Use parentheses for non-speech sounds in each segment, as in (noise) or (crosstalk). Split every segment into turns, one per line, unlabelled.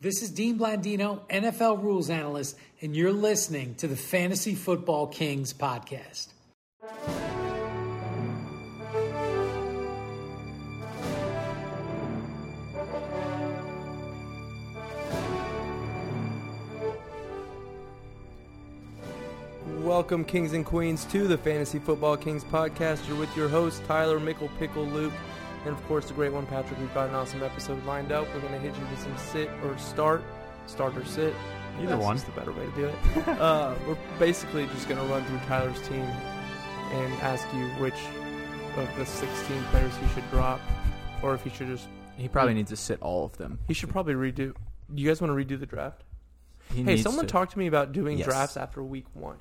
This is Dean Blandino, NFL rules analyst, and you're listening to the Fantasy Football Kings podcast.
Welcome, Kings and Queens, to the Fantasy Football Kings podcast. You're with your host, Tyler Mickle Pickle Luke, and of course, the great one, Patrick. We've got an awesome episode lined up. We're going to hit you with some sit or start, start or (laughs) sit.
Either
That's
one.
just the better way to do it. uh, we're basically just going to run through Tyler's team and ask you which of the 16 players he should drop, or if he should just.
He probably needs to sit all of them.
He should probably redo. You guys want to redo the draft?
He
Hey,
needs
someone
to.
talked to me about doing
Yes.
drafts after week one.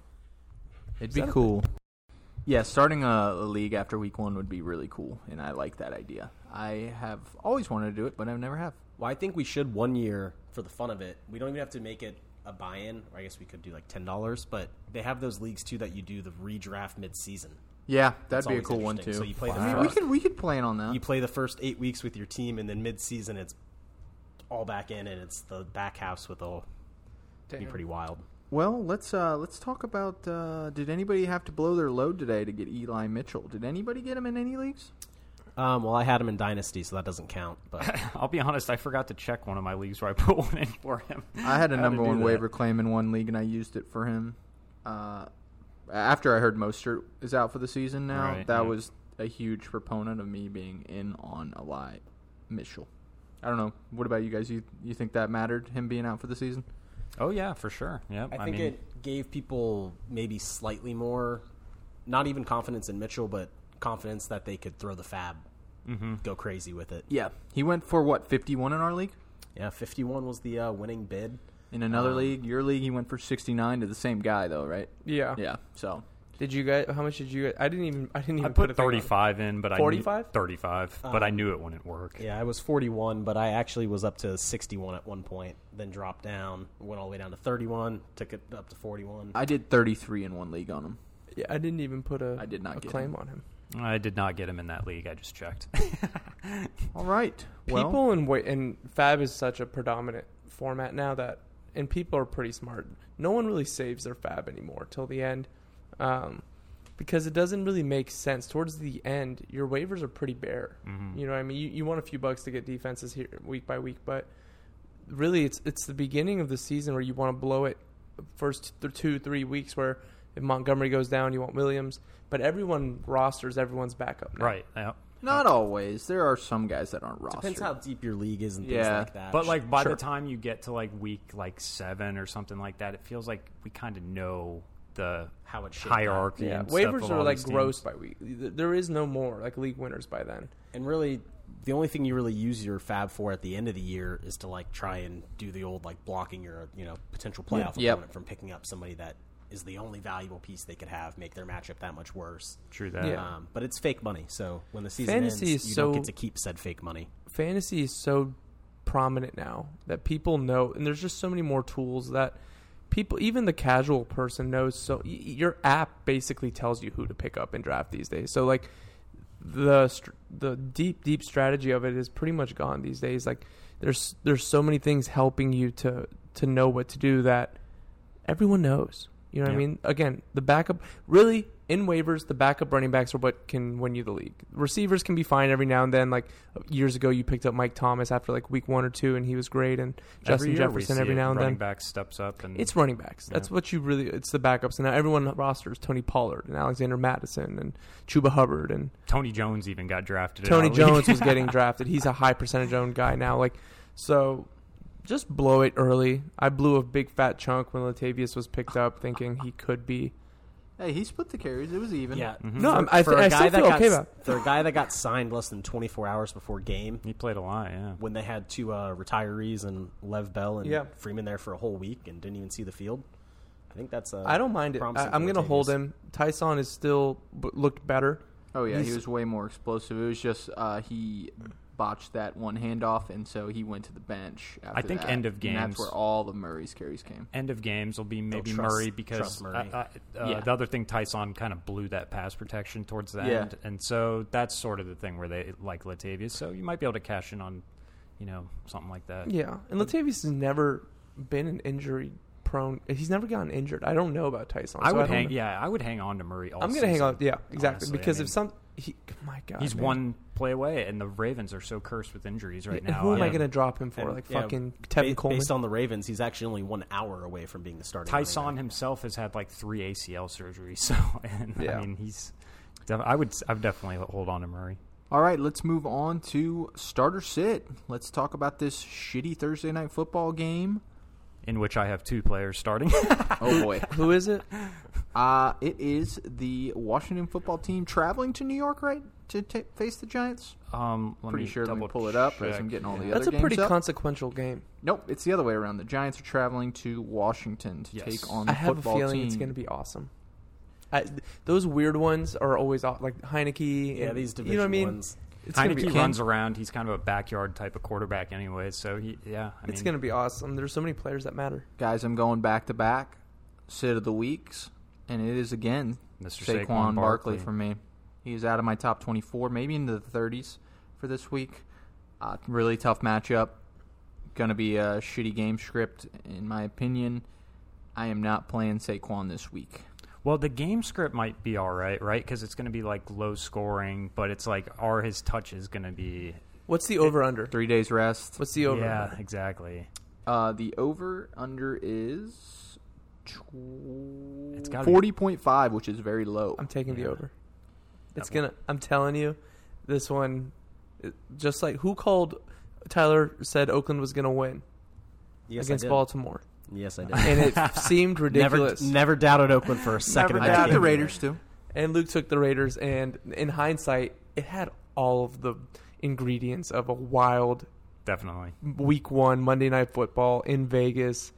It'd
Is
be
that a
cool. Yeah, starting a, a league after week one would be really cool, and I like that idea. I have always wanted to do it, but I never have.
Well, I think we should one year for the fun of it. We don't even have to make it a buy-in. Or I guess we could do like ten dollars, but they have those leagues too that you do the redraft mid-season.
Yeah, that'd
That's
be a
always
cool one too.
interesting. So you play the
I mean,
first-
we could we could plan on that.
You play the first eight weeks with your team, and then mid-season it's all back in, and it's the back house with all. Be pretty wild.
well, let's uh, let's talk about. Uh, did anybody have to blow their load today to get Eli Mitchell? Did anybody get him in any leagues?
Um, well, I had him in Dynasty, so that doesn't count. But
I'll be honest, (laughs) I forgot to check one of my leagues where I (laughs) put one in for him.
I had a
(laughs) How to
number
do
one
that.
waiver claim in one league, and I used it for him. Uh, after I heard Mostert is out for the season now,
Right,
that
yeah.
was a huge proponent of me being in on Eli Mitchell. I don't know. What about you guys? You you think that mattered him being out for the season?
Oh yeah, for sure. Yep.
I
I,
think
mean,
it gave people maybe slightly more, not even confidence in Mitchell, but confidence that they could throw the fab,
Mm-hmm.
go crazy with it.
Yeah, he went for what fifty one in our league.
Yeah, fifty-one was the uh, winning bid.
In another
Uh.
league, your league, he went for sixty nine to the same guy though, right?
Yeah.
Yeah. So
Did you guys? How much did you? guys- I didn't even. I didn't even.
I put
a thing on. Uh-huh.
35 in, but I
45?
knew, 35, but I knew it wouldn't work.
Yeah, I was 41, but I actually was up to 61 at one point, then dropped down, went all the way down to 31, took it up to 41.
I did thirty three in one league on him.
Yeah, I didn't even put a.
I did not
a
get
claim
him.
on him.
I did not get him in that league. I just checked.
All right. Well,
people and wait and Fab is such a predominant format now that and people are pretty smart. No one really saves their Fab anymore till the end, um, because it doesn't really make sense. Towards the end, your waivers are pretty bare. You know, what I mean, you, you want a few bucks to get defenses here week by week, but really it's it's the beginning of the season where you want to blow it first th- two three weeks where if Montgomery goes down you want Williams but everyone rosters everyone's backup now.
right. Yeah.
not always. There are some guys that aren't rostered.
Depends how deep your league is and things
Yeah.
like that.
But like by
Uh, Sure.
the time you get to like week like 7 or something like that, it feels like we kind of know the
How it shaped up.
hierarchy
Yeah,
and stuff
waivers
of
are
all
like
these teams.
gross by week. There is no more like league winners by then.
and really, the only thing you really use your fab for at the end of the year is to like try and do the old like blocking your you know potential playoff
Yep.
opponent from picking up somebody that is the only valuable piece they could have, make their matchup that much worse.
True that.
Yeah.
Um, but it's fake money, so when the season
Fantasy
ends,
is
you
so-
don't get to keep said fake money.
Fantasy is so prominent now that people know, and there's just so many more tools that people, even the casual person, knows. So y- y- your app basically tells you who to pick up and draft these days. So like the str- the deep deep strategy of it is pretty much gone these days. Like there's there's so many things helping you to to know what to do that everyone knows. You know what I
Yeah.
mean? Again, the backup really in waivers, the backup running backs are what can win you the league. Receivers can be fine every now and then. Like years ago, you picked up Mike Thomas after like week one or two, and he was great. And Justin
every year we
Jefferson
see
every
it,
now and
running
then.
back steps up and
It's running backs. That's what you really. It's the backups, and now everyone rosters Tony Pollard and Alexander Madison and Chuba Hubbard and
Tony Jones even got drafted. in
Tony
our league.
Jones (laughs) was getting drafted. He's a high percentage owned guy now. Like, so just blow it early. I blew a big fat chunk when Latavius was picked up, thinking he could be.
Hey, he split the carries. It was even.
Yeah,
No, I'm, I,
for
th- I
a
still
guy that
feel
got
okay
s-
about.
for a guy that got signed less than 24 hours before game
He played a lot, yeah.
when they had two uh, retirees and Lev Bell and
Yeah.
Freeman there for a whole week and didn't even see the field. I think that's. Uh,
I don't mind it. I,
promising
I'm
for
going to hold
Latavius.
him. Tyson is still b- looked better.
Oh yeah, he
He's-
was way more explosive. It was just uh, he botched that one handoff, and so he went to the bench. After
think
that,
end of
And
games-
that's where all the Murray's carries came.
end of games will be maybe
trust-
Murray because
trust Murray.
uh, uh, uh,
Yeah.
the other thing Tyson kind of blew that pass protection towards the
Yeah.
end, and so that's sort of the thing where they like Latavius. So you might be able to cash in on you know, something like that.
Yeah, and Latavius has never been an injury prone. He's never gotten injured. I don't know about Tyson.
I
so
would
don't
hang.
know.
Yeah, I would hang on to Murray. All
I'm gonna hang
season,
on. Yeah, exactly.
honestly. I
because
mean,
if some, he, my God,
he's
man.
one play away, and the Ravens are so cursed with injuries right
Yeah,
now.
Who am I
mean,
gonna drop him for?
And,
like
yeah,
fucking Tevin
Ba-
Coleman.
Based on the Ravens, he's actually only one hour away from being the starting. running
Tyson
back.
himself has had like three ACL surgeries, (laughs) so and
Yeah.
I mean he's. def- I would. I would definitely hold on to Murray.
All right, let's move on to starter sit. Let's talk about this shitty Thursday night football game.
(laughs) In which I have two players starting.
Oh boy.
Who is it?
Uh, it is the Washington football team traveling to New York, right, to ta face the Giants.
um, let
Pretty
me
sure. Let me
double
pull it up as I'm
check.
getting all the
Yeah.
other
That's a
games
pretty
up.
consequential game.
nope, it's the other way around. The Giants are traveling to Washington to
Yes.
take on the
I have a
football
feeling
team.
it's gonna be awesome. I, th- those weird ones are always off, like Heineke.
yeah,
and-
these division
You know what I mean?
ones.
It's gonna be
Heineke runs around. He's kind of a backyard type of quarterback, anyway. So he, yeah, I
It's
mean,
gonna be awesome. There's so many players that matter.
Guys, I'm going back to back sit of the weeks, and it is again
Mr.
Saquon,
Saquon
Barkley
Barkley.
for me. He is out of my top 24, maybe into the 30s for this week. Uh, really tough matchup. Going to be a shitty game script, in my opinion. I am not playing Saquon this week.
Well, the game script might be all right, right? Because it's going to be like low scoring, but it's like are his touches going to be?
What's the over under?
Three days rest.
What's the over?
Yeah, exactly.
Uh, the over under is tw-
It's gotta be-
40.5, which is very low.
I'm taking the
Yeah.
over. It's
Double.
gonna. I'm telling you, this one, it- just like who called Tyler said Oakland was gonna win
Yes,
against
I did.
Baltimore, (laughs)
Yes, I did.
and it seemed
never,
ridiculous.
never doubted Oakland for a
(laughs)
second.
Never
of
I
that
doubted
took
game.
the Raiders, too.
And Luke took the Raiders, and in hindsight, it had all of the ingredients of a wild
Definitely.
Week One Monday Night Football in Vegas.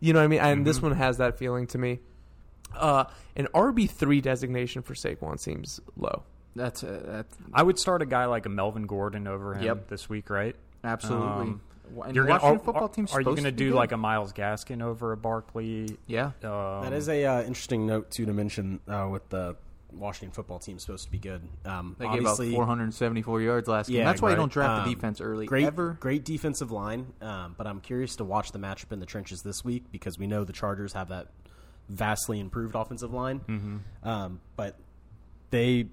You know what I mean? And
Mm-hmm.
this one has that feeling to me. Uh, an RB three designation for Saquon seems low.
That's, uh, that's
I would start a guy like a Melvin Gordon over him
Yep.
this week, right?
absolutely.
Um,
Wa- and
You're gonna,
Washington
are,
football
are-
team's
are you
supposed
going to
be
do
good.
like a Miles Gaskin over a Barkley?
Yeah.
Um,
That is a uh, interesting note too to mention uh, with the Washington football team supposed to be good. Um,
They gave up
obviously,
474 yards last game.
Yeah,
That's why you
right.
don't draft the
Um,
defense early
great,
ever.
great defensive line. Um, but I'm curious to watch the matchup in the trenches this week because we know the Chargers have that vastly improved offensive line. Um, but they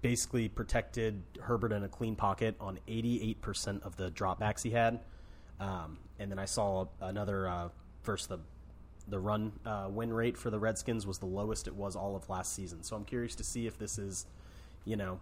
basically protected Herbert in a clean pocket on 88% of the dropbacks he had. Um, and then I saw another uh, versus the the run uh, win rate for the Redskins was the lowest it was all of last season. So I'm curious to see if this is, you know,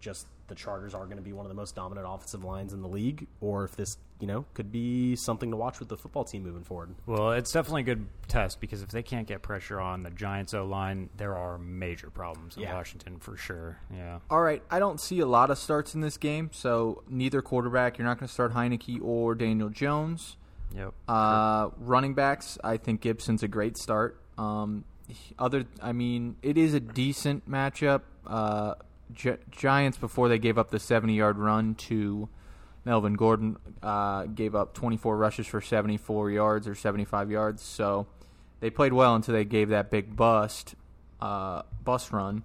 just the Chargers are going to be one of the most dominant offensive lines in the league, or if this, you know, could be something to watch with the football team moving forward.
Well, it's definitely a good test because if they can't get pressure on the Giants O line, there are major problems in
Yeah.
Washington for sure. Yeah.
All right, I don't see a lot of starts in this game, so neither quarterback. You're not going to start Heineke or Daniel Jones.
Yep.
Uh, running backs, I think Gibson's a great start. Um, he- other, I mean, it is a decent matchup. Uh, Gi- Giants before they gave up the 70 yard run to Melvin Gordon, uh, gave up 24 rushes for 74 yards or 75 yards. So they played well until they gave that big bust, uh, bus run.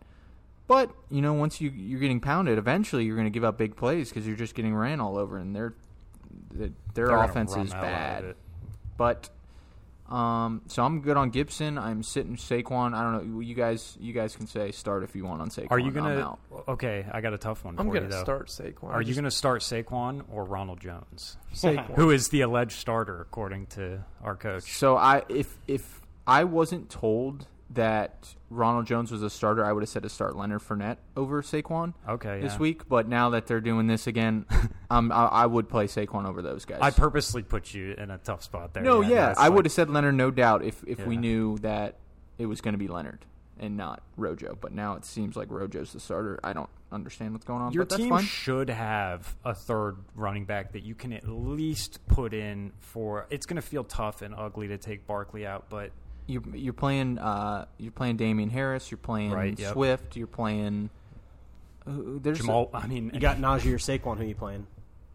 But you know, once you you're getting pounded, eventually you're going to give up big plays because you're just getting ran all over, and their their, their
They're gonna
offense
run
is
the hell out of
bad.
it.
But um, so I'm good on Gibson. I'm sitting Saquon. I don't know. You guys, you guys can say start if you want on Saquon.
Are you
I'm
gonna?
out.
Okay, I got a tough one.
I'm
for you,
gonna
though.
start Saquon.
Are you going to start Saquon or Ronald Jones, (laughs)
Saquon.
who is the alleged starter according to our coach?
So I if if I wasn't told that Ronald Jones was a starter, I would have said to start Leonard Fournette over Saquon
Okay,
this
yeah.
week. But now that they're doing this again, (laughs) um, I, I would play Saquon over those guys.
I purposely put you in a tough spot there.
no, yeah,
it's
I
like-
would have said Leonard, no doubt, if if we
Yeah.
knew that it was going to be Leonard and not Rojo. But now it seems like Rojo's the starter. I don't understand what's going on.
Your
but that's
team
fine.
should have a third running back that you can at least put in for. It's going to feel tough and ugly to take Barkley out, but
you're, you're playing uh, you're playing Damian Harris, you're playing
Right, yep.
Swift, you're playing. who- There's
Jamal. I mean,
You got Najee or Saquon, who you playing?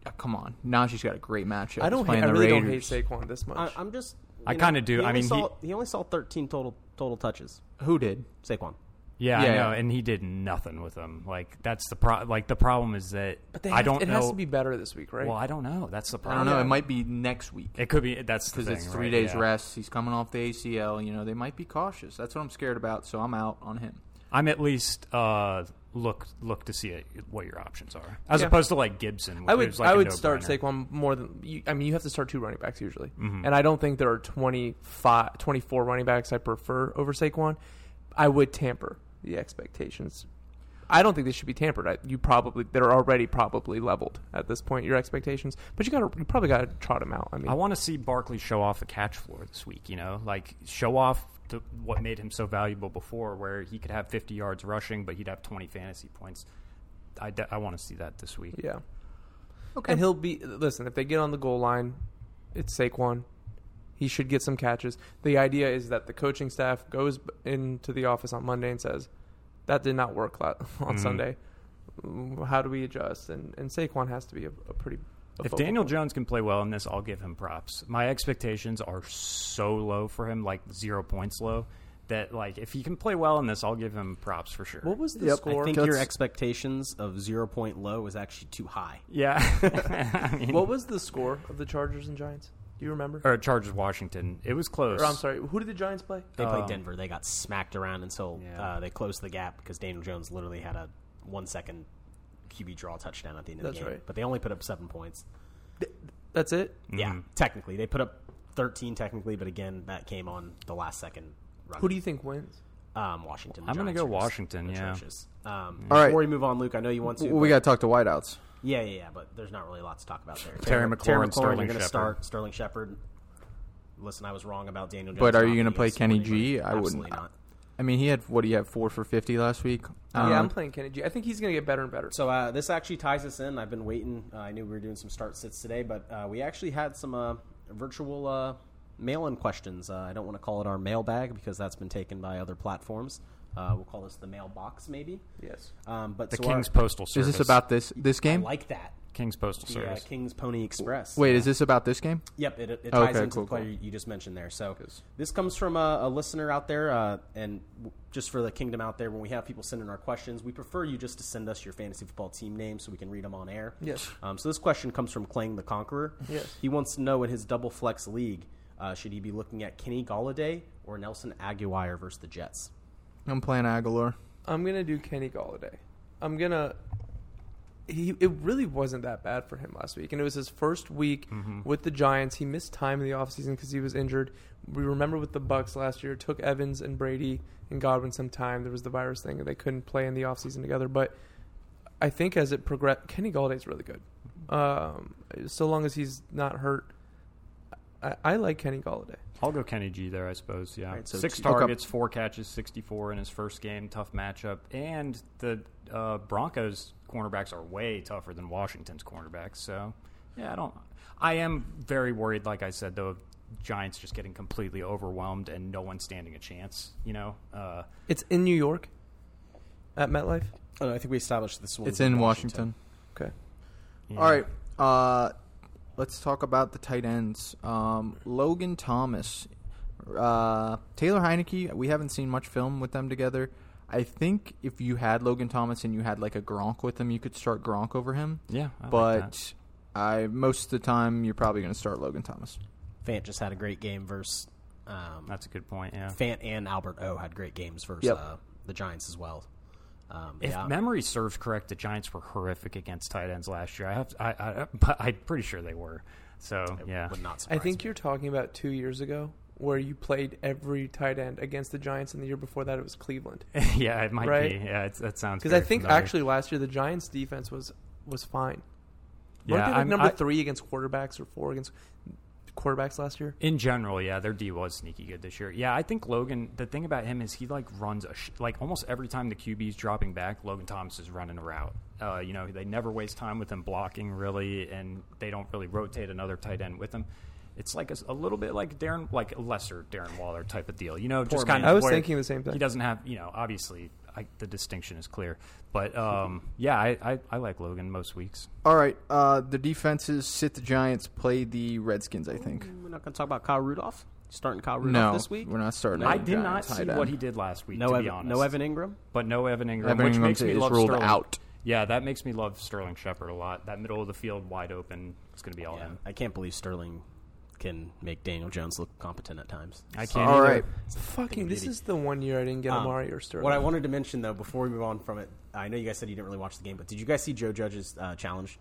oh, come on, Najee's got a great matchup.
I
He's
don't. Hate,
playing
I
the
really don't hate
Raiders.
Saquon this much.
I, I'm just.
I
you know,
kinda do.
he
I
only
mean, he-
saw, he, only saw 13 total total touches.
Who did?
Saquon.
Yeah,
Yeah,
I know,
yeah.
and he did nothing with them. Like that's the pro. Like the problem is that
But they
I
have-
don't
it
know.
has to be better this week, right?
Well, I don't know. That's the
I
problem.
don't know. It might be next week
It could be. That's the
because
thing.
it's three
right?
days
Yeah.
rest. He's coming off the ACL. You know, they might be cautious. That's what I'm scared about. So I'm out on him.
I'm at least uh, look look to see it, what your options are, as
Yeah.
opposed to like Gibson.
I
who's
would
like
I
a
would start
no-brainer. Mm-hmm.
Saquon more than you, I mean you have to start two running backs usually, and I don't think there are 25, 24 running backs I prefer over Saquon. I would tamper the expectations. I don't think they should be tampered. I, you probably they're already probably leveled at this point your expectations, but you got to you probably got to trot them out. I mean,
I want to see Barkley show off the catch floor this week. You know, like show off the, what made him so valuable before, where he could have 50 yards rushing, but he'd have 20 fantasy points. I, de- I want to see that this week.
yeah. Okay. And he'll be listen, if they get on the goal line, it's Saquon. He should get some catches. The idea is that the coaching staff goes b- into the office on Monday and says, "That did not work la- (laughs) on Sunday. Mm, How do we adjust?" And and Saquon has to be a, a pretty. a
If
focal
Daniel
point.
Jones can play well in this, I'll give him props. My expectations are so low for him, like zero points low, that like if he can play well in this, I'll give him props for sure.
what was the
Yep. I
score?
I think
Let's-
your expectations of zero point low is actually too high.
yeah,
(laughs)
I mean,
what was the score of the Chargers and Giants? Do you remember?
or Chargers Washington? It was close.
Or, I'm sorry, who did the Giants play?
They played
Um,
Denver. They got smacked around until
Yeah.
uh, they closed the gap because Daniel Jones literally had a one second QB draw touchdown at the end of
That's
the game.
right.
But they only put up seven points.
That's it.
Mm-hmm.
Yeah, technically they put up thirteen technically, but again that came on the last second run.
Who do you think wins?
Um, Washington.
I'm gonna
Giants
go
are just
Washington, yeah.
atrocious. Um,
All right.
Before we move on, Luke, I know you want to.
we
but-
got to talk to whiteouts.
Yeah, yeah, yeah. But there's not really a lot to talk about there.
Terry McLaurin, Sterling
you're gonna
Shepard.
start Sterling Shepard. Listen, I was wrong about Daniel. Jones
But are
not
you going to
being
play
a
Kenny
supporting
G?
running
I
back.
wouldn't.
Absolutely not.
I mean, he had what? He had four for fifty last week. Um, I
Oh,
don't
yeah,
know.
I'm playing Kenny G. I think he's going to get better and better.
So uh, this actually ties us in. I've been waiting. Uh, I knew we were doing some start sits today, but uh, we actually had some uh, virtual uh, mail-in questions. Uh, I don't want to call it our mailbag because that's been taken by other platforms. Uh, we'll call this the mailbox, maybe.
yes.
Um, but
the
so
Kings
our-
Postal
Is
Service.
this about this this
I
game?
like that.
Kings Postal
The uh,
Service?
King's Pony Express.
Wait, is this about this game?
Yep, it, it
Oh,
ties
okay,
into
cool,
the player
cool.
you just mentioned there. So this comes from a, a listener out there, uh, and w- just for the kingdom out there, when we have people send in our questions, we prefer you just to send us your fantasy football team name so we can read them on air.
Yes.
Um, so this question comes from Clang the Conqueror.
Yes.
He wants to know in his double flex league, uh, should he be looking at Kenny Galladay or Nelson Aguilar versus the Jets?
I'm playing Aguilar.
I'm gonna do Kenny Galladay. I'm gonna. He it really wasn't that bad for him last week, and it was his first week with the Giants. He missed time in the offseason because he was injured. We remember with the Bucks last year, it took Evans and Brady and Godwin some time. There was the virus thing, and they couldn't play in the offseason together. But I think as it progressed, Kenny Galladay's really good. Um, so long as he's not hurt, I, I like Kenny Galladay.
I'll go Kenny G there, I suppose. Yeah,
Alright, so
six
two-
targets, four catches, sixty-four in his first game. Tough matchup, and the uh, Broncos cornerbacks are way tougher than Washington's cornerbacks. So, yeah, I don't. I am very worried, like I said, though, of Giants just getting completely overwhelmed and no one standing a chance. You know, uh,
It's in New York, at MetLife.
Oh, no, I think we established this one.
It's in Washington.
Okay.
yeah.
All right. Uh, let's talk about the tight ends. Um, Logan Thomas, uh, Taylor Heineke. We haven't seen much film with them together. I think if you had Logan Thomas and you had like a Gronk with him, you could start Gronk over him.
yeah, I like that.
but I most of the time you're probably going to start Logan Thomas.
Fant just had a great game versus. Um,
that's a good point. Yeah,
Fant and Albert O had great games versus
Yep.
uh, the Giants as well. Um,
If
yeah.
memory serves correct, the Giants were horrific against tight ends last year. I have, I, I, but I'm pretty sure they were. So yeah,
would not surprise
I think
me.
you're talking about two years ago, where you played every tight end against the Giants, and the year before that it was Cleveland.
(laughs) yeah, it might
Right?
be. Yeah, it's, that sounds
Because I
very
think
familiar.
actually last year the Giants' defense was was fine.
yeah,
Weren't they like
I'm-
number
I-
three against quarterbacks or four against quarterbacks last year?
In general, yeah, their D was sneaky good this year. Yeah, I think Logan. The thing about him is he like runs a sh- like almost every time the QB's dropping back, Logan Thomas is running a route. Uh, you know, they never waste time with him blocking really, and they don't really rotate another tight end with him. It's like a, s- a little bit like Darren, like a lesser Darren Waller type of deal. You know, just kind
man.
of.
I was
where
thinking the same thing.
He doesn't have, you know, obviously I, the distinction is clear, but um, yeah, I, I, I like Logan most weeks.
All right. Uh, the defenses sit the Giants, play the Redskins. I think.
We're not going to talk about Kyle Rudolph. starting Kyle Rudolph
No,
this week?
we're not starting.
I
any
did not
Giants
see
tight
what
end.
he did last week.
No,
to
Evan,
be honest,
no Evan Ingram.
but no Evan Ingram,
Evan
which
Ingram
makes me
is
love
ruled
Sterling.
out.
Yeah, that makes me love Sterling Shepard a lot. That middle of the field, wide open, it's going to be all him.
I can't believe Sterling can make Daniel Jones look competent at times.
I
So-
can't.
All
either.
right.
Fucking, this is the one year I didn't get
Um,
Amari or Sterling.
What I wanted to mention though, before we move on from it, I know you guys said you didn't really watch the game, but did you guys see Joe Judge's uh, challenge?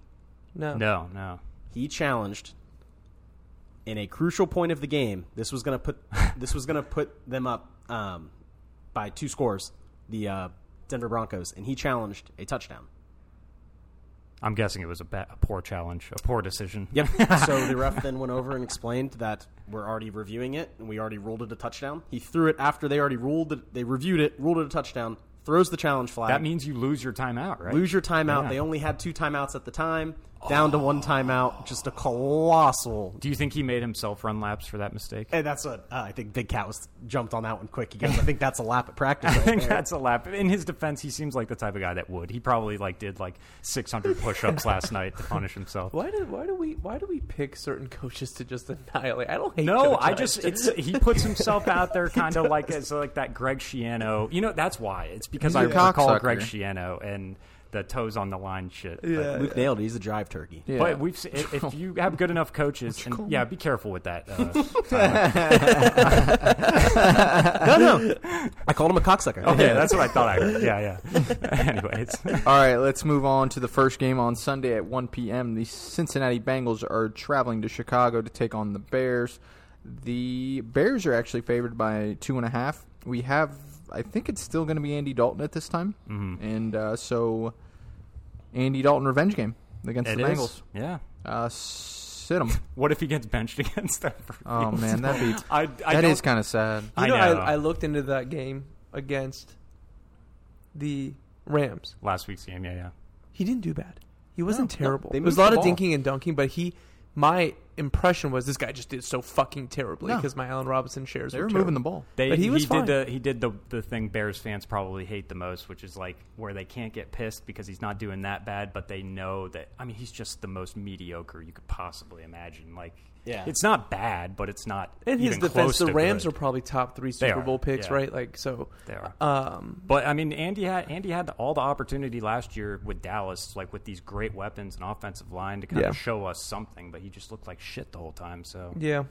no.
No, no.
He challenged in a crucial point of the game. This was gonna
(laughs)
put this was gonna put them up um, by two scores. The uh, Denver Broncos, and he challenged a touchdown.
I'm guessing it was a, ba- a poor challenge, a poor decision.
Yep. (laughs) so the
(laughs)
ref then went over and explained that we're already reviewing it and we already ruled it a touchdown. He threw it after they already ruled it. They reviewed it, ruled it a touchdown. Throws the challenge flag.
That means you lose your timeout, right?
lose your timeout.
Yeah. Oh.
They only had two timeouts at the time. Down to one timeout. Just a colossal.
Do you think he made himself run laps for that mistake?
And that's what uh, I think. Big Cat was jumped on that one quick. He goes, (laughs) I think that's a lap at practice.
I
right
think
there."
that's a lap. In his defense, he seems like the type of guy that would. He probably like did like 600 push-ups last night to
(laughs)
punish himself.
Why do why do we why do we pick certain (laughs) coaches to just annihilate? I don't hate.
No,
Joe
I
Judge.
just it's he puts himself out there kind of like as like that Greg Schiano. You know that's why. It's because
He's
I
a
recall
cocksucker.
Greg Schiano and the toes on the line shit. But-
Yeah.
Luke nailed it. He's a drive turkey. (laughs)
Yeah.
But we've se- if if you have good enough coaches, and yeah, be careful with that. Uh,
(laughs)
(laughs)
No, no. (laughs) I called him a cocksucker.
okay, that's what I thought I heard. Yeah, yeah. (laughs) Anyways,
(laughs) All right, let's move on to the first game on Sunday at 1 p.m. The Cincinnati Bengals are traveling to Chicago to take on the Bears. The Bears are actually favored by two and a half. We have, I think it's still going to be Andy Dalton at this time, and uh, so Andy Dalton revenge game against
it
the
is.
Bengals.
Yeah.
Uh, sit 'em.
What if he gets benched (laughs) against them? For
(laughs) Oh man, that'd be
I, I
that
don't-
is kind of sad.
You
I
know,
know.
I, I looked into that game against the Rams.
last week's game. Yeah, yeah.
He didn't do bad. He wasn't terrible.
they
There was a
moved
lot
the
of
ball.
dinking and dunking, but he. My impression was this guy just did so fucking terribly
No.
because my Allen Robinson shares
They
were
were moving the
terrible.
ball.
They,
But he was fine.
did the he did the the thing Bears fans probably hate the most, which is like where they can't get pissed because he's not doing that bad, but they know that I mean he's just the most mediocre you could possibly imagine. Like
Yeah.
it's not bad, but it's not
In his
even
defense,
close
the
to
Rams
good.
are probably top three
They
Super
are,
Bowl picks,
yeah.
right? Like so.
They are.
Um,
But I mean, Andy had Andy had all the opportunity last year with Dallas, like with these great weapons and offensive line to kind
Yeah.
of show us something, but he just looked like shit the whole time. So
yeah.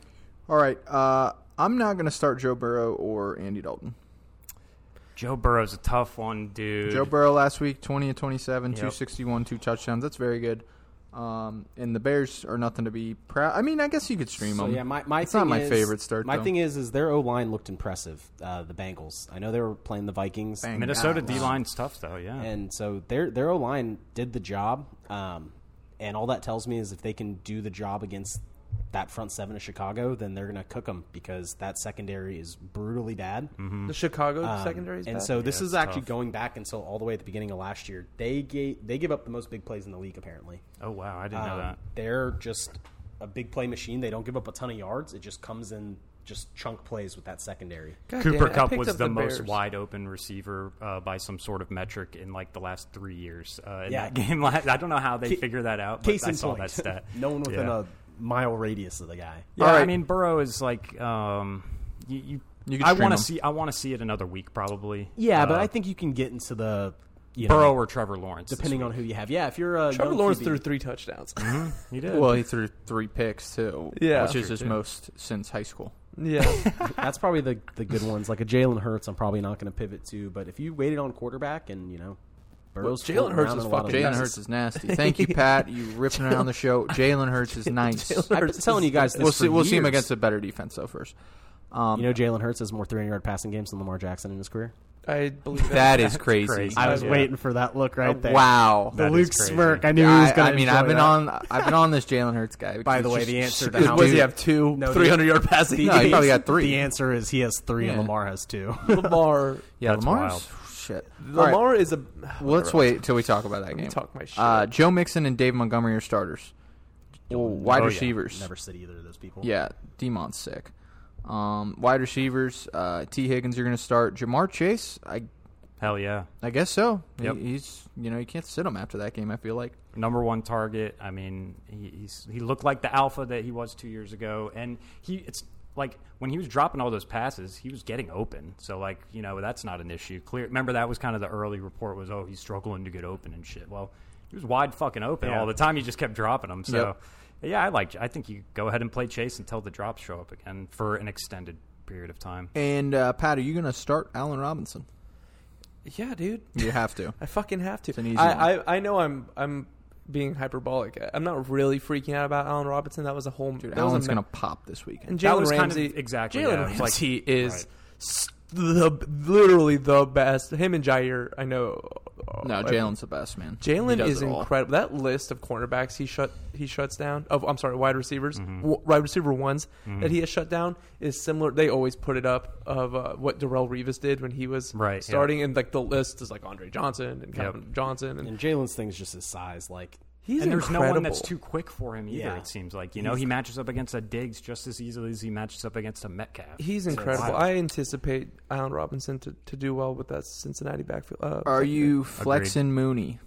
All right, uh, I'm not going to start Joe Burrow or Andy Dalton.
Joe Burrow's a tough one, dude.
Joe Burrow last week, 20 of 27,
Yep.
261, two touchdowns. That's very good. Um, and the Bears are nothing to be proud. I mean, I guess you could stream
So
them.
yeah, my, my
it's
thing
not my
is-
favorite start.
My
though.
thing is, is their O line looked impressive. Uh, the Bengals. I know they were playing the Vikings,
Bang.
Minnesota
Yeah.
D line's tough though, yeah.
and so their their O line did the job. Um, and all that tells me is if they can do the job against that front seven of Chicago, then they're going to cook them because that secondary is brutally bad. Mm-hmm.
Mm.
The Chicago
Um,
secondary is
and
bad.
so this
Yeah,
is
it's
actually
tough.
going back until all the way at the beginning of last year. They gave, they give up the most big plays in the league apparently.
oh wow, I didn't know
Um,
that.
They're just a big play machine. They don't give up a ton of yards. It just comes in just chunk plays with that secondary.
God damn
Cooper
it, I
Cup
picked
was
up
the, most
Bears.
wide open receiver uh, by some sort of metric in like the last three years. Uh, in
Yeah.
that (laughs) game, last, I don't know how they
Ca-
figure that out. But
Case
I
in
saw
point, (laughs)
that stat.
no one within
yeah.
a mile radius of the guy.
Yeah,
All
I
right.
mean Burrow is like um, you. you,
You can
I
stream
want
him.
to see. I want to see it another week probably.
Yeah, but
Uh,
I think you can get into the you
Burrow
know,
or Trevor Lawrence, this
depending on who you have. Yeah, if you're a
Trevor
young
Lawrence
QB,
threw three touchdowns.
week. he
(laughs)
did.
Well, he threw three picks, too.
Yeah.
Which is
True,
his
too.
most since high (laughs) school.
(laughs) yeah.
that's probably the the good ones. Like a Jalen Hurts, I'm probably not going to pivot to. But if you waited on quarterback and you know, Burrow's
Jalen
floating
Hurts
around
is
in a lot
fucking
of
Jalen
leagues.
Hurts is (laughs) nasty. Thank you, Pat. You ripping around the show. (laughs) Jalen Hurts is nice.
Jalen-
I've been telling you guys this
We'll
for
see, we'll see him
years.
against a better defense, though, first. Um,
You know, Jalen Hurts has more 300 yard passing games than Lamar Jackson in his career.
I believe that.
that is crazy.
crazy.
I was
Yeah.
waiting for that look right there.
Wow.
That is crazy.
I knew
I, I mean,
enjoy
I've been
that.
on, I've been on this Jalen Hurts guy.
By the
He's
way,
just
the answer to
shit,
how
Does he
dude.
have two
No, the-
300 yard passing?
No, he
games?
probably got three.
The answer is he has three, and
Yeah.
Lamar has two.
(laughs) Lamar.
Yeah,
That's
Lamar's
wild.
shit. All right,
Lamar is a. (sighs)
let's wait till we talk about that
me
game.
talk my shit.
Uh, Joe Mixon and Dave Montgomery are starters. Oh, wide
Oh, yeah.
receivers.
Never said either of those people.
Yeah, Demon's sick. Um, wide receivers. Uh, T. Higgins, you're going to start. Jamar Chase, I
Hell yeah,
I guess so. He-
Yep.
he's you know you can't sit him after that game. I feel like
number one target. I mean, he, he's he looked like the alpha that he was two years ago, and he it's like when he was dropping all those passes, he was getting open. So like you know that's not an issue. Clear. Remember that was kind of the early report was oh he's struggling to get open and shit. Well, he was wide fucking open
Yeah.
all the time. He just kept dropping them. So yeah, I like. I think you go ahead and play Chase until the drops show up again for an extended period of time.
And uh, Pat, are you going to start Allen Robinson?
Yeah, dude.
You have to.
I fucking have to.
an easy
I, I I know I'm I'm being hyperbolic. I'm not really freaking out about Allen Robinson. That was a whole.
Dude,
that was a
Allen's
ma-
going to pop this
And
weekend.
That
Jalen
was kind of-
Ramsey
exactly,
Jalen
yeah, it was like-
Ramsey is
right.
s- the literally the best. Him and Jair, I know. uh,
No,
I-
Jalen's the best man. He
Jalen
does
is
it all.
incredible. That list of cornerbacks he shut he shuts down. Of I'm sorry, wide receivers, w- wide receiver ones that he has shut down is similar. They always put it up of uh, what Darrell Rivas did when he was
Right, yeah.
starting, and like the list is like Andre Johnson and Calvin Johnson, and
And Jalen's thing's just his size. Like
he's
and there's no one that's
incredible.
too quick for him either.
Yeah.
It seems like you know he matches up against a Diggs just as easily as he matches up against a Metcalf.
He's
So it's
incredible.
wild.
I anticipate Allen Robinson to, to do well with that Cincinnati backfield. Uh,
Are
secondary.
you flexing Mooney?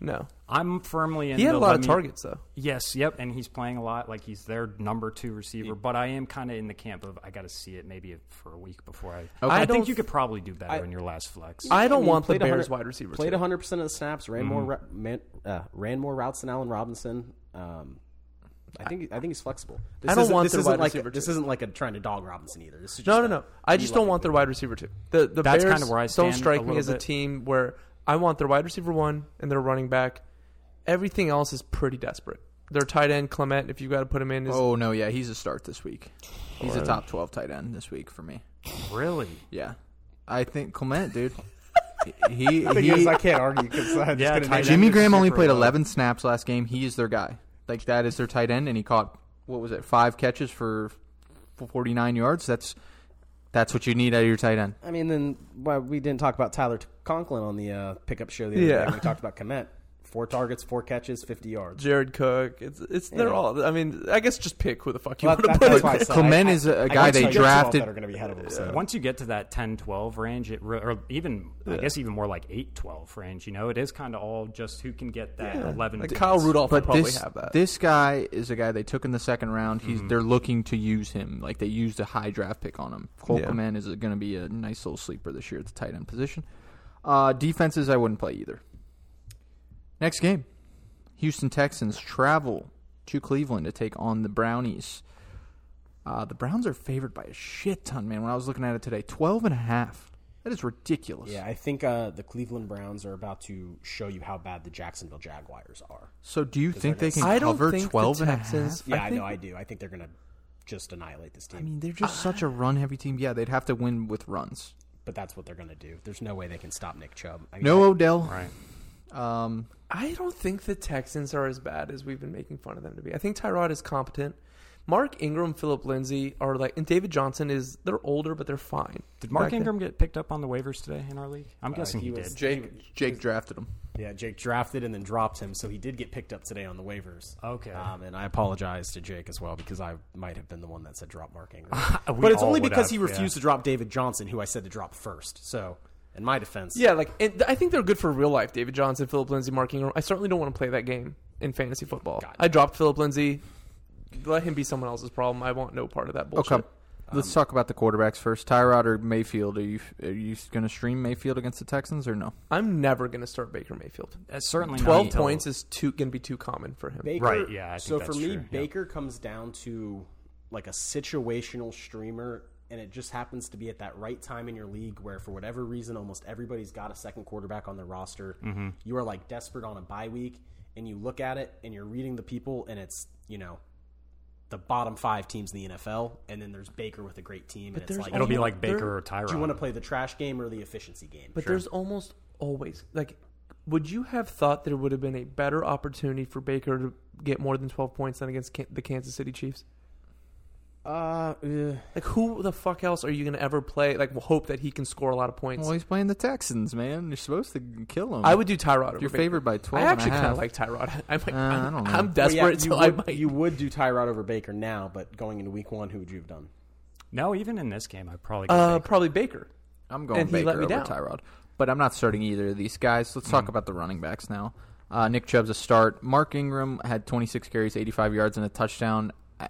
No,
I'm firmly in.
he had
the
a lot
let
of
me-
targets though.
Yes, yep, and he's playing a lot. Like he's their number two receiver. But I am kind of in the camp of I got to see it maybe for a week before I. I,
I
think
don't-
you could probably do better
I-
in your last flex.
I don't
mean,
want the
played a
Bears
hundred-
wide receiver.
Played
too.
100 percent of the snaps. Ran more ra- man, uh, ran more routes than Allen Robinson. Um, I think I think he's flexible. This
I don't
isn't-
want
this
their
isn't
wide
like
receiver
this
too.
isn't like a trying to dog Robinson either. This is
No,
just
no,
a-
no. I just don't want their wide receiver two. The the
That's
Bears
kinda where I
don't
stand
strike
a
me
little
as a
bit.
team where I want their wide receiver one and their running back. Everything else is pretty desperate. Their tight end Clement, if you got to put him in, is
Oh no, yeah, he's a start this week. He's a top twelve tight end this week for me.
really?
Yeah, I think Clement, dude. (laughs) he
The
he.
thing is, I can't argue because I'm
Yeah,
just
tight
gonna
end.
name-
Jimmy Graham only
Super
played
low.
eleven snaps last game. He is their guy. Like that is their tight end, and he caught what was it, five catches for forty nine yards. That's that's what you need out of your tight end.
I mean, then why we didn't talk about Tyler Conklin on the uh, pickup show the other
Yeah.
day. when We talked about Komet. Four targets, four catches,
(laughs)
50 yards.
Jared Cook. It's it's
Yeah.
they're all. I mean, I guess just pick who the fuck you
Well,
want
that-
to put.
that's why I said-
Clement
I-
is a
I- I
guy
can
they
tell you twelve
drafted-
that are going to be ahead of him. So.
Once you get to that 10-12 range, it re- or even I guess even more like 8-12 range, you know, it is kind of all just who can get that 11
Like
to-
Kyle Rudolph would
But
probably
this
have that. Hmm.
this guy is a guy they took in the second round. He's they're looking to use him. Like they used a high draft pick on him. Cole
Yeah.
Komet is going to be a nice little sleeper this year at the tight end position. Uh, defenses I wouldn't play either. Next game, Houston Texans travel to Cleveland to take on the Brownies. Uh, the Browns are favored by a shit ton, man. When I was looking at it today, twelve and a half. That is ridiculous.
Yeah, I think uh, the Cleveland Browns are about to show you how bad the Jacksonville Jaguars are.
So do you think they can
I don't
cover
think the
12 and a
Texans-
half?
Yeah,
I
I,
think-
know, I do. I think they're going to just annihilate this team,
I mean, they're just such a run heavy team. Yeah, they'd have to win with runs.
but that's what they're going to do. There's no way they can stop Nick Chubb. I mean,
No Odell.
Right.
Um,
(laughs) I don't think the Texans are as bad as we've been making fun of them to be. I think Tyrod is competent. Mark Ingram, Philip Lindsay are like, and David Johnson is. They're older, but they're fine.
Did Mark
Back then.
Ingram get picked up on the waivers today in our league? I'm guessing
Uh, he
he,
was-
did.
Jake Jake drafted him.
Yeah, Jake drafted and then dropped him, so he did get picked up today on the waivers.
Okay.
Um, and I apologize to Jake as well because I might have been the one that said drop Mark Ingram.
(laughs) We
but it's
all
only
would
because
have,
he
yeah.
refused to drop David Johnson, who I said to drop first. So, in my defense,
Yeah, like and I think they're good for real life. David Johnson, Philip Lindsay, Mark Ingram. I certainly don't want to play that game in fantasy football.
Got it.
I dropped Philip Lindsay. Let him be someone else's problem. I want no part of that bullshit.
Okay, Oh, let's talk about the quarterbacks first. Tyrod or Mayfield? Are you are you going to stream Mayfield against the Texans or no?
I'm never going to start Baker Mayfield.
Uh, certainly not
Twelve
until-
points is too going to be too common for him.
Baker,
Right, yeah, I think
so
that's
for me,
true, yeah.
Baker comes down to like a situational streamer, and it just happens to be at that right time in your league where, for whatever reason, almost everybody's got a second quarterback on their roster.
Mm-hmm.
You are like desperate on a bye week, and you look at it and you're reading the people, and it's you know the bottom five teams in the NFL, and then there's Baker with a great team, and it's
there's
like
It'll be
Almost-
like Baker
they're-
or Tyrod.
do you want to play the trash game or the efficiency game?
But there's almost always like would you have thought there would have been a better opportunity for Baker to get more than 12 points than against Can- the Kansas City Chiefs?
uh, yeah.
Like who the fuck else are you going to ever play like hope that he can score a lot of points?
Well, he's playing the Texans, man. You're supposed to kill him.
I would do Tyrod. over
You're
Baker.
favored by 12
I actually
and a
kind
half.
of like Tyrod. (laughs) I'm like,
Uh, I
I'm,
don't know.
I'm
Well,
desperate,
yeah, you,
so I
would,
might.
you would do Tyrod over Baker now, but going into week one, who would you have done?
No, even in this game, I probably.
(laughs)
Could
uh,
take-
probably Baker.
I'm going
And he
Baker
let me
over
down.
Tyrod, but I'm not starting either of these guys. Let's talk about the running backs now. Uh, Nick Chubb's a start. Mark Ingram had 26 carries, 85 yards, and a touchdown. I,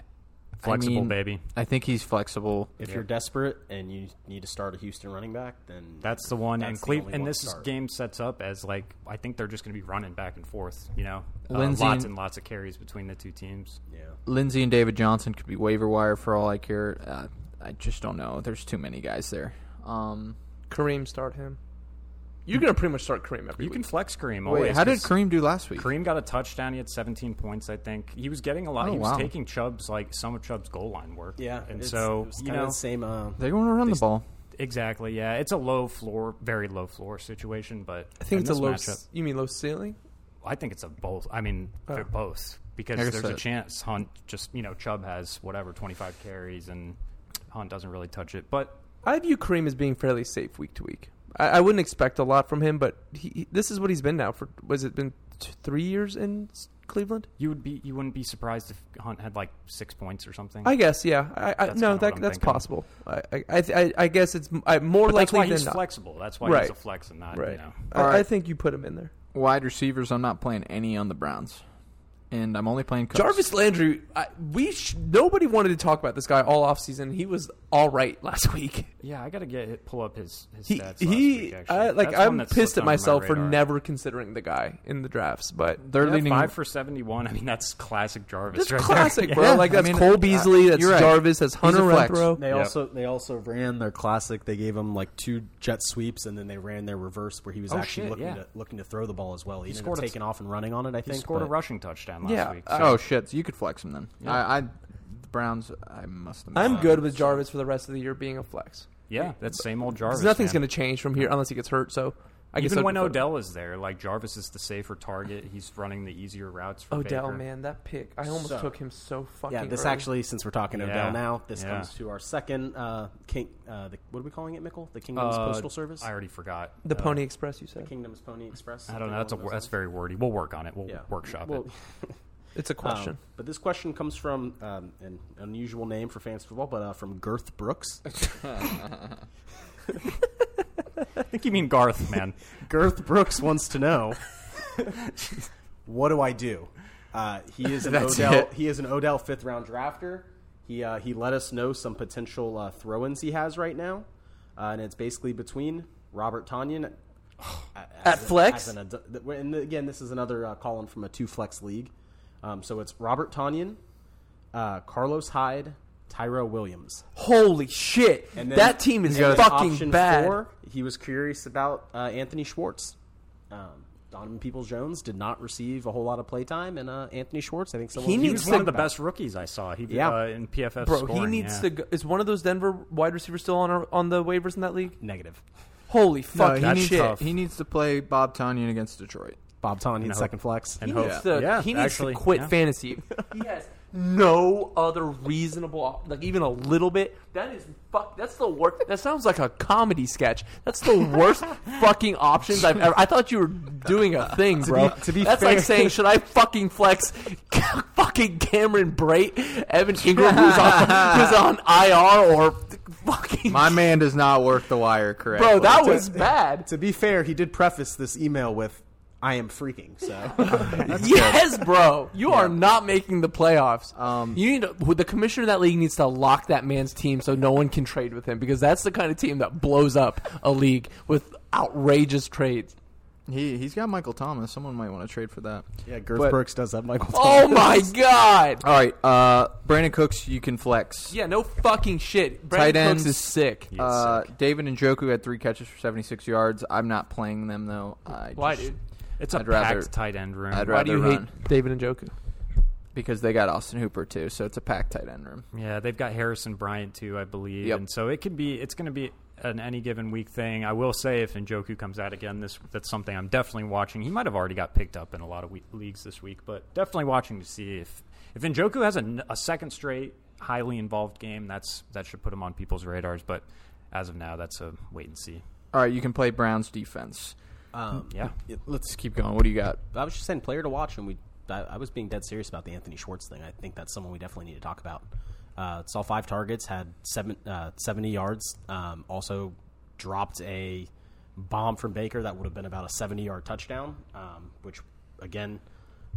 Flexible,
mean,
baby.
I think he's flexible.
If you're desperate and you need to start a Houston running back, then
That's the one, and
That's the
Cleve-
only
and
one
this is-
start.
game sets up as like I think they're just going to be running back and forth. You know, Uh,
Lindsey-
lots and lots of carries between the two teams.
yeah.
Lindsey and David Johnson could be waiver wire for all I care. Uh, I just don't know. There's too many guys there. Um,
Kareem start him. You're gonna pretty much start Kareem every
You can
week.
flex Kareem.
wait,
always,
how did
'cause
Kareem do last week?
Kareem got a touchdown? He had 17 points, I think. He was getting a lot.
Oh,
he was
wow.
taking Chubb's like some of Chubb's goal line work.
Yeah,
and
it's-
so
it's
you
kinda
know
the same. Uh,
They're going to run the ball.
exactly. Yeah, it's a low floor, very low floor situation. But
I think
in
it's a
this
low.
matchup,
You mean low ceiling?
I think it's a both. I mean,
Oh.
they're both because
I guess
there's a
that-
chance Hunt just you know Chubb has whatever 25 carries and Hunt doesn't really touch it. But
I view Kareem as being fairly safe week to week. I, I wouldn't expect a lot from him, but he, he- this is what he's been now for. Was it been t- three years in s- Cleveland?
you would be you wouldn't be surprised if Hunt had like six points or something.
I guess, yeah. I, I,
That's kinda
no,
what
that,
I'm
that's
thinking.
possible. I, I, I, th- I- I guess it's m- I, more
but that's
likely
why
than
he's
not.
flexible. That's why
Right.
he's a flex and not
right.
you know.
I,
All
I
right.
think you put him in there.
Wide receivers, I'm not playing any on the Browns, and I'm only playing Cooks.
Jarvis Landry, I, we sh- nobody wanted to talk about this guy all offseason. He was all right last
(laughs)
week.
Yeah, I gotta get pull up his his
He,
stats. last
he
week, actually.
I, like
That's one
I'm
that
pissed
slipped
at
under my
myself for
radar.
never considering the guy in the drafts, but
They're
Yeah,
leaning
five for 71. I mean, that's classic Jarvis.
That's
right there.
classic,
(laughs) Yeah.
bro.
Yeah,
like
I
that's
mean, uh,
Cole Beasley, that's
you're right.
Jarvis, that's Hunter
He's a flex.
Renfro.
They
Yep.
also they also ran their classic. They gave him like two jet sweeps, and then they ran their reverse where he was
Oh,
actually
shit,
looking
yeah.
to looking to throw the ball as well. He, ended
scored
up
a-
taking off and running on it. I
He
think
scored a
but-
rushing touchdown last
Yeah,
week.
uh,
Oh shit! So you could flex him then. I, I, the Browns. I must have.
I'm good with Jarvis for the rest of the year being a flex.
yeah, that's same old
'Cause
Jarvis.
nothing's
man.
going to change from here unless he gets hurt. So I guess
Even
I'd
when
prefer-
Odell is there, like Jarvis is the safer target. He's running the easier routes for
Odell,
Baker.
man, that pick. I almost
So-
took him so fucking.
Yeah, this
early.
actually, since we're talking
Yeah.
Odell now, this
Yeah.
comes to our second uh, king. Uh, the, what are we calling it, Mickle? The Kingdom's
Uh,
Postal Service.
I already forgot.
the
Uh,
Pony Express. You said
Kingdom's Pony Express.
I don't know.
something
That's a
along
wor-
those
that's
lines.
very wordy. We'll work on it. We'll
Yeah.
workshop
Well,
it.
it's a
um,
question.
but this question comes from um, an unusual name for fans football, but uh, from Girth Brooks.
(laughs) I think you mean Garth, man.
Girth Brooks wants to know, (laughs) what do I do? Uh, he is an
That's
Odell.
it.
He is an Odell fifth round drafter. He uh, he let us know some potential uh, throw-ins he has right now, uh, and it's basically between Robert Tanyan
At flex?
As an adu- and again, this is another uh, column from a two flex league. Um, so it's Robert Tanyan, uh, Carlos Hyde, Tyro Williams.
Holy shit!
And then-
that team is
and then
fucking
option
bad.
four, he was curious about uh, Anthony Schwartz. Um, Donovan Peoples Jones did not receive a whole lot of playtime, and uh, Anthony Schwartz, I think, someone
He
He
needs
was
to-
one of the best rookies I saw. He
Yeah.
uh, in PFF.
Bro,
scoring,
he needs
yeah.
to. Go, is one of those Denver wide receivers still on our, on the waivers in that league?
negative.
Holy
No,
fuck!
he
that's
needs,
tough.
he needs to play Bob Tanyan against Detroit.
Bob Tanyan, second flex.
and
He
hope.
needs to,
yeah,
he needs
actually,
to quit
yeah.
fantasy. He has no other reasonable, op- like even a little bit. That is fuck. That's the worst. That sounds like a comedy sketch. That's the worst fucking options I've ever. I thought you were doing a thing, bro.
be- to be
that's
fair-
like saying, should I fucking flex? (laughs) fucking Cameron Brait, Evan Ingram, who's on, who's on IR, or fucking
My man does not work the wire correctly.
(laughs) bro. That was bad.
To be fair, he did preface this email with, "I am freaking." So (laughs)
yes, bro. You are not making the playoffs.
Um,
you need to, the commissioner of that league needs to lock that man's team so no one can trade with him because that's the kind of team that blows up a league with outrageous trades.
he he's got Michael Thomas. Someone might want to trade for that.
yeah, Girth
But-
Brooks does have Michael.
(laughs) (laughs) Oh my god.
All right, uh, Brandon Cooks, you can flex.
Yeah, no fucking shit.
Tight
Brandon
ends.
Cooks is sick.
Yeah.
Uh, David and Joku had three catches for 76 yards. I'm not playing them though. I
Why,
just-
dude?
It's a
I'd
packed
rather-
tight end room.
I'd
Why do you
rather run.
hate David and Joku?
Because they got Austin Hooper too, so it's a packed tight end room.
Yeah, they've got Harrison Bryant too, I believe,
Yep.
and so it could be. It's going to be an any given week thing. I will say, if Njoku comes out again, this that's something I'm definitely watching. He might have already got picked up in a lot of we leagues this week, but definitely watching to see if if Njoku has a, n- a second straight highly involved game. That's that should put him on people's radars, but as of now, that's a wait and see.
All right, you can play Browns defense.
Um,
Yeah, (laughs)
(laughs)
Let's keep going. What do you got?
I was just saying, player to watch, and we. I, I was being dead serious about the Anthony Schwartz thing. I think that's someone we definitely need to talk about. Uh, saw five targets, had seven, uh, 70 yards. Um, also dropped a bomb from Baker that would have been about a 70 yard touchdown, um, which, again,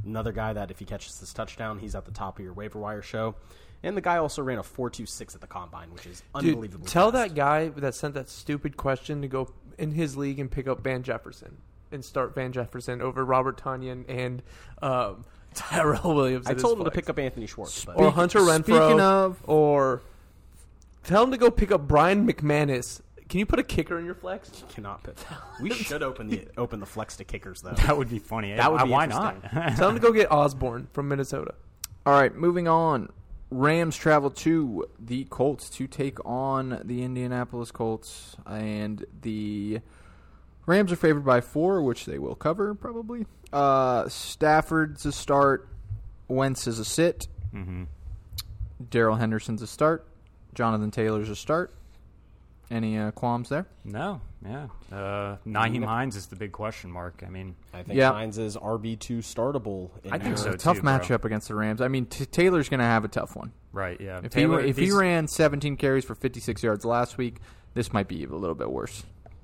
another guy that if he catches this touchdown, he's at the top of your waiver wire show. And the guy also ran a four two six at the combine, which is unbelievable.
Dude, tell that guy that sent that stupid question to go in his league and pick up Van Jefferson and start Van Jefferson over Robert Tanyan and um, (laughs) Tyrell Williams.
I
at his
told him to
flex.
pick up Anthony Schwartz, but
or Hunter Renfro.
speaking of-
or tell him to go pick up Brian McManus. Can you put a kicker in your
(laughs)
flex?
cannot
(laughs)
pick. We should open the open the flex to kickers though.
That would be funny.
That would be
Uh, why
interesting.
not?
tell him to go get Osborne from Minnesota.
All right, moving on. Rams travel to the Colts to take on the Indianapolis Colts, and the Rams are favored by four, which they will cover probably. Uh, Stafford's a start, Wentz is a sit,
Mm-hmm.
Daryl Henderson's a start, Jonathan Taylor's a start. Any uh, qualms there?
no, yeah. Uh, Naheem Hines is the big question mark. I mean,
I think
Yeah.
Hines is RB two startable. In
I think
our-
so.
It's a tough
too, bro.
matchup against the Rams. I mean, t- Taylor's going to have a tough one.
right? Yeah.
If
Uh, Taylor-
he if he
these-
ran 17 carries for 56 yards last week, this might be a little bit worse.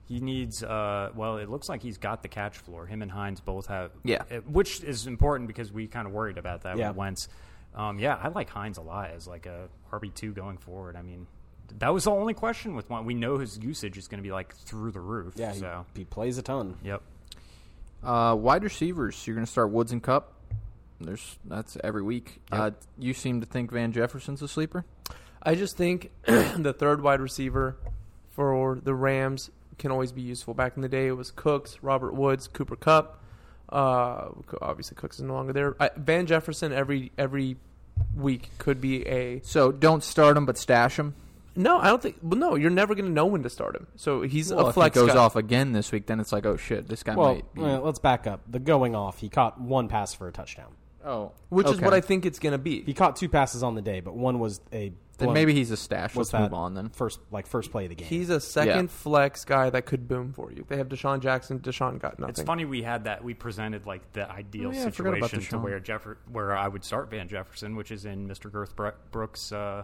He needs. Uh, well, it looks like he's got the catch floor. Him and Hines both have.
Yeah.
uh, which is important because we kind of worried about that
Yeah.
with Wentz. Um, yeah, I like Hines a lot as like a RB two going forward. I mean, that was the only question with one. We know his usage is going to be like through the roof.
Yeah, he,
So.
he plays a ton.
Yep.
Uh, wide receivers, you're going to start Woods and Cup. There's that's every week. Uh, you seem to think Van Jefferson's a sleeper.
I just think (clears throat) the third wide receiver for the Rams can always be useful. Back in the day, it was Cooks, Robert Woods, Cooper Cup. Uh, co- obviously, Cooks is no longer there. I, Van Jefferson every every week could be a
So don't start him, but stash him.
no. I don't think. Well, no, you're never going to know when to start him. So he's
Well,
a
if
flex
he goes
guy.
off again this week, then it's like, oh shit, this guy
Well,
might. Be,
well, let's back up. The going off, he caught one pass for a touchdown.
oh,
which is
okay.
what I think it's going to be.
He caught two passes on the day, but one was a
Then
blown-
maybe he's a stash. Let's
was that
move on then.
first like first play of the game.
He's a second flex guy that could boom for you. They have Deshaun Jackson. Deshaun got nothing.
It's funny we had that. We presented like the ideal
Oh, yeah, I forgot about
situation to
Deshaun.
where Jeffer- where I would start Van Jefferson, which is in Mr. Girth Bro- Brooks' uh,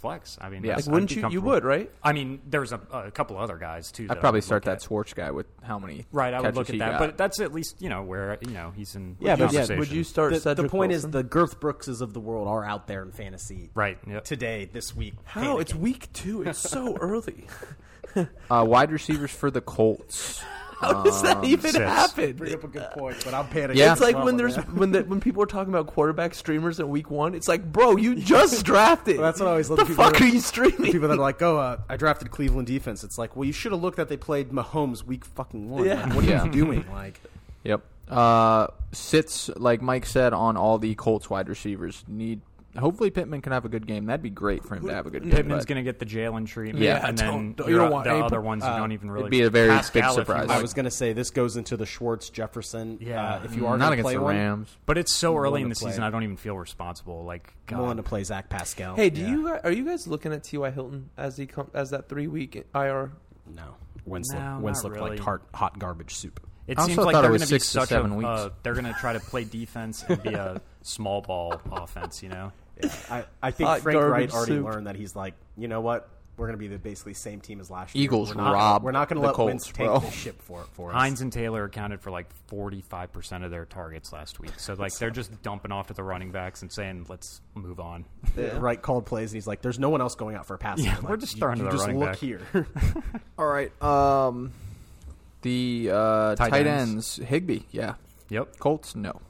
flex. I mean,
Like,
Yeah.
that's- I'd
wouldn't
be
you? You
comfortable.
would, right?
I mean, there's a, a couple other guys too. that
I'd probably
would
start
look
that
at.
Swartz guy with how many.
Right, I would
catches
look at
he
that,
got.
but that's at least you know where you know he's in.
Yeah, but yeah,
conversation.
Would you start?
the, the
Cedric
point
Wilson?
is the Girth Brookses of the world are out there in fantasy
right? Yep.
today, this week.
How? It's
panicking.
week two. It's so early.
uh, wide receivers for the
(laughs)
Colts.
How does that even
Six.
happen?
up a good point, but I'm panicking.
Yeah.
It's like when there's when the, when people are talking about quarterback streamers in week one. It's like, bro, you just drafted.
Well, that's what I always love
The
people
fuck
that-
are you
(laughs)
streaming?
(laughs) people that are like, "Oh, uh, I drafted Cleveland defense." It's like, well, you should have looked that they played Mahomes week fucking one.
Yeah.
Like, what are
Yeah.
you doing? Like,
Yep. Uh, sits like Mike said on all the Colts wide receivers. Need hopefully Pittman can have a good game. That'd be great for him to have a good game.
Pittman's
But
going to get the Jalen treatment,
Yeah,
don't-
and then
don't- you
your,
don't want uh,
the
any-
other ones you don't even really.
be a very
Pascal,
big
if you
surprise.
like.
I was gonna say this goes into the Schwartz Jefferson.
Yeah.
uh, if you are
Mm, not
gonna
against
play
the
one,
Rams.
but it's so early
willing
in
to
the
play.
season, I don't even feel responsible. Like,
I'm willing to
God.
play Zach Pascal.
hey, do
Yeah.
you uh, are you guys looking at T.Y. Hilton as he com- as that three week IR?
No, Wentz,
No,
looked, Wentz
not
looked
really.
like hot, hot garbage soup.
it
I
seems
also
like
thought it
they're
was
going to be
six to
such
seven
a.
weeks.
Uh, they're going to try to play defense and
(laughs)
be a small ball offense. You know,
I, I think
Hot
Frank
garbage
Wright already
soup.
learned that he's like, you know what? We're going to be the basically same team as last year.
Eagles
we're not,
robbed
We're not going
the
to let
Colts,
Wentz take
bro.
the ship for for us.
Hines and Taylor accounted for like forty five percent of their targets last week. So like, they're just dumping off to the running backs and saying, "Let's move on." (laughs)
Wright called plays, and he's like, "There's no one else going out for a pass."
Yeah,
I'm like,
we're just
you-
throwing to
you
the
just
running
look
back. (laughs)
here.
all right. Um, the uh, tight,
Tight
ends. Higby. Yeah.
Yep.
Colts. No.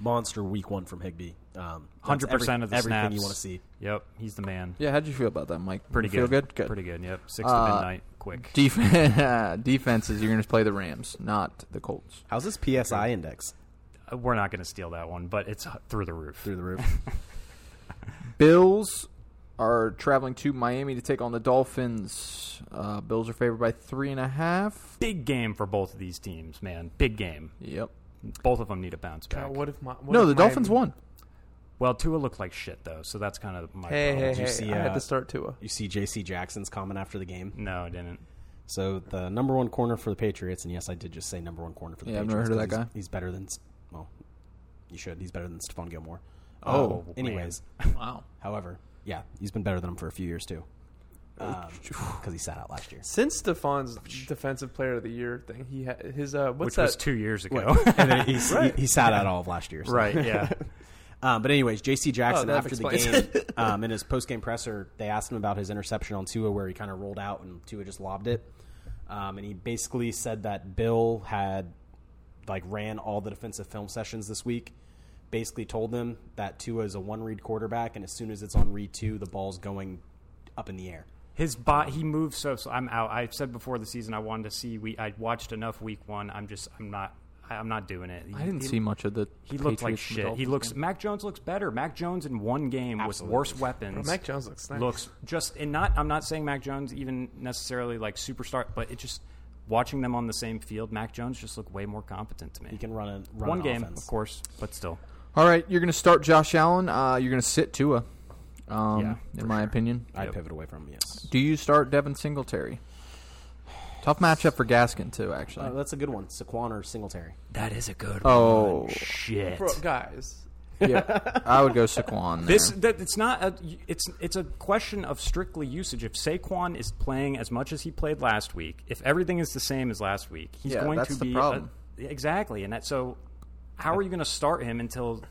Monster week one from Higby. Um, that's
hundred percent
every-
of the
everything
snaps.
you want to see.
Yep, he's the man.
Yeah. How'd you feel about that, Mike?
Pretty
You
good.
Feel good. Good.
Pretty good. Yep, six
Uh,
to midnight, quick.
Def- (laughs) defenses. You're going to play the Rams, not the Colts.
How's this PSI index
Uh, We're not going to steal that one, but it's uh, through the roof.
through the roof?
Bills are traveling to Miami to take on the Dolphins. Uh, Bills are favored by three and a half.
Big game for both of these teams, man. Big game.
Yep.
Both of them need a bounce back.
God, what if my, what
no,
if Miami-
the Dolphins won.
well, Tua looked like shit though, so that's kind of my
Hey, hey,
problem.
hey!
see,
I had
uh,
to start Tua.
you see J.C. Jackson's comment after the game.
No, I didn't.
So the number one corner for the Patriots, and yes, I did just say number one corner for the
Yeah, I've
Patriots.
never heard of
'cause
that
he's-
guy.
He's better than S- well, you should. He's better than Stephon Gilmore.
Oh,
Um,
man.
anyways,
Wow.
however, yeah, he's been better than him for a few years too,
Uh,
because he sat out
(laughs)
last year.
Since Stefan's defensive player of the year thing, he ha- his uh, what's
Which
that?
(laughs)
was two years ago. (laughs)
(laughs)
and then he's, he, he sat out all of last year. so.
right. Yeah.
Um, but anyways, J.C. Jackson
Oh, that
after the game
explains (laughs)
um, in his post game presser, they asked him about his interception on Tua, where he kind of rolled out and Tua just lobbed it, um, and he basically said that Bill had like ran all the defensive film sessions this week. Basically told them that Tua is a one read quarterback, and as soon as it's on read two, the ball's going up in the air.
His bot, he moves so. so I'm out. I said before the season I wanted to see. We I watched enough week one. I'm just I'm not I- I'm not doing it.
I didn't
He-
see much of the.
He looked like
Patriots and
shit. He
Dolphins
looks.
game.
Mac Jones looks better. Mac Jones in one game
Absolutely.
with worse weapons.
Mac Jones looks nice.
Looks just and not. I'm not saying Mac Jones even necessarily like superstar, but it just watching them on the same field. Mac Jones just looked way more competent to me.
He can run a run
one
an
game,
offense.
of course, but still.
All right, you're going to start Josh Allen. Uh, you're going to sit Tua. Um,
Yeah,
in my opinion,
I
Yep.
pivot away from him, yes.
do you start Devin Singletary? Tough matchup for Gaskin too, actually.
(laughs)
Uh, that's a good one. Saquon or Singletary.
That is a good.
Oh.
one. shit.
Bro, guys,
yeah, I would go Saquon. There.
This that it's not a it's it's a question of strictly usage. If Saquon is playing as much as he played last week, if everything is the same as last week, he's
Yeah,
going
that's
to
the
be a-
problem.
exactly. And that so, how are you going to start him until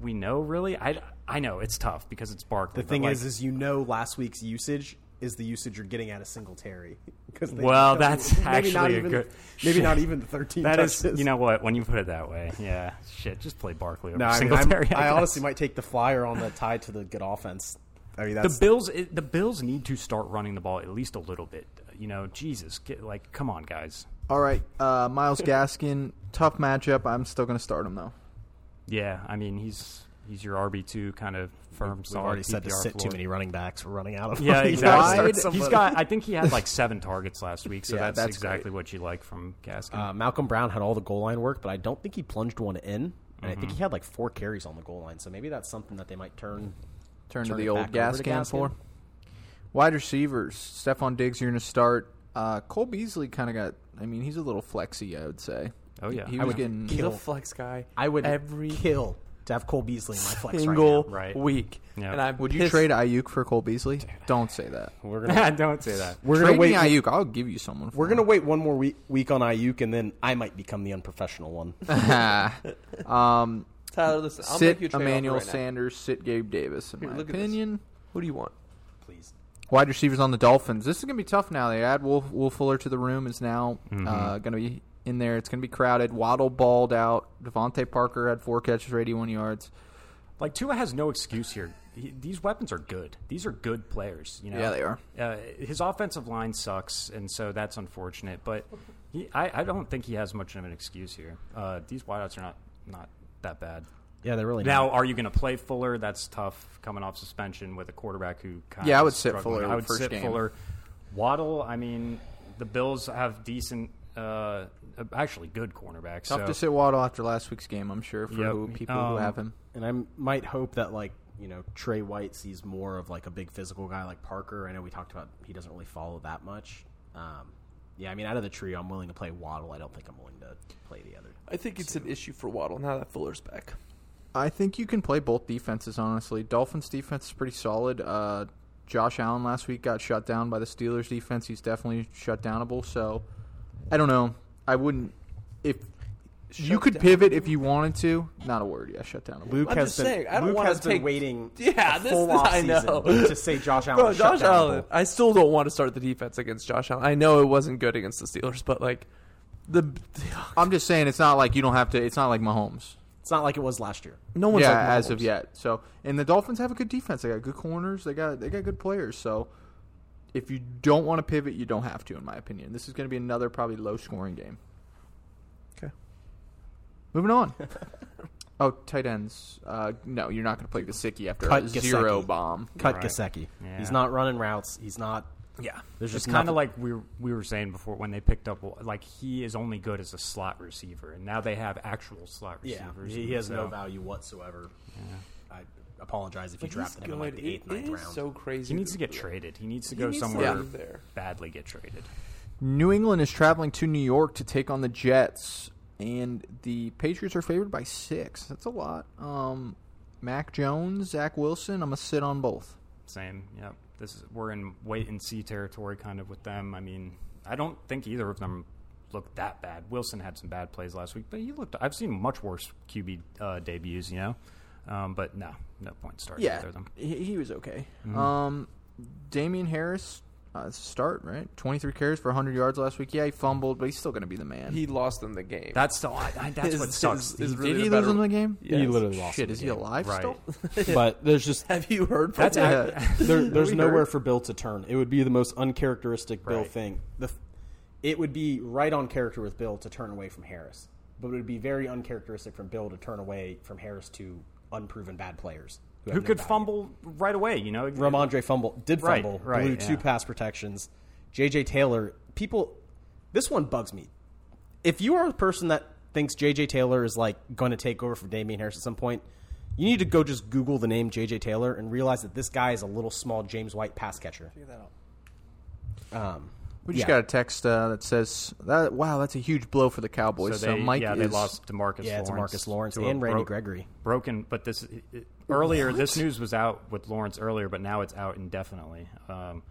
we know? Really, I I know it's tough because it's Barkley.
The
but,
thing
like,
is, is you know last week's usage is the usage you're getting out of (laughs) Singletary. Because they-
Well,
because
that's
(laughs) maybe not
actually a
even,
good-
Maybe
(laughs)
not even the 13
that
touches.
is you know what when you put it that way, yeah, shit. Just play Barkley over
No, I, mean, I'm-
Singletary.
I
guess.
honestly might take the flyer on the tie to the good offense. I mean, that's
the Bills, it- the Bills need to start running the ball at least a little bit. You know, Jesus, get, like, come on, guys.
All right, uh, Miles Gaskin, tough matchup. I'm still going to start him though.
Yeah, I mean he's he's your RB two kind of firm.
we've
solid
already said to
PPR
sit too
floor. (laughs)
many running backs. We're running out of (laughs)
Yeah,
them.
exactly.
Wide.
He's got. I think he had like seven targets last week, so
Yeah,
that's,
that's
exactly what you like from Gaskin.
Uh, Malcolm Brown had all the goal line work, but I don't think he plunged one in. And
Mm-hmm.
I think he had like four carries on the goal line. So maybe that's something that they might turn
Turn, to
Turn
the
it
old
back over
Gaskin,
to Gaskin.
for wide receivers. Stephon Diggs, you're going to start. Uh, Cole Beasley kind of got. I mean, he's a little flexy. I would say.
Oh, yeah.
he
I
was
would
getting.
he's a
Kill.
flex guy.
I would
every
kill to have Cole Beasley in my flex
single
right
right.
week.
Yeah.
And I'm
Would you
pissed.
trade Ayuk for Cole Beasley? Don't say that.
now. We're gonna
Don't say that.
we're
Trade
gonna
me
wait.
Ayuk. I'll give you someone. For
We're
him.
gonna wait one more week, week on Ayuk, and then I might become the unprofessional one.
(laughs) um,
Tyler, listen, I'll make you a
sit
trade offer
Emmanuel
right now.
Sanders, sit Gabe Davis. In
Here,
my
look at this.
opinion,
Who do you want?
Please,
wide receivers on the Dolphins. This is gonna be tough now. They add Wolf, Wolf Fuller to the room. Is now
Mm-hmm.
uh, gonna be in there. It's gonna be crowded. Waddle balled out. Devontae Parker had four catches for 81 yards.
Like Tua has no excuse here. He, these weapons are good. These are good players. You know.
Yeah, they are.
Uh, his offensive line sucks, and so that's unfortunate. But he, I, I don't think he has much of an excuse here. Uh, these wideouts are not not that bad.
yeah, they're really
Now, are you going to play Fuller? That's tough coming off suspension with a quarterback who kind
Yeah,
of
I would
is
sit
struggling.
Fuller
I would
first
sit
game.
Fuller. Waddle, I mean, the Bills have decent, uh, actually good cornerbacks.
Tough
so.
to sit Waddle after last week's game. I'm sure for
Yep.
who, people who
Um,
have him.
and I m- might hope that like you know Trey White sees more of like a big physical guy like Parker. I know we talked about he doesn't really follow that much. Um, yeah, I mean, out of the trio, I'm willing to play Waddle. I don't think I'm willing to play the other.
I think it's an issue for Waddle now that Fuller's back.
I think you can play both defenses, honestly. Dolphins defense is pretty solid. Uh, Josh Allen last week got shut down by the Steelers defense. He's definitely shut downable. So I don't know. I wouldn't if you
Shut
could
down.
pivot if you wanted to. Not a word. Yeah, shut downable.
Luke
I'm
has
just
been,
saying, I don't
Luke
wanna
has been
take-
waiting.
(laughs) Yeah,
a
this
full
is- I
offseason
know.
(laughs) to say Josh Allen.
Bro,
is
Josh
shut down.
Allen. I still don't want to start the defense against Josh Allen. I know it wasn't good against the Steelers, but like the
I'm just saying it's not like you don't have to. It's not like Mahomes.
It's not like it was last year.
(sighs) no one's
yeah,
like
as of
Mahomes.
yet. So and the Dolphins have a good defense. They got good corners. They got they got good players. So if you don't want to pivot, you don't have to. In my opinion, this is going to be another probably low scoring game.
Okay. (laughs)
Moving on. oh, tight ends. Uh, no, you're not going to play Gasicki after
Cut
a zero
Gesicki.
bomb.
Cut
Right.
Gasecki.
Yeah.
He's not running routes. He's not.
Yeah,
There's just
it's kind
nothing-
of like we were, we were saying before when they picked up like he is only good as a slot receiver, and now they have actual slot
Yeah,
receivers.
he,
and
he has no
so-
value whatsoever. I apologize if you
But he's
drafted him in like
good.
the eighth,
It- it
ninth
is
round.
so crazy.
He needs to
that-
get traded. He needs to
He
go
needs to
somewhere
leave there.
badly. Get traded.
New England is traveling to New York to take on the Jets, and the Patriots are favored by six. That's a lot. Um, Mac Jones, Zach Wilson. I'm gonna sit on both.
Same. Yeah. This is we're in wait and see territory kind of with them. I mean, I don't think either of them looked that bad. Wilson had some bad plays last week, but he looked. I've seen much worse QB uh, debuts. You know, Um, but no, no point starting
Yeah,
either of them.
he, he was okay. Um, Damian Harris, uh, start right, twenty three carries for hundred yards last week. Yeah, he fumbled, but he's still going to be the man.
He lost them the game.
That's still I, I, that's what
(laughs) Is-
sucks.
is- is
He-
really
Did he
the
lose
better-
him the game?
Yes.
He literally lost.
Shit,
the
is he
game.
alive
Right.
still? (laughs)
(laughs) But there's just
(laughs) Have you heard? From
That's
that?
(laughs)
ac-
there, there's
We
nowhere
heard.
for Bill to turn. It would be the most uncharacteristic Bill
Right.
thing. The, f- it would be right on character with Bill to turn away from Harris, but it would be very uncharacteristic from Bill to turn away from Harris to unproven bad players have
who
no
could
value.
fumble right away? You know,
Ramondre fumble did
Right,
fumble,
right,
blew
yeah.
two pass protections. JJ Taylor, people, this one bugs me. If you are a person that thinks JJ Taylor is like going to take over for Damian Harris at some point, you need to go just Google the name JJ Taylor and realize that this guy is a little small James White pass catcher. Um,
We just
yeah.
got a text uh, that says that. Wow, that's a huge blow for the
So,
Cowboys. So,
they,
Mike
yeah,
is
they lost Demarcus.
yeah,
Lawrence
it's Marcus Lawrence
to a
and Randy
broke-
Gregory.
broken. But this it- it- earlier, this news was out with Lawrence earlier, but now it's out indefinitely. Um,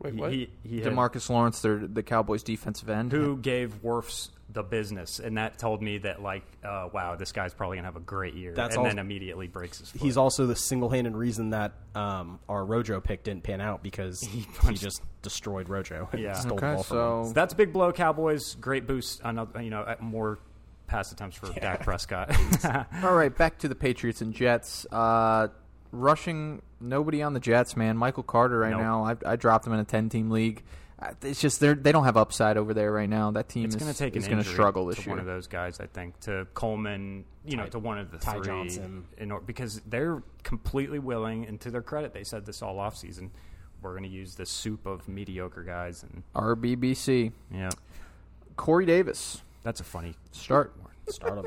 Wait,
he-
what?
He, he had-
Demarcus Lawrence, their, the Cowboys' defensive end.
who gave Worf's the business, and that told me that like, uh, wow, this guy's probably gonna have a great year,
That's
and
all-
then immediately breaks his. Foot.
He's also the single-handed reason that um, our Rojo pick didn't pan out because (laughs) he, just destroyed Rojo. and
Yeah.
stole the
Okay,
ball from him.
So
so
that's a big blow, Cowboys. Great boost. Another, you know, uh, more pass attempts for
(laughs)
Dak Prescott. (laughs)
all right, back to the Patriots and Jets. Uh, rushing nobody on the Jets, man. Michael Carter right
Nope.
now. I, I dropped him in a ten-team league. Uh, It's just they they don't have upside over there right now. That team
it's
is
going to take an
is gonna
injury
struggle this
to
year.
one of those guys, I think, to Coleman. You know, to one of the
Ty
three,
Johnson.
in or, because they're completely willing, and to their credit, they said this all offseason. We're going to use the soup of mediocre guys, and
RBBC.
yeah,
Corey Davis
that's a funny (laughs)
start.
Start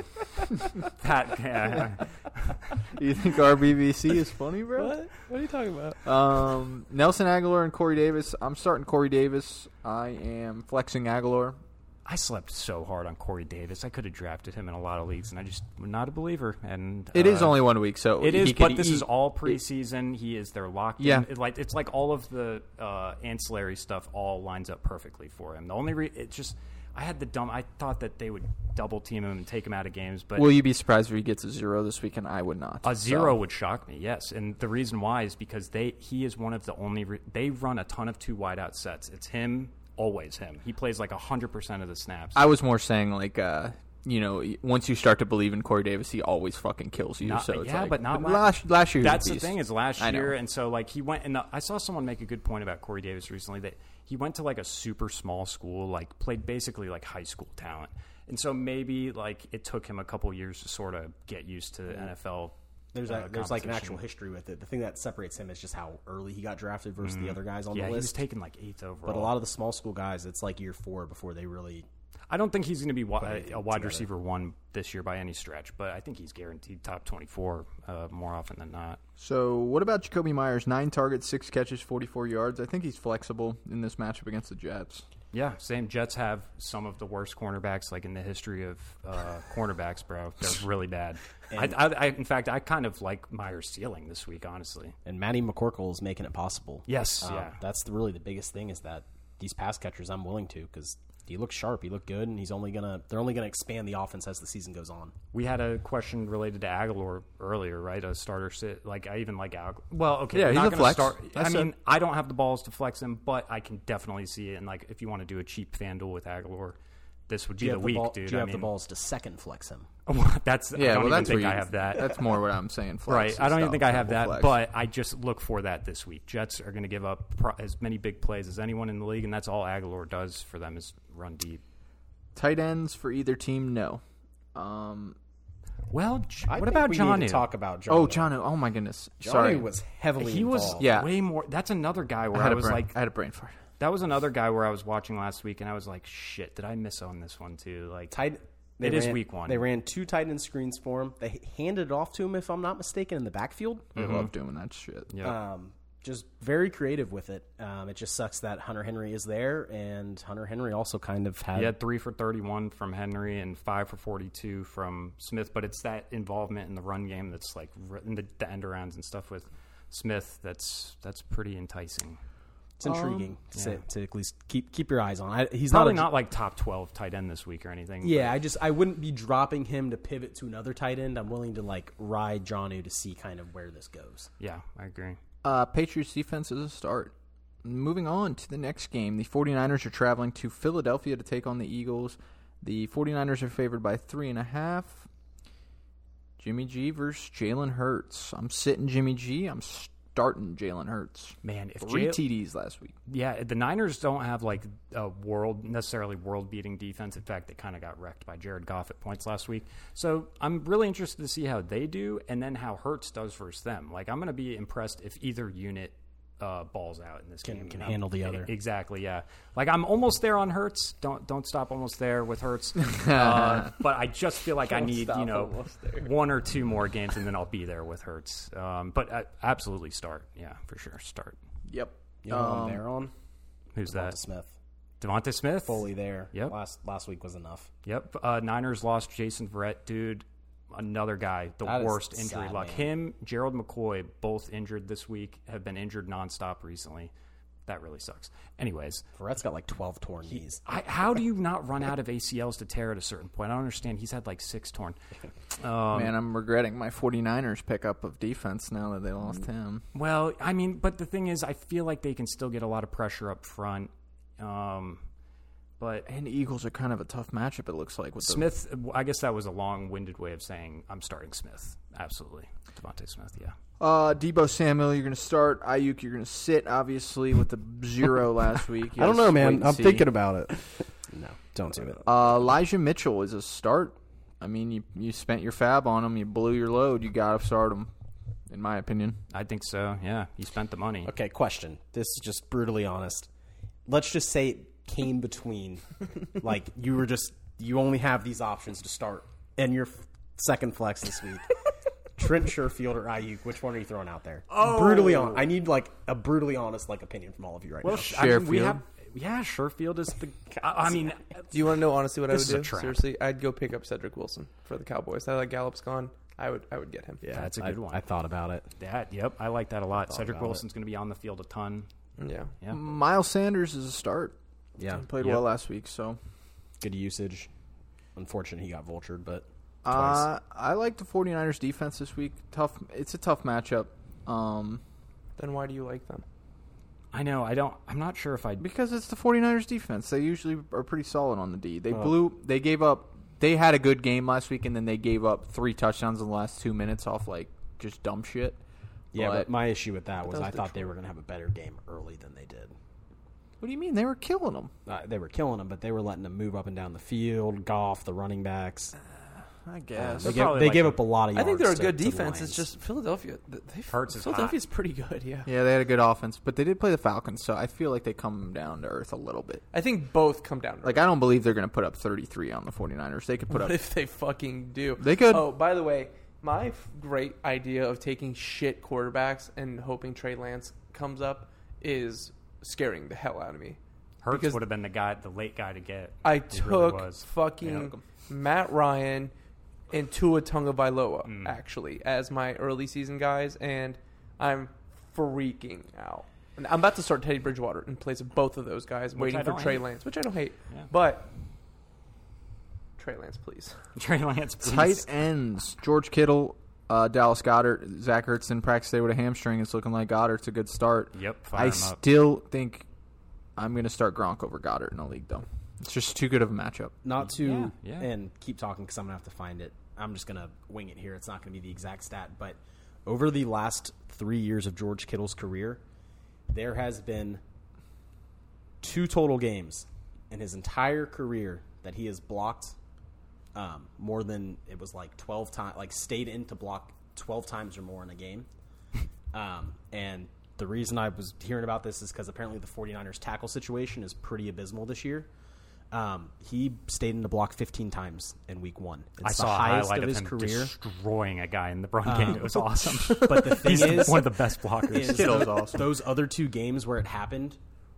him.
Pat. Yeah,
you think RBBC is funny, bro?
What? What are you talking about?
Um, Nelson Aguilar and Corey Davis. I'm starting Corey Davis. I am flexing Aguilar.
I slept so hard on Corey Davis. I could have drafted him in a lot of leagues, and I just am not a believer. And
It is
uh,
only one week, so
It
he
is,
could
but this
eat-
is all preseason. He is their locked.
Yeah.
in. It, like it's like all of the uh, ancillary stuff all lines up perfectly for him. The only re- it just I had the dumb. I thought that they would double team him and take him out of games, but
Will you be surprised if he gets a zero this weekend? I would not.
a zero
So,
would shock me. Yes, and the reason why is because they he is one of the only re- they run a ton of two wideout sets. It's him always him. He plays like hundred percent of the snaps.
I was more saying like, uh, you know, y- once you start to believe in Corey Davis, he always fucking kills you.
Not-
so it's
yeah,
like,
but not
last last year. he was
That's
a
the
beast.
thing is last
I know.
year, and so like he went and the, I saw someone make a good point about Corey Davis recently that he went to like a super small school, like played basically like high school talent, and so maybe like it took him a couple years to sort of get used to the NFL.
There's
uh,
a, there's like an
competition.
actual history with it. The thing that separates him is just how early he got drafted versus the other guys on
Mm-hmm. Yeah,
the
he was
list.
taken like eighth overall.
but a lot of the small school guys, it's like year four before they really.
I don't think he's going to be wi- a wide receiver one this year by any stretch, but I think he's guaranteed top twenty four uh, more often than not.
So what about Jacoby Myers? Nine targets, six catches, forty four yards. I think he's flexible in this matchup against the Jets.
Yeah, same. Jets have some of the worst cornerbacks, like in the history of
(laughs)
uh, cornerbacks, bro. They're really bad. I, I, I, in fact, I kind of like Myers' ceiling this week, honestly.
And Matty McCorkle is making it possible.
Yes,
Um,
yeah.
That's the, really the biggest thing is that these pass catchers, I'm willing to because he looks sharp, he looked good, and he's only gonna they're only gonna expand the offense as the season goes on.
We had a question related to Aguilar earlier, right? A starter sit. Like I even like Aguilar. Well, okay,
Yeah,
we're
he's
not
a
gonna
flex.
Start, I
That's
mean,
it.
I don't have the balls to flex him, but I can definitely see it. And like, if you want to do a cheap FanDuel with Aguilar, this would be the
have
week,
the ball,
dude.
do you
I
have the
mean,
balls to second flex him?
(laughs) that's I
Yeah,
don't
well,
even
that's
think
where
I
you- (laughs)
have that.
That's more what I'm saying. Flex
(laughs) Right.
and
I don't even
stuff,
think I have
double flex.
that, but I just look for that this week. Jets are going to give up pro- as many big plays as anyone in the league, and that's all Aguilar does for them is run deep.
tight ends for either team, no. Um,
Well, J-
I
what
think
about
we
John?
Need to talk about John.
oh, John. Oh my goodness. Sorry,
was heavily
He was
involved.
Yeah.
way more. That's another guy
I
where I,
had, a
was
brain,
like,
I had a brain fart.
that was another guy where I was watching last week, and I was like, shit, did I miss on this one too? Like,
tight.
It is week one.
They ran two tight end screens for him. They handed it off to him, if I'm not mistaken, in the backfield.
Hmm.
I love doing that shit.
yeah.
Um, just very creative with it. Um, it just sucks that Hunter Henry is there, and Hunter Henry also kind of had.
He had three for 31 from Henry and five for 42 from Smith, but it's that involvement in the run game that's like r- in the, the end arounds and stuff with Smith that's that's pretty enticing.
It's intriguing to,
yeah.
sit, to at least keep keep your eyes on. I, he's
Probably
not, a,
not like top twelve tight end this week or anything.
Yeah, I just I wouldn't be dropping him to pivot to another tight end. I'm willing to like ride Jonu to see kind of where this goes.
but yeah, I agree.
Uh, Patriots defense is a start. Moving on to the next game, the 49ers are traveling to Philadelphia to take on the Eagles. The 49ers are favored by three and a half. Jimmy G versus Jalen Hurts. I'm sitting Jimmy G. I'm starting Jalen Hurts.
Man, if
Three
Jay-
TDs last week.
yeah, the Niners don't have like a world necessarily world beating defense. In fact, they kind of got wrecked by Jared Goff at points last week. So I'm really interested to see how they do, and then how Hertz does versus them. Like I'm going to be impressed if either unit uh, balls out in this
Can-
game.
can
And I'm-
handle the other.
Exactly. Yeah. Like I'm almost there on Hertz. Don't don't stop almost there with Hertz. uh, but I just feel like I need you know one or two more games, and then I'll be there with Hertz. Um, but uh, absolutely start. Yeah, for sure. Start.
Yep.
You know
Um,
what I'm there on
Who's
Devonta
that?
Smith
Devonta Smith.
fully there.
Yep.
Last last week was enough.
Yep. Uh, Niners lost Jason Verrett, dude. Another guy, the
That is
worst injury
sad,
luck.
man.
Him, Gerald McCoy, both injured this week, have been injured nonstop recently. That really sucks. Anyways,
Verrett's got like 12 torn knees.
I, how do you not run out of ACLs to tear at a certain point? I don't understand. He's had like six torn. Um,
Man, I'm regretting my 49ers pickup of defense now that they
Mm.
lost him.
Well, I mean, but the thing is, I feel like they can still get a lot of pressure up front. Um, but
And Eagles are kind of a tough matchup, it looks like. With the-
Smith, I guess that was a long-winded way of saying I'm starting Smith. Absolutely, Devontae Smith. Yeah.
Uh, Debo Samuel, you're going to start. Ayuk, you're going to sit, obviously, with the zero last week. You gotta wait and see.
about it. (laughs) no, don't do it.
Uh, Elijah Mitchell is a start. I mean, you you spent your fab on him. You blew your load. You got to start him, in my opinion.
I think so. Yeah, he spent the money.
Okay, question. This is just brutally honest. Let's just say it came between, like you were just you only have these options to start, and your f- second flex this week. Trent Sherfield or Ayuk, which one are you throwing out there? Oh. Brutally on. I need like a brutally honest like opinion from all of you right now.
I mean, we
Sherfield.
have, yeah, Sherfield is the. I I mean,
Do you want to know honestly what
This is
I
a
would do?
trap.
Seriously, I'd go pick up Cedric Wilson for the Cowboys. Now that Gallup's gone, I would I would get him.
Yeah,
That's a good
I,
one.
I thought about it.
that. Yep, I like that a lot. Cedric
about it.
Wilson's going to be on the field a ton.
Yeah.
Yeah.
Miles Sanders is a start.
Yeah,
Played
Yep.
well last week, so
good usage. Unfortunate he got vultured, but twice.
uh, I like the 49ers defense this week. Tough. It's a tough matchup. Um,
Then why do you like them?
I know. I don't. I'm not sure if I.
because it's the 49ers defense. They usually are pretty solid on the D. They
Oh.
blew. They gave up. They had a good game last week, and then they gave up three touchdowns in the last two minutes off like just dumb shit.
yeah, but,
But-
my issue with that was
that was
I thought they
Detroit.
were going to have a better game early than they did.
What do you mean they were killing them?
uh, they were killing them, but they were letting them move up and down the field. Golf, the running backs,
I guess.
they,
They're
gave,
probably
they
like
gave
a-
up a lot of.
I
Uh, Yards
think they're a
to-
good
to the
defense. It's
Lions.
just Philadelphia. th- They've,
Hurts is hot.
Philadelphia's pretty good. Yeah.
Yeah, they had a good offense, but they did play the Falcons, so I feel like they come down to earth a little bit.
I think both come down. to
Like I don't believe they're going to put up 33 on the 49ers. They could put
What (laughs)
up
(laughs)
if they fucking do?
They could.
Oh, by the way, my f- great idea of taking shit quarterbacks and hoping Trey Lance comes up is scaring the hell out of me.
Hurts
because-
would have been the guy, the late guy to get.
I
He
took
really was. (laughs)
fucking Matt Ryan and Tua Tungavailoa
Mm.
actually as my early season guys, and I'm freaking out. And I'm about to start Teddy Bridgewater in place of both of those guys,
I
waiting for
don't
Trey
hate.
Lance, which I don't hate,
Yeah.
but Trey Lance, please.
Trey Lance.
tight
please.
ends. George Kittle, uh, Dallas Goddard, Zach Ertz in practice today with a hamstring. It's looking like Goddard's a good start.
Yep, fire
I
him up.
still think I'm going to start Gronk over Goddard in the league, though. It's just too good of a matchup.
not to
Yeah, yeah.
and keep talking because I'm gonna have to find it. I'm just gonna wing it here. It's not gonna be the exact stat, but over the last three years of George Kittle's career, there has been two total games in his entire career that he has blocked um, more than it was like twelve times, like stayed in to block twelve times or more in a
(laughs)
game. Um, and the reason I was hearing about this is because apparently the 49ers tackle situation is pretty abysmal this year. Um, he stayed in the block 15 times in week one. It's
I
the
saw a
highest
highlight
of
of,
his
him
career. Um,
destroying a guy in the run game. It
(laughs)
was awesome.
But the thing
He's
is,
one of the best blockers.
is
Kittle's
tho-
awesome.
those other two games where it happened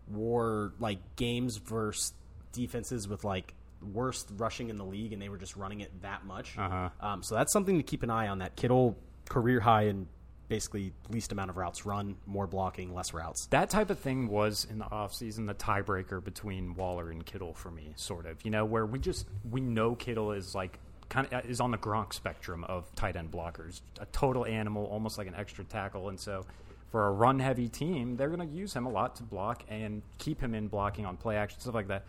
were like games versus defenses with like worst rushing in the league, and they were just running it that much. Um, so that's something to keep an eye on. That Kittle career high in basically least amount of routes run, more blocking, less routes.
That type of thing was in the offseason the tiebreaker between Waller and Kittle for me, sort of. You know, where we just we know Kittle is like kind of is on the Gronk spectrum of tight end blockers, a total animal, almost like an extra tackle, and so. For a run heavy team, they're going to use him a lot to block and keep him in blocking on play action, stuff like that.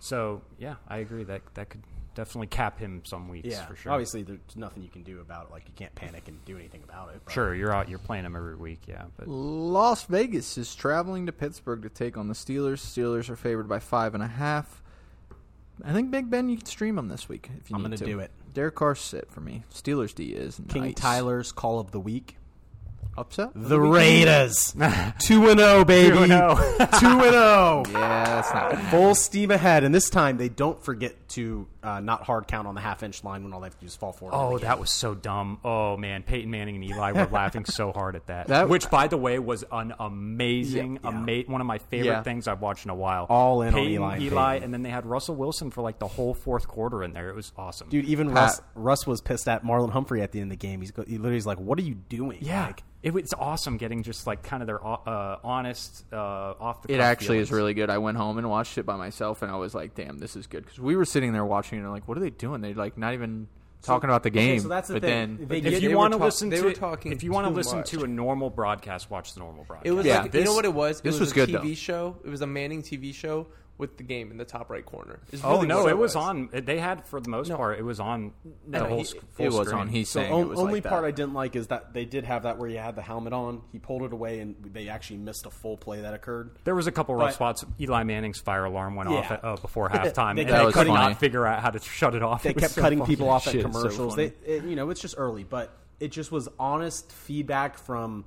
So, yeah, I agree that that could definitely cap him some weeks
Yeah,
for sure.
Obviously, there's nothing you can do about it. Like you can't panic and do anything about it. but-
Sure, you're out. You're playing them every week, yeah. But
Las Vegas is traveling to Pittsburgh to take on the Steelers. Steelers are favored by five and a half. I think Big Ben, you can stream him this week if you
I'm
need
gonna
to.
do it.
Derek Carr's sit for me. Steelers D is
King
nice.
Tyler's call of the week.
upset.
The Raiders, (laughs) two and zero, baby, two and oh. zero.
Yeah, that's not. gonna
Full steam ahead, and this time they don't forget to uh, not hard count on the half inch line when all they have to do is fall forward.
oh, that was so dumb. Oh man, Peyton Manning and Eli were laughing so hard at that.
That-
Which, by the way, was an amazing,
Yeah.
ama- one of my favorite
Yeah.
things I've watched in a while.
All in on
Peyton,
Eli and
Eli,
Peyton.
and then they had Russell Wilson for like the whole fourth quarter in there. It was awesome.
Dude, even
Pat.
Russ, Russ was pissed at Marlon Humphrey at the end of the game. He's go, he literally is like, "What are you doing?"
yeah,
Like,
it was awesome getting just like kind of their o- uh, honest, uh, off the.
It
cuff
actually is
feelings.
really good. I went home and watched it by myself, and I was like, "Damn, this is good." Because we were sitting there watching it, and like, what are they doing? They're like not even talking about the game.
so that's the
but then
thing. They-
If
They
you
were
want to
talk-
listen
they
to,
were talking
if you want to
too
listen
much.
to a normal broadcast, watch the normal broadcast.
It was
Yeah.
like you
This-
know what it was. It
this
was,
was
a
good,
TV
though.
show. It was a Manning TV show with the game in the top right corner. It's
Oh
really
no,
what
it was on. They had for the most part, it was on the
no,
whole
he-
sc- full
it was
screen.
on. He's
So
saying
on-
it was
only
like that.
part I didn't like is that they did have that where he had the helmet on. He pulled it away, and they actually missed a full play that occurred.
There was a couple rough
But-
spots. Eli Manning's fire alarm went off
Yeah.
at, uh,
(laughs)
before halftime,
They
and
kept
they could
cutting-
not figure out how to shut it off.
They
It was
kept
(laughs) so
cutting
funny.
people off at
Shit, it's so
commercials.
funny.
they, it, you know, it's just early, but it just was honest feedback from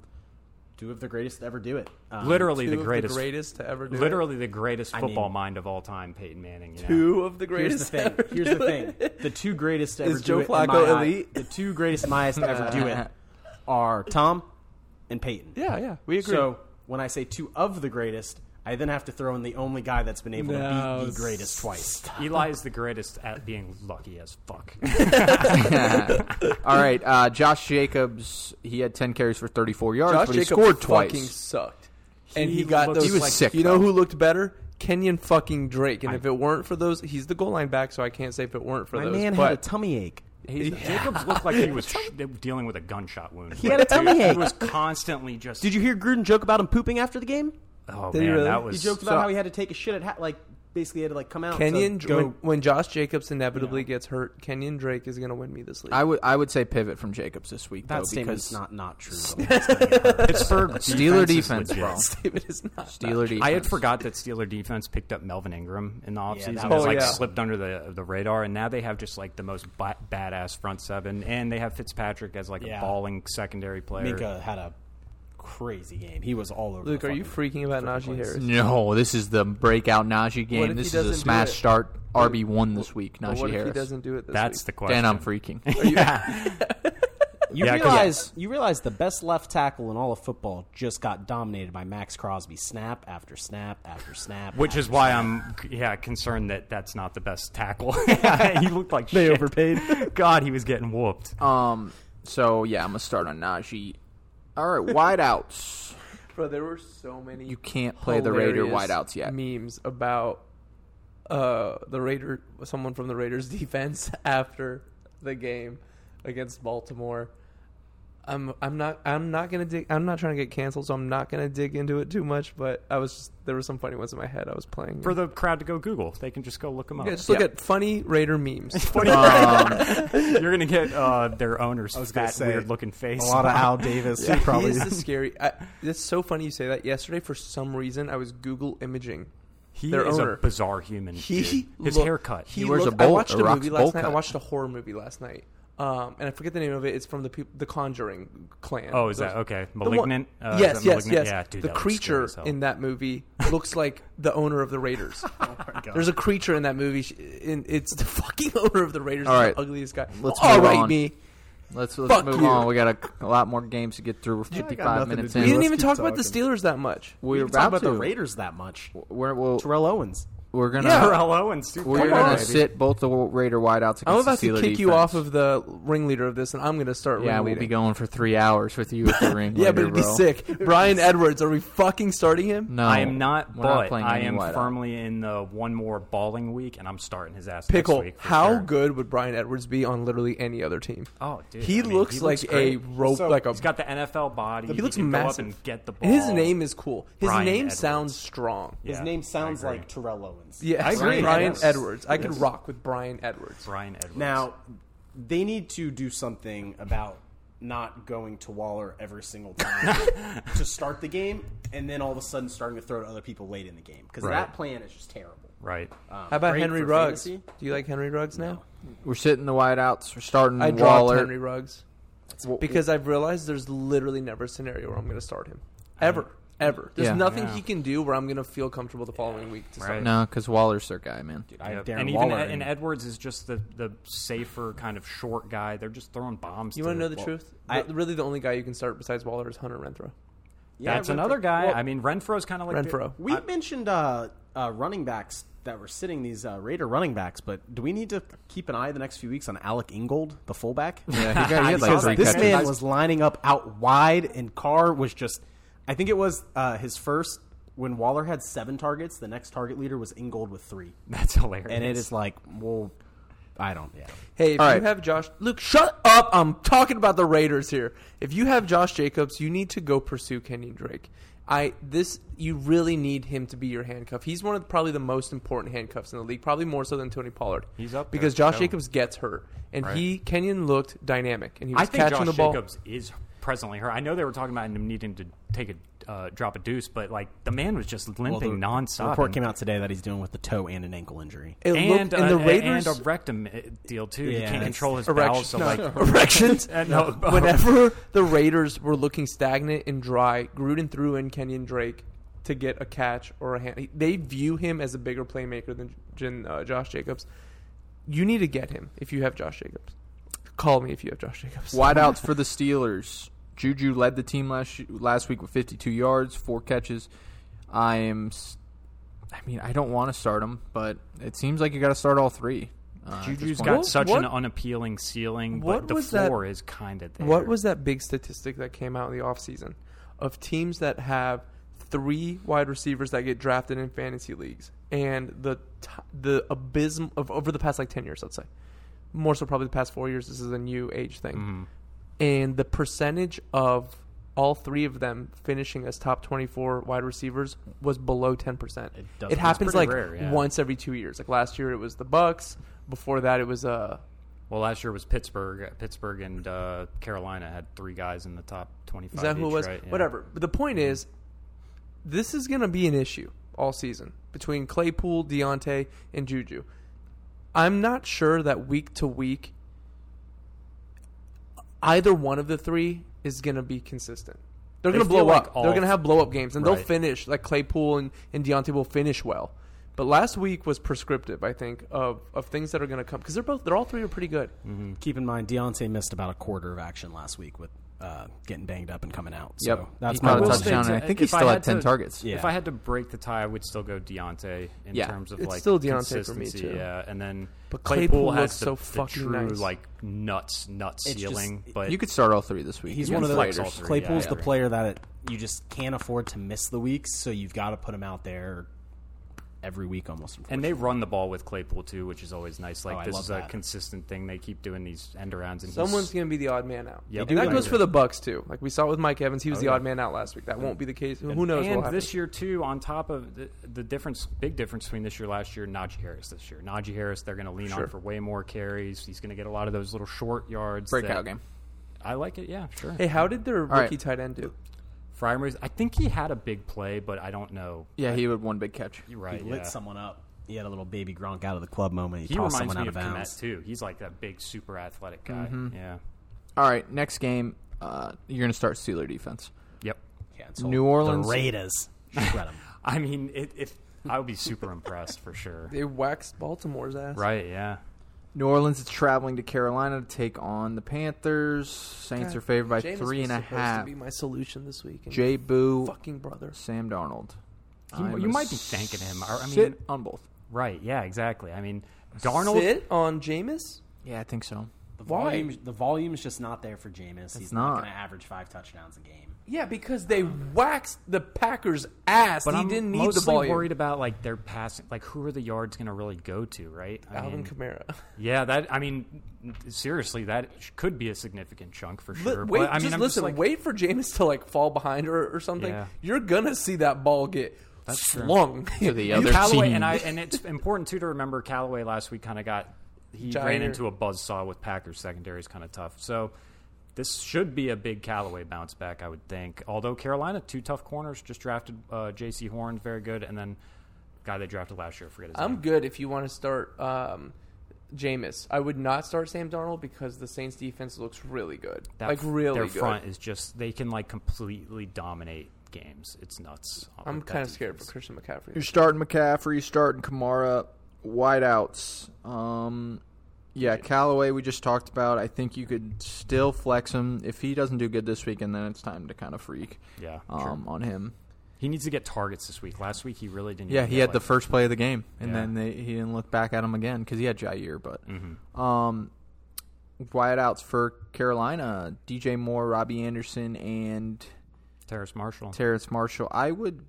two of the greatest to ever do it. Um,
Literally
Two
the
of
greatest,
to ever do it.
literally the greatest
mean-
football mind of all time, Peyton Manning. You know?
two of the
Here's
greatest.
the thing.
ever
Here's
do
the thing.
it.
The two greatest to ever
Joe
do it. in
Flacco
my eye-
elite?
the two greatest in my eyes to ever
(laughs)
do it are Tom and Peyton.
Yeah, yeah, we agree. (laughs)
So when I say two of the greatest, I then have to throw in the only guy that's been able to
No,
beat the greatest twice.
Eli is the greatest at being lucky as
(laughs)
fuck.
(laughs) All right, uh, Josh Jacobs. He had ten carries for thirty-four yards,
Josh
but
Jacobs
he scored
fucking
twice.
sucked, and
He
he got
looked-
those.
He was
like-
sick,
You know
though.
who looked better? Kenyon fucking Drake. And if it weren't for those, he's the goal line back, so I can't say if it weren't for
My
those.
man
but
had a tummy ache.
Jacobs looked
(laughs)
like he was sh- dealing with a gunshot wound. He
had a tummy ache.
He was constantly just.
Did you hear Gruden joke about him pooping after the game?
Oh
he
man,
really?
that
He
was.
He joked about how he had to take a shit at ha- like basically had to like come out.
Kenyon, Dr-
to go
when, when Josh Jacobs inevitably gets hurt, Kenyon Drake is going to win me this league.
I would I would say pivot from Jacobs this week
that
though
statement's
because
not
(laughs)
not true.
Pittsburgh
Steeler
defense, is
defense, bro.
legit. (laughs)
David is not.
Steeler defense.
I had forgot that Steeler defense picked up Melvin Ingram in the offseason.
that
Yeah,
was-
like
Oh, yeah.
slipped under the the radar, and now they have just like the most ba- badass front seven, and they have Fitzpatrick as like
Yeah.
a balling secondary player.
Minka uh, had a crazy game. He was all over.
Luke,
the
are you
fucking-
freaking about Najee Harris?
No, this is the breakout Najee
What
game.
if
This
he
is a
doesn't do
smash
it?
start RB one this week.
But
Najee
what
Harris.
if he doesn't do it this
That's
week?
the question.
Dan, I'm freaking.
(laughs)
You
Yeah, 'cause-
realize you realize the best left tackle in all of football just got dominated by Max Crosby, snap after snap after snap.
Which is why I'm yeah concerned that that's not the best tackle. he looked like they overpaid. (laughs) God, he was getting whooped.
Um. So yeah, I'm gonna start on Najee. All right, wideouts.
Bro, there were so many.
You can't play the Raider
hilarious
wideouts yet.
Memes about uh, the Raider, someone from the Raiders (laughs) defense after the game against Baltimore. I'm I'm not I'm not gonna dig. I'm not trying to get canceled, so I'm not gonna dig into it too much. But I was just there were some funny ones in my head. I was playing.
For the crowd to go Google, they can just go look him up.
yeah, just look
Yeah.
at funny Raider memes.
(laughs) You're gonna get uh, their owner's fat, weird looking face.
A lot (laughs) of Al Davis.
Yeah,
probably.
he is (laughs) the scary. I, it's so funny you say that. Yesterday, for some reason, I was Google imaging.
he
their
is
owner.
a bizarre human.
He
dude. His
looked-
haircut.
He,
wears a
looked- I
bowl-
watched
a
a,
Rock's
movie
bowl
last night. I
cut.
watched a horror movie last night, um, and I forget the name of it. It's from the peop the Conjuring clan.
Oh, is that-
Those-
okay.
the one-
Malignant? Uh, is
yes,
that
yes,
Malignant?
yes.
Yeah, dude,
the
that looks scary
creature
as hell.
in that movie looks like the owner of the Raiders. There's a creature in that movie. sh- In, it's the (laughs) fucking owner of the Raiders.
All
He's
right.
the ugliest guy.
Let's
All
move
right,
on.
me.
Let's, let's
Fuck
move
you.
on. We got a, a lot more games to get through. We're 55
nothing to
minutes
do.
We didn't
in.
let's
even
keep
talk about the
talking.
Steelers that much.
We're
talk
about
about
to.
the Raiders that much.
We're, we'll,
Terrell Owens.
we're gonna
Morello and Super.
we're gonna sit both the Raider wideouts. Against
I'm about
the
to
Steeler
kick you
defense.
off of the ringleader of this, and I'm going to start
Yeah, we'll
ringleading.
be going for three hours with you at
(laughs)
the ring.
yeah, but it'd
later,
be
bro.
sick. Brian Edwards, are we fucking starting him?
No,
I am not,
We're
but
playing
I
any
am
wideout.
firmly in the one more balling week, and I'm starting his ass. next
Pickle,
week for
how
sure.
good would Brian Edwards be on literally any other team?
Oh, dude,
he,
I mean,
looks
he
like
looks
a
great.
rope,
So-
like a.
He's got the NFL body.
he looks
can go up
massive.
and get the ball.
His name is cool. His
Brian
name
Edwards.
sounds strong.
Yeah,
His name
I
sounds
agree.
like Terrell Owens.
Yes,
I agree.
Brian
Yes.
Edwards. I could rock with Brian Edwards.
Brian Edwards.
Now, they need to do something about not going to Waller every single time to start the game, and then all of a sudden starting to throw to other people late in the game because
Right.
that plan is just terrible.
right?
Um,
How about
great
Henry
for
Ruggs?
fantasy.
Do you like Henry Ruggs now?
We're sitting the wideouts. We're starting
I dropped
Waller.
Henry Ruggs because I've realized there's literally never a scenario where I'm going to start him ever, ever. There's
Yeah.
nothing
Yeah.
he can do where I'm going to feel comfortable the following week to start.
Right.
him.
No, because Waller's their guy, man.
I have
Yep.
Darren
and even
Waller.
Ed- and Edwards is just the, the safer kind of short guy. They're just throwing bombs.
You
to
want to know the
well,
truth?
I-
The- really, the only guy you can start besides Waller is Hunter Renfro.
Yeah,
That's
Renfro-
another guy.
well,
I mean, Renfro's kind of like the-
Renfro.
we mentioned uh, uh, running backs that were sitting these uh, Raider running backs, but do we need to keep an eye the next few weeks on Alec Ingold, the fullback? (laughs)
Yeah, he, got, he had like
because
three
this
catches.
man was lining up out wide, and Carr was just. I think it was uh, his first when Waller had seven targets. The next target leader was Ingold with three,
(laughs) That's hilarious.
and it is like, well, I don't. Yeah,
Hey, if
All
you
right.
have Josh, Luke, shut up. I'm talking about the Raiders here. If you have Josh Jacobs, you need to go pursue Kenyon Drake. I this you really need him to be your handcuff. He's one of the- probably the most important handcuffs in the league, probably more so than Tony Pollard.
He's up there,
because Josh
so.
Jacobs gets hurt, and
Right.
he Kenyon looked dynamic, and he was
I think
catching
Josh
the ball.
Jacobs is presently her. I know they were talking about him needing to take a uh, drop a deuce, but like the man was just limping
The
nonstop.
report
and-
came out today that he's dealing with the toe and an ankle injury.
It
and,
looked, and
uh,
the Raiders
and a rectum uh, deal too.
Yeah,
he can't
that's-
control his bowels,
erections.
so like
no, (laughs) erections.
Uh, no, but-
(laughs) Whenever the Raiders were looking stagnant and dry, Gruden threw in Kenyon Drake to get a catch or a hand. They view him as a bigger playmaker than than, uh, Josh Jacobs. You need to get him if you have Josh Jacobs. Call me if you have Josh Jacobs.
Wideouts for the Steelers. Juju led the team last sh- last week with 52 yards, four catches. I am. s- I mean, I don't want to start him, but it seems like you got to start all three. Uh, at this
Juju's
point.
got
What-
such
what-
an unappealing ceiling,
what
but the
was that-
floor is kind of there.
What was that big statistic that came out in the offseason of teams that have three wide receivers that get drafted in fantasy leagues and the t- the abysm of over the past like 10 years, let's say. More so probably the past 4 years, this is a new age thing.
Mm-hmm.
And the percentage of all three of them finishing as top 24 wide receivers was below 10%. It,
doesn't-
happens
pretty
like
rare, yeah.
once every 2 years. Like last year it was the Bucks, before that it was uh
Well, last year was Pittsburgh. Pittsburgh and uh, Carolina had three guys in the top twenty-five.
Is that who it
each,
was?
right? Yeah.
Whatever. But the point is, this is going to be an issue all season between Claypool, Deontay, and Juju. I'm not sure that week to week, either one of the three is going to be consistent. They're
They
going to blow
feel like
up.
all-
They're going to have blow up games, and they'll
Right.
finish like Claypool and, and Deontay will finish well. But last week was prescriptive, I think, of, of things that are going to come because they're both they're all three are pretty good.
Keep in mind, Deontay missed about a quarter of action last week with uh, getting banged up and coming out. So
Yep.
that's
He
my
caught a
one-
touchdown. and I think he
if
still had
had
10
to-
targets.
Yeah.
If I had to break the tie, I would still go Deontay in
Yeah,
terms of
it's
like
still Deontay for me,
consistency,
too.
Yeah, and then
But Claypool
Claypool,
looks
has the,
so
the
fucking
true
nice.
like nuts nuts
It's just-
ceiling. but
You could start all three this week.
He's
against
one of
the
those
flex
Raiders.
all three,
Claypool's
yeah,
the
yeah.
player that it, you just can't afford to miss the weeks, so you've got to put him out there every week almost.
and they run the ball with Claypool too, which is always nice. Like
Oh, I
this
love
is a
that.
consistent thing. They keep doing these end arounds, and he's-
Someone's going to be the odd man out. And
Yep. They
that
do
goes
like
for the Bucks too. Like we saw with Mike Evans, he was the odd man out last week. That won't be the case. Who knows?
and
what
this year too, on top of the, the difference, big difference between this year last year, Najee Harris this year. Najee Harris, they're going to lean
Sure.
on for way more carries. He's going to get a lot of those little short yards.
breakout
that-
game.
I like it. Yeah, sure.
Hey, how did their
right.
rookie tight end do?
Fryermuth, I think he had a big play, but I don't know.
Yeah, he had one big catch.
You're
he
right.
lit
yeah.
someone up. He had a little baby Gronk out of the club moment. He,
He
tossed
reminds
someone out
me
of
of
bounds.
Komet too. He's like that big, super athletic guy.
Mm-hmm.
Yeah.
All right, next game. Uh, you're going to start Steeler defense.
Yep.
Cancel.
New Orleans-
the
(laughs)
Raiders. Shred 'em.
I mean, it, if I would be super impressed
(laughs)
for sure.
They waxed Baltimore's ass.
Right. Yeah.
New Orleans is traveling to Carolina to take on the Panthers. Saints are favored by
Jameis
three
was
and a
supposed
half.
To be my solution this week. and
Jay Boo,
fucking brother.
Sam Darnold.
He-
I'm
you
gonna
might be thanking him. I- I
sit
mean-
on both.
Right. Yeah. Exactly. I mean, Darnold.
Sit on Jameis?
Yeah, I think so.
The
Why?
volume, the volume's just not there for Jameis. He's not,
not.
going to average five touchdowns a game.
Yeah, because they waxed the Packers' ass.
But
he
I'm
didn't need
mostly
the ball.
worried about like their passing. Like, who are the yards going to really go to? Right. I
Alvin
mean,
Kamara. (laughs)
yeah. That. I mean, seriously, that sh- could be a significant chunk for
Li-
sure.
wait,
but, I mean,
just
I'm
listen.
Just like,
wait for Jameis to like fall behind or, or something.
Yeah.
You're gonna see that ball get
true.
slung
To
(laughs)
the other
Callaway
team.
and I and it's important too to remember Callaway last week kind of got he ran
Giant.
into a buzzsaw with Packers secondary is kind of tough. So this should be a big Callaway bounce back, I would think. Although Carolina, two tough corners, just drafted uh, J.C. Horn, very good, and then guy they drafted last year, I forget his
I'm
name.
good if you want to start um, Jameis. I would not start Sam Darnold because the Saints defense looks really good.
That-
like really
their
good.
front is just they can like completely dominate games. It's nuts.
I'm
with that
kind of scared for
defense.
Christian
You're
McCaffrey.
starting McCaffrey. You're starting Kamara. Wideouts. Um, yeah, Callaway. We just talked about. I think you could still flex him if he doesn't do good this weekend. Then it's time to kind of freak.
Yeah,
Um, on him.
He needs to get targets this week. Last week he really didn't.
Yeah,
even
he
get,
had the
like-
first play of the game, and
Yeah.
then they, he didn't look back at him again because he had Jair. But um, wideouts for Carolina: DJ Moore, Robbie Anderson, and
Terrace Marshall.
Terrence Marshall. I would.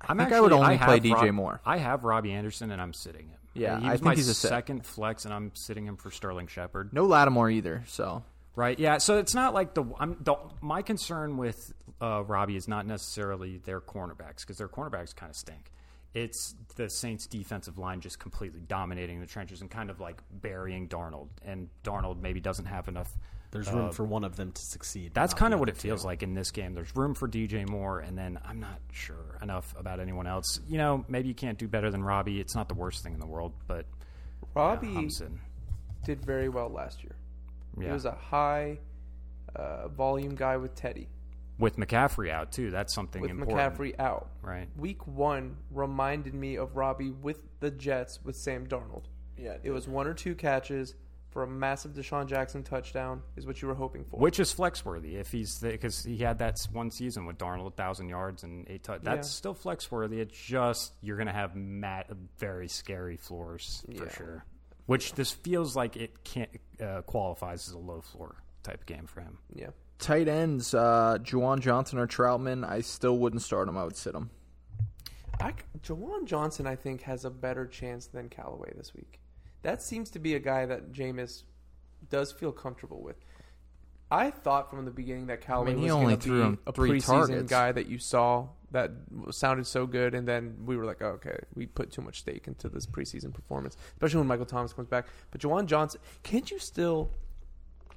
I'm
think I would only play
have
DJ
Rob-
Moore.
I have Robbie Anderson, and I'm sitting him.
Yeah,
he
I
was
think
my
he's a sit.
second flex, and I'm sitting him for Sterling Shepard.
No Lattimore either. So
Right? Yeah. So it's not like the I'm the, my concern with uh, Robbie is not necessarily their cornerbacks because their cornerbacks kind of stink. It's the Saints' defensive line just completely dominating the trenches and kind of like burying Darnold, and Darnold maybe doesn't have enough.
There's room for one of them to succeed.
Uh,
Uh,
That's
not
kind
the
of what
other
it feels like in this game. There's room for DJ Moore, and then I'm not sure enough about anyone else. You know, maybe you can't do better than Robbie. It's not the worst thing in the world, but uh,
Robbie
yeah, I'm sitting.
did very well last year. He
Yeah.
was a high uh, volume guy with Teddy.
with McCaffrey out too. That's something
With
important,
McCaffrey out,
right?
week one reminded me of Robbie with the Jets with Sam Darnold. Yeah, it was one or two catches for a massive Deshaun Jackson touchdown is what you were hoping for.
Which is flex worthy if he's because he had that s- one season with Darnold, thousand yards and eight. tou- that's
Yeah.
still flex worthy. It's just you're gonna have Matt very scary floors for sure. Which this feels like it can't uh, qualifies as a low floor type game for him.
yeah,
tight ends: uh, Juwan Johnson or Troutman. I still wouldn't start him. I would sit him.
I, c- Jawan Johnson I think has a better chance than Callaway this week. That seems to be a guy that Jameis does feel comfortable with. I thought from the beginning that Callaway
he
was
only
going
threw
to
him
be a
three
preseason
targets.
guy that you saw that sounded so good, and then we were like, oh, okay, we put too much stake into this preseason performance, especially when Michael Thomas comes back. But Jawan Johnson, can't you still?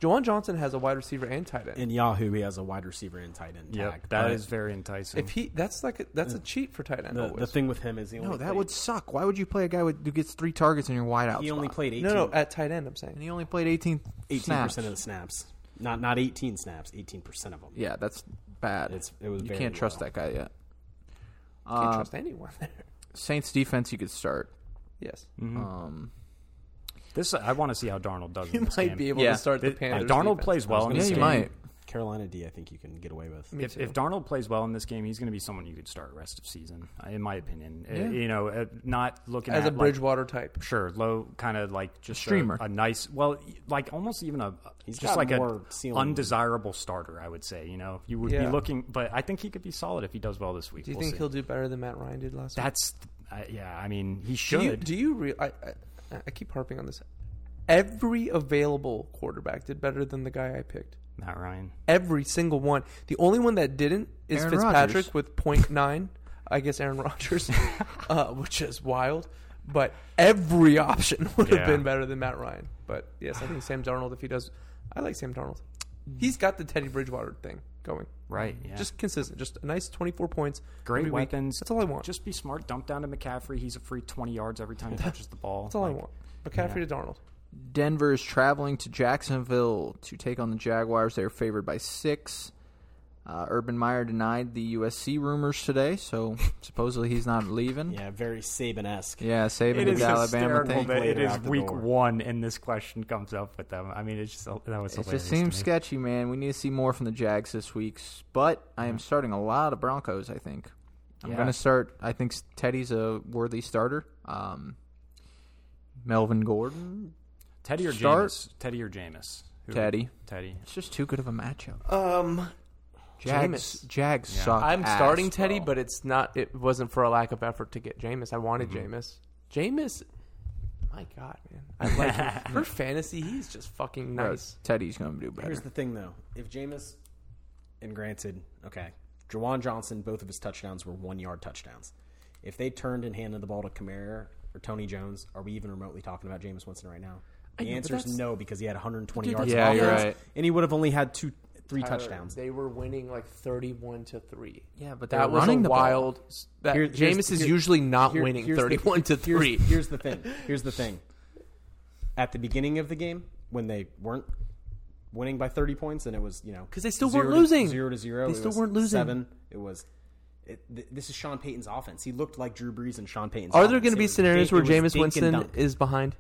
Jawan Johnson has a wide receiver and tight end.
team. In Yahoo, he has a wide receiver and tight end
Yeah,
tag.
that
but
is very enticing.
If he, that's like a, that's a cheat for tight end.
the,
always.
the thing with him is he only
No, that
played,
would suck. Why would you play a guy with, who gets three targets in your wideout?
he only
spot?
played 18,
no, no, at tight end, I'm saying.
and he only played 18 snaps.
percent of the snaps. Not not 18 snaps, 18 percent of them.
Yeah, that's bad.
It's- it was
you
very
can't trust
low.
that guy yet.
Can't
Uh,
trust anyone there.
Saints defense, you could start.
Yes,
Mm-hmm.
Um,
this I want to see how Darnold does. in
you (laughs)
this
might
game.
be able
Yeah.
to start the
If
Panthers.
Darnold
defense.
plays well in
yeah,
this
you
game.
might.
Carolina D, I think you can get away with.
If, if Darnold plays well in this game, he's going to be someone you could start rest of season, in my opinion. Uh, you know, uh, not looking
as
at
a
like,
Bridgewater type.
sure, low kind of like just a
Streamer.
a, nice, well, y- like almost even a
He's
just
got
like
more
a
ceiling.
undesirable starter. I would say, you know, you would
Yeah.
be looking, but I think he could be solid if he does well this week.
Do you
We'll
think
see.
he'll do better than Matt Ryan did last week?
That's uh, yeah. I mean, he
Do you
should.
do you real? I, I, I keep harping on this. Every available quarterback did better than the guy I picked.
Matt Ryan.
Every single one. The only one that didn't is
Aaron
Fitzpatrick
Rodgers.
with (laughs) .9. I guess Aaron
(laughs)
Rodgers, uh, which is wild. But every option (laughs) would
Yeah.
have been better than Matt Ryan. But yes, I think Sam Darnold. If he does, I like Sam Darnold. He's got the Teddy Bridgewater thing going.
Right. Yeah.
Just consistent. Just a nice 24 points.
Great
every week.
weapons.
That's all I want.
Just be smart. Dump down to McCaffrey. He's a free twenty yards every time he touches the ball.
That's all I
Like,
want. McCaffrey to Darnold.
Denver is traveling to Jacksonville to take on the Jaguars. They are favored by six. Uh, Urban Meyer denied the USC rumors today, so (laughs) supposedly he's not leaving.
Yeah, very Saban esque.
Yeah, saving
It
the
is
Alabama
hysterical
thing.
that it
Later
is
out the
week
door.
one and this question comes up with them. I mean, it's just that was
It
hilarious.
just
to me.
seems sketchy, man. We need to see more from the Jags this week. s- But I am starting a lot of Broncos. I think I'm
Yeah.
going to start. I think s- Teddy's a worthy starter. Um, Melvin Gordon.
Teddy or
Start.
Jameis? Teddy or Jameis? Who-
Teddy.
Teddy.
It's just too good of a matchup.
Um,
Jags,
Jameis.
Jags
Yeah.
suck.
I'm
ass,
starting Teddy,
bro.
but it's not. It wasn't for a lack of effort to get Jameis. I wanted Jameis. Jameis, my God, man, (laughs) I like him. for fantasy. He's just fucking
Bro,
nice.
Teddy's gonna do better.
Here's the thing, though. If Jameis, and granted, okay, Jawan Johnson, both of his touchdowns were one yard touchdowns. If they turned and handed the ball to Kamara or Tony Jones, are we even remotely talking about Jameis Winston right now? The
know, but
answer is
that's-
no because he had 120
Dude,
yards.
that's
Yeah,
of
you're
offense,
right.
And he would have only had two, three
Tyler,
touchdowns.
They were winning like thirty-one to three.
Yeah, but they
that
were
was
running
a
the ball.
wild. s- That
Here- here's-
Jameis is
here-
usually not
here-
winning
here's the-
thirty-one to
here's-
three.
Here's the thing. Here's the thing. At the beginning of the game, when they weren't winning by 30 points, and it was you know
'Cause they still
zero
weren't
to-
losing.
zero to zero.
They
it
still
was
weren't losing.
Seven. It was. It, th- this is Sean Payton's offense. He looked like Drew Brees and Sean Payton's.
Are there
going to
be scenarios where Jameis Winston is behind?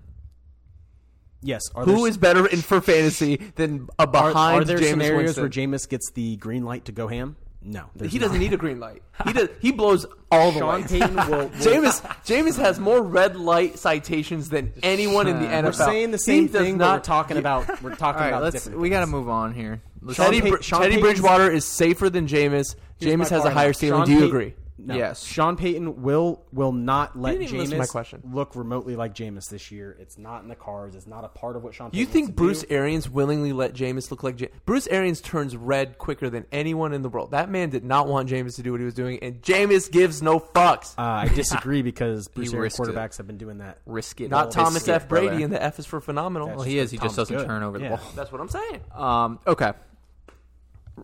Yes. Are
Who
there,
is better in for
(laughs)
fantasy than a
are,
behind
are there
Jameis
scenarios
Winston?
where Jameis gets the green light to go ham? No, there's
he doesn't
not.
need a green light. He does. He
(laughs)
blows all the
Sean
lights. (laughs)
Payton will. will
Jameis Jameis has more red light citations than anyone in the NFL.
we're saying the
He
same
does
thing. Not,
Not
we're talking about. We're talking
All right,
about.
let's.
different
We
things.
got to move on here. Let's-
Teddy,
Sean Pay-
Br-
Sean
Teddy
Payton's-
Bridgewater is safer than Jameis.
Here's my
Jameis has a
part on
higher
it.
ceiling.
Sean
Do you
Payton-
agree?
No.
Yes.
Sean Payton will will not let
didn't even listen to
Jameis
my question.
look remotely like Jameis this year. It's not in the cards. It's not a part of what Sean. Payton
You think
wants to
Bruce
do.
Arians willingly let Jameis look like J- Bruce Arians turns red quicker than anyone in the world? That man did not want Jameis to do what he was doing, and Jameis gives no fucks.
Uh, I disagree
(laughs)
because Bruce
He
Arians
risked it.
quarterbacks have been doing that.
risk it.
Not Thomas
Risk it,
F. Brady,
brother.
and the F is for phenomenal.
Well, he is. He just
Tom's
doesn't
good.
turn over the
Yeah.
ball.
That's what I'm saying.
Um, okay.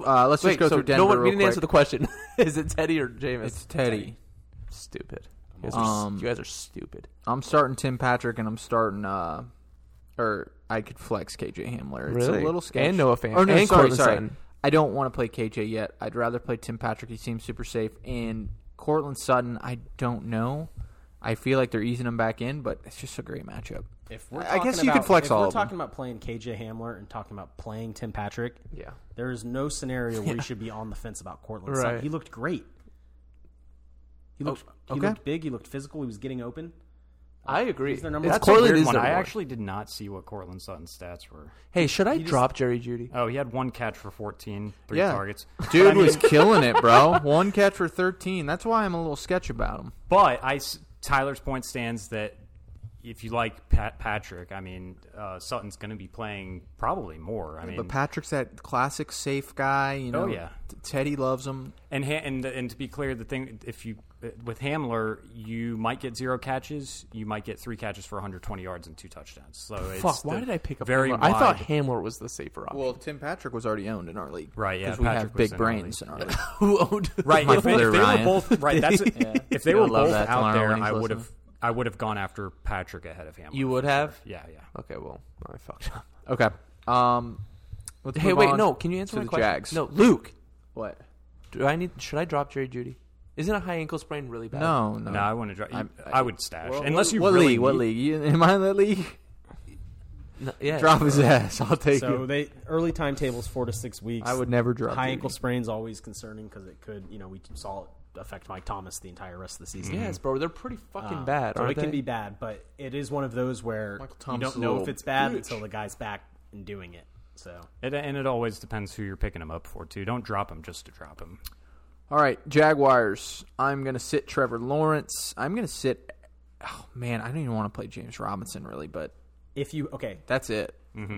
Uh, let's
Wait,
just go
so
through Denver
no one
real
we didn't
quick.
answer the question. (laughs) is it Teddy or Jameis?
it's Teddy.
stupid. You guys, are,
Um,
you guys are stupid.
I'm starting Tim Patrick, and I'm starting. Uh, or I could flex KJ Hamler. It's
Really?
a little sketchy.
And Noah Fant.
Or no,
And
sorry,
Courtland
sorry.
Sutton.
I don't want to play KJ yet. I'd rather play Tim Patrick. He seems super safe. And Cortland Sutton, I don't know. I feel like they're easing him back in, but it's just a great matchup.
If we're
I guess
talking
you could
about-
flex
if
all
We're
of them.
talking about playing KJ Hamler and talking about playing Tim Patrick.
Yeah.
There is no
(laughs)
scenario where you should be on the fence about Cortland.
Right. Oh,
Sutton. He looked great. He looked, he
okay.
looked big. He looked physical. He was getting open.
I agree.
their number
It's
one.
That's a
Cortland
weird
is
one.
their
I
one.
actually did not see what Cortland Sutton's stats were.
Hey, should I drop Jerry Judy?
Oh, he had one catch for 14, three
Yeah.
targets.
(laughs) Dude was killing it,
(laughs)
bro. One catch for 13. That's why I'm a little sketch about him.
But I s Tyler's point stands that if you like Pat Patrick, I mean uh, Sutton's going to be playing probably more. I mean,
But Patrick's that classic safe guy, you know.
Oh, yeah.
T- Teddy loves him.
and ha- and and to be clear, the thing if you uh, with Hamler, you might get zero catches, you might get three catches for 120 yards and two touchdowns. So it's
Fuck, why
the
did I pick up
very
Hamler? I thought
wide-
Hamler was the safer option.
Well, Tim Patrick was already owned in our league.
Right, yeah,
Because we have
Patrick was
big
in our
brains in
league.
our league.
who
(laughs)
owned
right?
My
If, they- if
brother,
they were
Ryan. (laughs)
both right, that's if they
You'll
were
love
both
that
out
tomorrow
there,
when he's
I would have
listening.
I would have gone after Patrick ahead of Hamler.
You would
for sure.
have?
yeah, yeah.
Okay, well, I fucked up.
Okay. Um. let's
Hey,
move
wait,
on
no. Can you answer
to
my
the
question?
Jags?
No, Luke.
What?
Do I need? Should I drop Jerry Judy? Isn't a high ankle sprain really bad?
No, no.
No, I wouldn't. Dra- you- I, would stash
Well,
unless
what-
you
what
really
league? What
need-
league? You, am I in that league?
No, yeah.
Drop his ass. I'll (laughs) take
So
it.
they early timetables four to six weeks.
I would never drop.
High
Judy.
ankle sprains always concerning because it could, you know, we saw it affect Mike Thomas the entire rest of the season.
Yes, bro. They're pretty fucking
Ah.
Um,
bad,
so
aren't
it can
they?
be bad, but it is one of those where
Michael
you
Thomas is
don't
a
know if
little
it's bad
bitch.
until the guy's back and doing it. So
It, and it always depends who you're picking him up for too. Don't drop him just to drop him.
All right, Jaguars. I'm gonna sit Trevor Lawrence. I'm gonna sit. Oh man, I don't even want to play James Robinson really, but
if you okay,
that's it.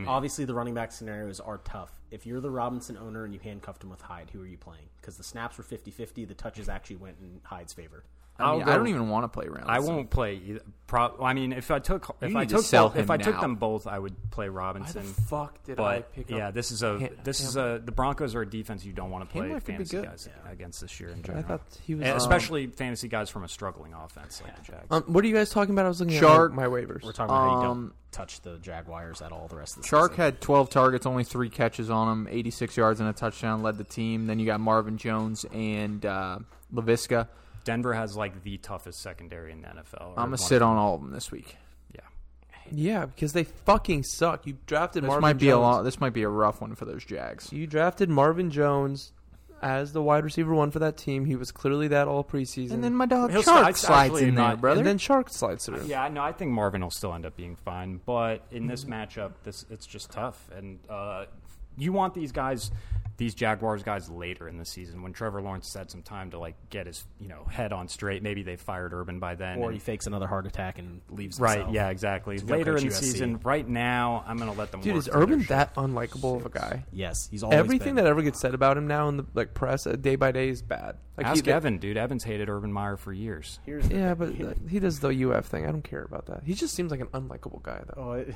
obviously the running back scenarios are tough. If you're the Robinson owner and you handcuffed him with Hyde, who are you playing? Because the snaps were 50-50, the touches actually went in Hyde's favor.
I, mean,
I'll go-
I don't even want to play Rounds.
I won't play. Either. Pro- I mean, if I took if
You
I
need to
took
sell
both, if
him
I took
now.
them both, I would play
Why the
Robinson.
fuck did
But
I pick up?
yeah, this is a
Ham-
this is a the Broncos are a defense you don't want to play
Hamler could be
fantasy
good.
guys against this year in
I
general,
thought he was.
um,
And especially fantasy guys from a struggling offense like the Jags.
Um, what are you guys talking about? I was looking
Shark.
at my, my waivers.
We're talking about how you don't
Um,
touch the Jaguars at all the rest of the
Chark
season.
had 12 targets, only three catches on him, 86 yards and a touchdown, led the team. Then you got Marvin Jones and uh, Laviska.
Denver has like the toughest secondary in the NFL. or
I'm
one-
gonna sit on all of them this week.
Yeah,
Yeah, because they fucking suck. You drafted
This
Marvin
might be
Jones.
a long, this might be a rough one for those Jags.
You drafted Marvin Jones. as the wide receiver one for that team. He was clearly that all preseason.
And then my dog
He'll
Shark
slide-
slides
actually
in there,
not-
brother.
And then Shark slides through.
Yeah, no, I think Marvin will still end up being fine, but in this matchup, this it's just tough, and uh, you want these guys, these Jaguars guys, later in the season when Trevor Lawrence had some time to like get his you know head on straight. Maybe they fired Urban by then,
or
and-
he fakes another heart attack and leaves.
right?
himself.
Yeah, exactly.
go
Later
coach
in the
USC.
season, right now, I'm gonna let them.
Dude,
work
is
through their
Urban
shit.
that unlikable of a guy?
Yes, he's always
Everything
been.
that ever gets said about him now in the like press, uh, day by day, is bad. Like
Ask
he,
Evan, dude. Evan's hated Urban Meyer for years.
Here's the-
Yeah, but uh, he does the UF thing. I don't care about that. He just seems like an unlikable guy, though.
Oh, it-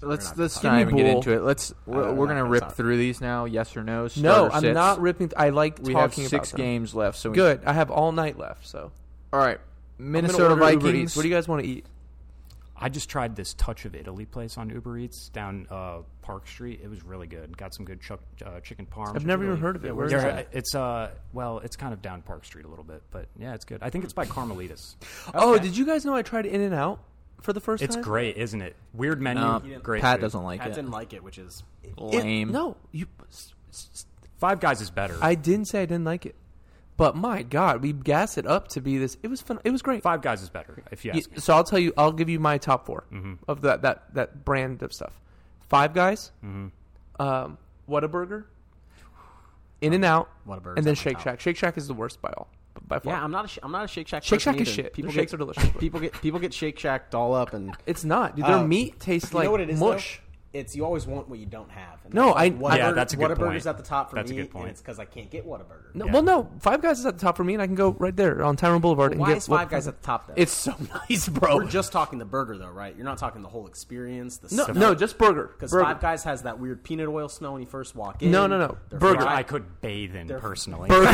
let's let's
Give
not
me
even get
Bull.
into it. Let's we're,
don't
we're
know.
gonna
That's
rip
not-
through these now. Yes or
Uh,
no?
no,
starter
I'm
sits.
not ripping. I like
We have
talking
six
about them.
games left, so we,
Good. I have all night left, so
All right,
I'm gonna
Minnesota
order Uber
Vikings.
Eats. What do you guys want to eat?
I just tried this Touch of Italy place on Uber Eats down uh, Park Street. It was really good. Got some good chuck, uh, chicken parm.
I've never even heard of it. Where is
There-
it?
It's uh, well, it's kind of down Park Street a little bit, but yeah, it's good. I think it's by Carmelitas.
Oh, did you guys know I tried In and Out for the first
It's
time?
great, isn't it? Weird menu,
Uh,
No,
great.
Pat
food.
doesn't like
Pat
it.
didn't like it, which is
It-
Lame.
no, you. s- s-
Five Guys is better.
I didn't say I didn't like it, but my God, we gassed it up to be this. It was fun. It was great.
Five Guys is better. If you
Yeah,
ask me,
so I'll tell you. I'll give you my top 4
Mm-hmm.
of that that that brand of stuff. Five Guys,
Mm-hmm.
um, Whataburger, In and Out,
Whataburger's
and then
at my
Shake
top.
Shack. Shake Shack is the worst by all, b- by far.
Yeah, I'm not. A sh- I'm not a Shake Shack.
Shake
person
Shack is
either.
shit.
People
Their shakes
get,
are delicious.
(laughs) People get people get Shake Shack doll up and
it's not. Dude, their
Oh.
meat tastes
You
like
know what it is, though?
mush.
It's you always want what you don't have. And
No,
that's
I-
Whataburger-
Yeah, that's a good
Whataburger's
point.
at the top for
That's a
me,
good point.
and it's because I can't get Whataburger.
No, Well, no, Five Guys is at the top for me, and I can go right there on Tyrone Boulevard and
Why
get
is
what-
Five Guys at the top? Though
It's
(laughs)
so nice, bro.
we're just talking the burger, though, right? You're not talking the whole experience. The
no, no, just burger.
because
Burger.
Five Guys has that weird peanut oil smell when you first walk in.
No, no, no.
They're
Burger.
I
fried.
could bathe in personally. (laughs)
Burger.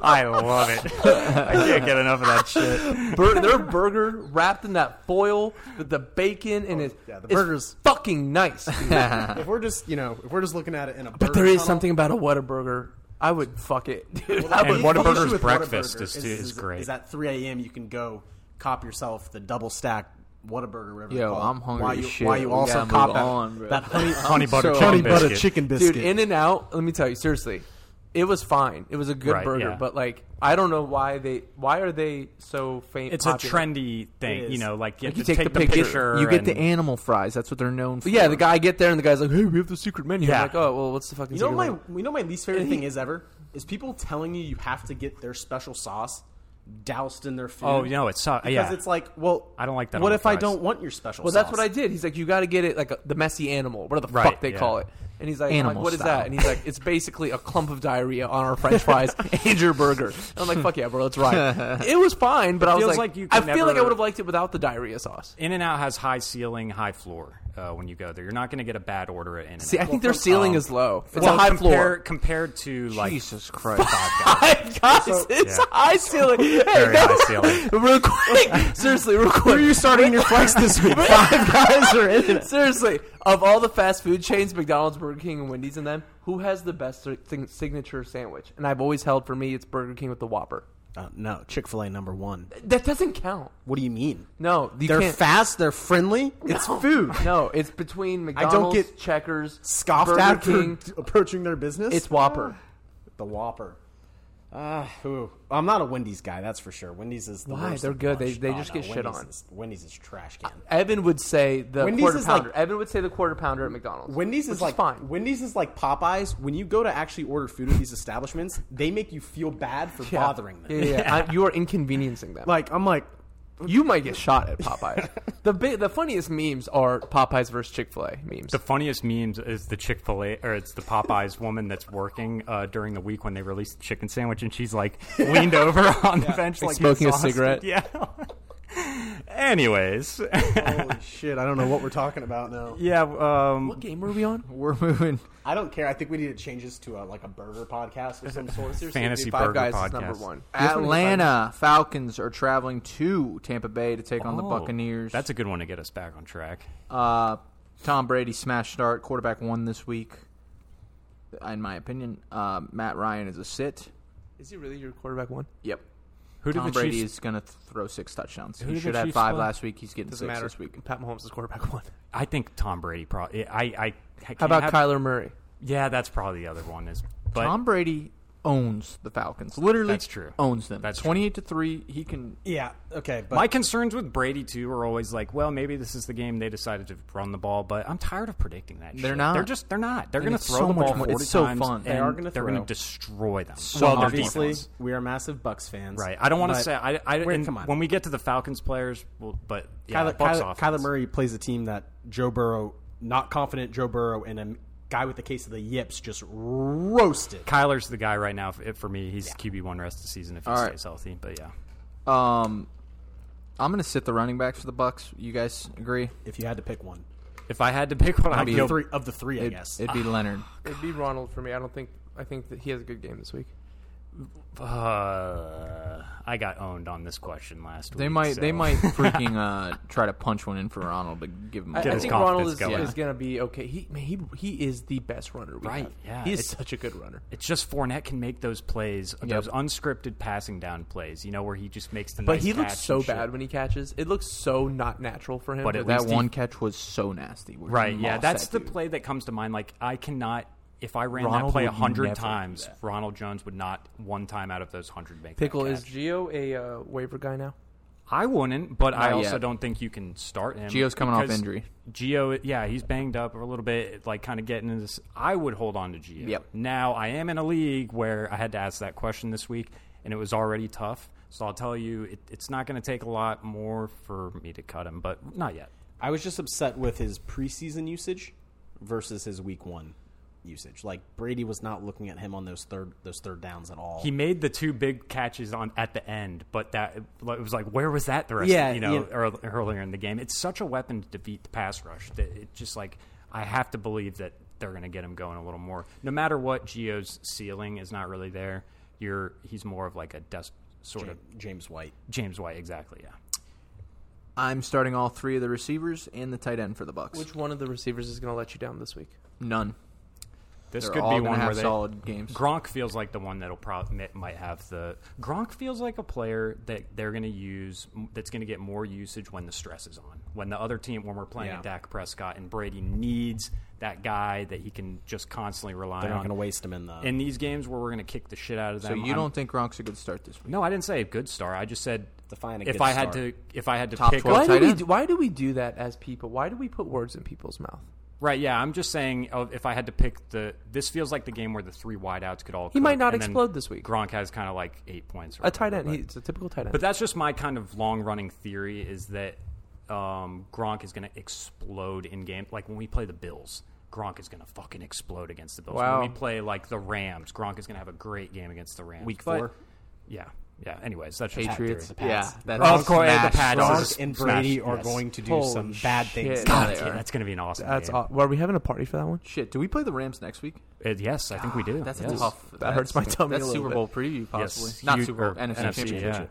I love it. I can't get enough of
(laughs)
that shit.
Bur-
(laughs)
their burger wrapped in that foil with the bacon and it,
Oh, yeah, the
it's
burger's-
fucking nice.
(laughs) If we're just you know, if we're just looking at it in a,
but there is something about a Whataburger. I would fuck it, (laughs) dude. I would
And Whataburger's
The issue with
breakfast is-
Whataburger
is great.
Is at 3 a.m. you can go cop yourself the double stack Whataburger. Whatever they
Yo,
call it.
I'm hungry
Why
as
you,
shit.
Why you
We
also
gotta move
cop that,
on, bro.
that honey,
Honey butter
So-
chicken
Honey
biscuit.
dude. In and out. Let me tell you seriously, it was fine. It was a good
Right,
burger,
yeah.
but like I don't know why they why are they so faint.
It's
popular?
a trendy thing,
It
you
is.
know. Like you,
Like, you
have to
take the picture.
You get the
and-
animal fries. That's what they're known for.
But yeah, the guy I get there and the guy's like, "Hey, we have the secret menu." I'm
Yeah.
like, "Oh, well, what's the fucking
You know
secret
my
menu?"
you know my least favorite thing is ever is people telling you you have to get their special sauce doused in their food.
Oh no, it's so,
because
yeah.
it's like well
I don't like that
What
on
if
my
I
fries.
don't want your special?
Well,
sauce?
that's what I did. He's like, you got to get it like a, the messy animal, whatever the
Right,
fuck they
yeah.
call it. And he's like, I'm like,
Animal
what is
style.
that? And he's like, it's basically a clump of diarrhea on our French
(laughs)
fries and your burger. And I'm like, fuck yeah, bro, that's right. it was fine, but I was
feels
like,
like you
I
can
feel like I
never-
would have liked it without the diarrhea sauce.
In and Out has high ceiling, high floor. Uh, when you go there, you're not going to get a bad order at In and Out.
See, I think their ceiling
um,
is low. It's a high floor.
compared to like
Jesus Christ.
(laughs)
Five (laughs) guys, it's
Yeah.
a high ceiling. Hey,
very
no. (laughs)
high ceiling.
real
(laughs)
quick, seriously, real quick. Where are you starting your flights this
(laughs)
week? Five guys are in it. Seriously, of all the fast food chains, McDonald's, Burger King, and Wendy's, and them, who has the best si- sig- signature sandwich? And I've always held for me, it's Burger King with the Whopper.
Uh, no, Chick Fil A number one.
That doesn't count.
What do you mean?
No, you
they're
can't.
fast. They're friendly. It's food.
No, it's between McDonald's,
get
Checkers,
Scoffed
Burger
at
King.
for approaching their business.
It's Whopper.
(laughs) the Whopper. Uh, ooh. I'm not a Wendy's guy, that's for sure. Wendy's is the
Why?
worst
They're
of
good.
the
They-
bunch.
they just get
Wendy's
shit on. Uh,
Is, Wendy's is trash can.
Evan would say the
Wendy's
quarter
is like-
pounder. Evan would say the quarter pounder at McDonald's.
Wendy's
which
is like
fine.
Wendy's is like Popeyes. When you go to actually order food at these establishments, they make you feel bad for
Yeah.
bothering them.
Yeah, yeah,
(laughs)
yeah. I- you are inconveniencing them.
Like I'm like,
You might get shot at Popeyes. the bi- the funniest memes are Popeyes versus Chick Fil A memes.
The funniest memes is the Chick Fil A or it's the Popeyes woman that's working uh, during the week when they release the chicken sandwich, and she's like leaned over (laughs) on the bench, like
smoking a
exhausted.
cigarette.
(laughs) Yeah. Anyways,
holy (laughs) shit! I don't know what we're talking about now.
yeah. Um,
what game were we on?
We're moving.
I don't care. I think we need to change this to a, like a burger podcast or some
(laughs)
sort. Seriously,
Fantasy
dude,
bur-
Five
five-
Guys
Burger
is number
podcast.
one.
Atlanta Falcons are traveling to Tampa Bay to take on the
oh,
Buccaneers.
That's a good one to get us back on track.
Uh, Tom Brady smash start. Quarterback won this week. In my opinion, uh, Matt Ryan is a sit.
Is he really your quarterback one?
Yep.
Who did
Tom
the
Brady
Chiefs?
is going to throw six touchdowns.
Who
he
did the
should have
Chiefs
five
play?
last week. He's getting
Doesn't
six
matter.
this week.
(laughs)
Pat Mahomes is quarterback one.
I think Tom Brady. Probably. I. I. I can't
How about
have-
Kyler Murray?
Yeah, that's probably the other one. Is but
Tom Brady owns the Falcons. Literally,
That's true.
Owns them.
That's true.
twenty-eight to three. He can.
Yeah. Okay. But
my concerns with Brady too are always like, well, maybe this is the game they decided to run the ball, but I'm tired of predicting that.
They're
shit.
not.
They're just. They're not. They're
And
going to
it's
throw
so
the
much
ball
more-
40
it's so
times,
fun.
And
They
are gonna
They're going
throw.
to destroy them.
Well,
their
obviously,
defense.
we are massive Bucks fans.
Right. I don't want to
but
say. I. I
Wait,
and
come on.
When we get to the Falcons players, well, but yeah,
Kyler,
Bucks
Kyler,
offense.
Kyler Murray plays a team that Joe Burrow, not confident Joe Burrow, and a guy with the case of the yips just roasted.
Kyler's the guy right now. For, for me, he's QB one rest of the season if he
All right.
stays healthy. But yeah,
Um, I'm gonna sit the running backs for the Bucks. You guys agree?
If you had to pick one,
if I had to pick one, I'd
of
be
the three, of the three, I
It,
guess.
would be Leonard.
It'd be Ronald for me. I don't think. I think that he has a good game this week.
Uh, I got owned on this question last week.
They might. They
so- (laughs)
might freaking uh, try to punch one in for Ronald to give him. a
I,
Get
I
his
think
confidence
Ronald is,
going.
is gonna be okay. He man, he he is the best runner. We
Right,
Have.
yeah,
He is
it's-
such a good runner.
It's just Fournette can make those plays, those unscripted passing down plays. You know where he just makes the.
But
nice
he looks
catch
so
and shit.
bad when he catches. It looks so not natural for him.
But at
that
least he-
one catch was so nasty. We're
Right.
gonna
Yeah.
moss
That's
that
the
dude.
play that comes to mind. Like I cannot. If I ran
Ronald
that play a
would never
hundred
do
times, Ronald Jones would not one time out of those hundred make that
Pickle is
catch.
Geo a uh, waiver guy now?
I wouldn't, but I
Not
also
yet.
don't think you can start him.
Gio's coming off
because
injury.
Gio, yeah, he's banged up a little bit, like kind of getting into this. I would hold on to Gio.
Yep.
Now, I am in a league where I had to ask that question this week, and it was already tough. So I'll tell you, it, it's not going to take a lot more for me to cut him, but not yet.
I was just upset with his preseason usage versus his week one usage. Like Brady was not looking at him on those third those third downs at all.
He made the two big catches on at the end, but that it was like, where was that the rest?
Yeah,
of, you know,
yeah.
earl- earlier in the game, it's such a weapon to defeat the pass rush that it just like I have to believe that they're going to get him going a little more. No matter what, Geo's ceiling is not really there. You're he's more of like a desk sort
Ja-
of
James White.
James White, exactly. Yeah,
I'm starting all three of the receivers and the tight end for the Bucks.
Which one of the receivers is gonna let you down this week?
None.
this
They're
could
all
be
gonna
one where
have
they.
solid games.
Gronk feels like the one that'll probably might have the Gronk feels like a player that they're going to use that's going to get more usage when the stress is on. When the other team when we're playing
Yeah.
Dak Prescott and Brady needs that guy that he can just constantly rely
They're not
on.
going to waste him in the.
in these games where we're going to kick the shit out of
so
them.
you
I'm-
don't think Gronk's a good start this week?
No, I didn't say a good star. I just said
Define a
if
good
I had
star.
to if I had to
Top
pick
12
a-
Why do
tight
we
end.
do, why do we do that as people? Why do we put words in people's mouth?
Right, yeah, I'm just saying oh, if I had to pick the this feels like the game where the three wideouts could all
He might
click,
not
and then
explode this week.
Gronk has kind of like 8 points or
A tight
whatever,
end.
but-
He's a typical tight end.
But that's just my kind of long running theory is that um, Gronk is going to explode in game. Like when we play the Bills, Gronk is going to fucking explode against the Bills.
Wow.
When we play like the Rams, Gronk is going to have a great game against the Rams.
Week
But-
four?
Yeah. Yeah. Anyways, that's just my
Patriots.
theory.
Yeah,
Pats.
that's
Of course, the
smash
Pats.
start.
Just
Gronk and
smash,
Brady are
yes.
going to do
Holy
some bad things.
shit.
God,
They
damn,
are.
that's going to be an awesome
that's
game.
aw- Were we having a party for that one?
Shit, do we play the Rams next week?
Uh, yes, I think we do.
That's
yes.
a tough.
That hurts my tummy
That's
a little
Super
bit.
Bowl preview,
Yes.
possibly. Not
Huge-
Super
or
Bowl, NFC, Championship.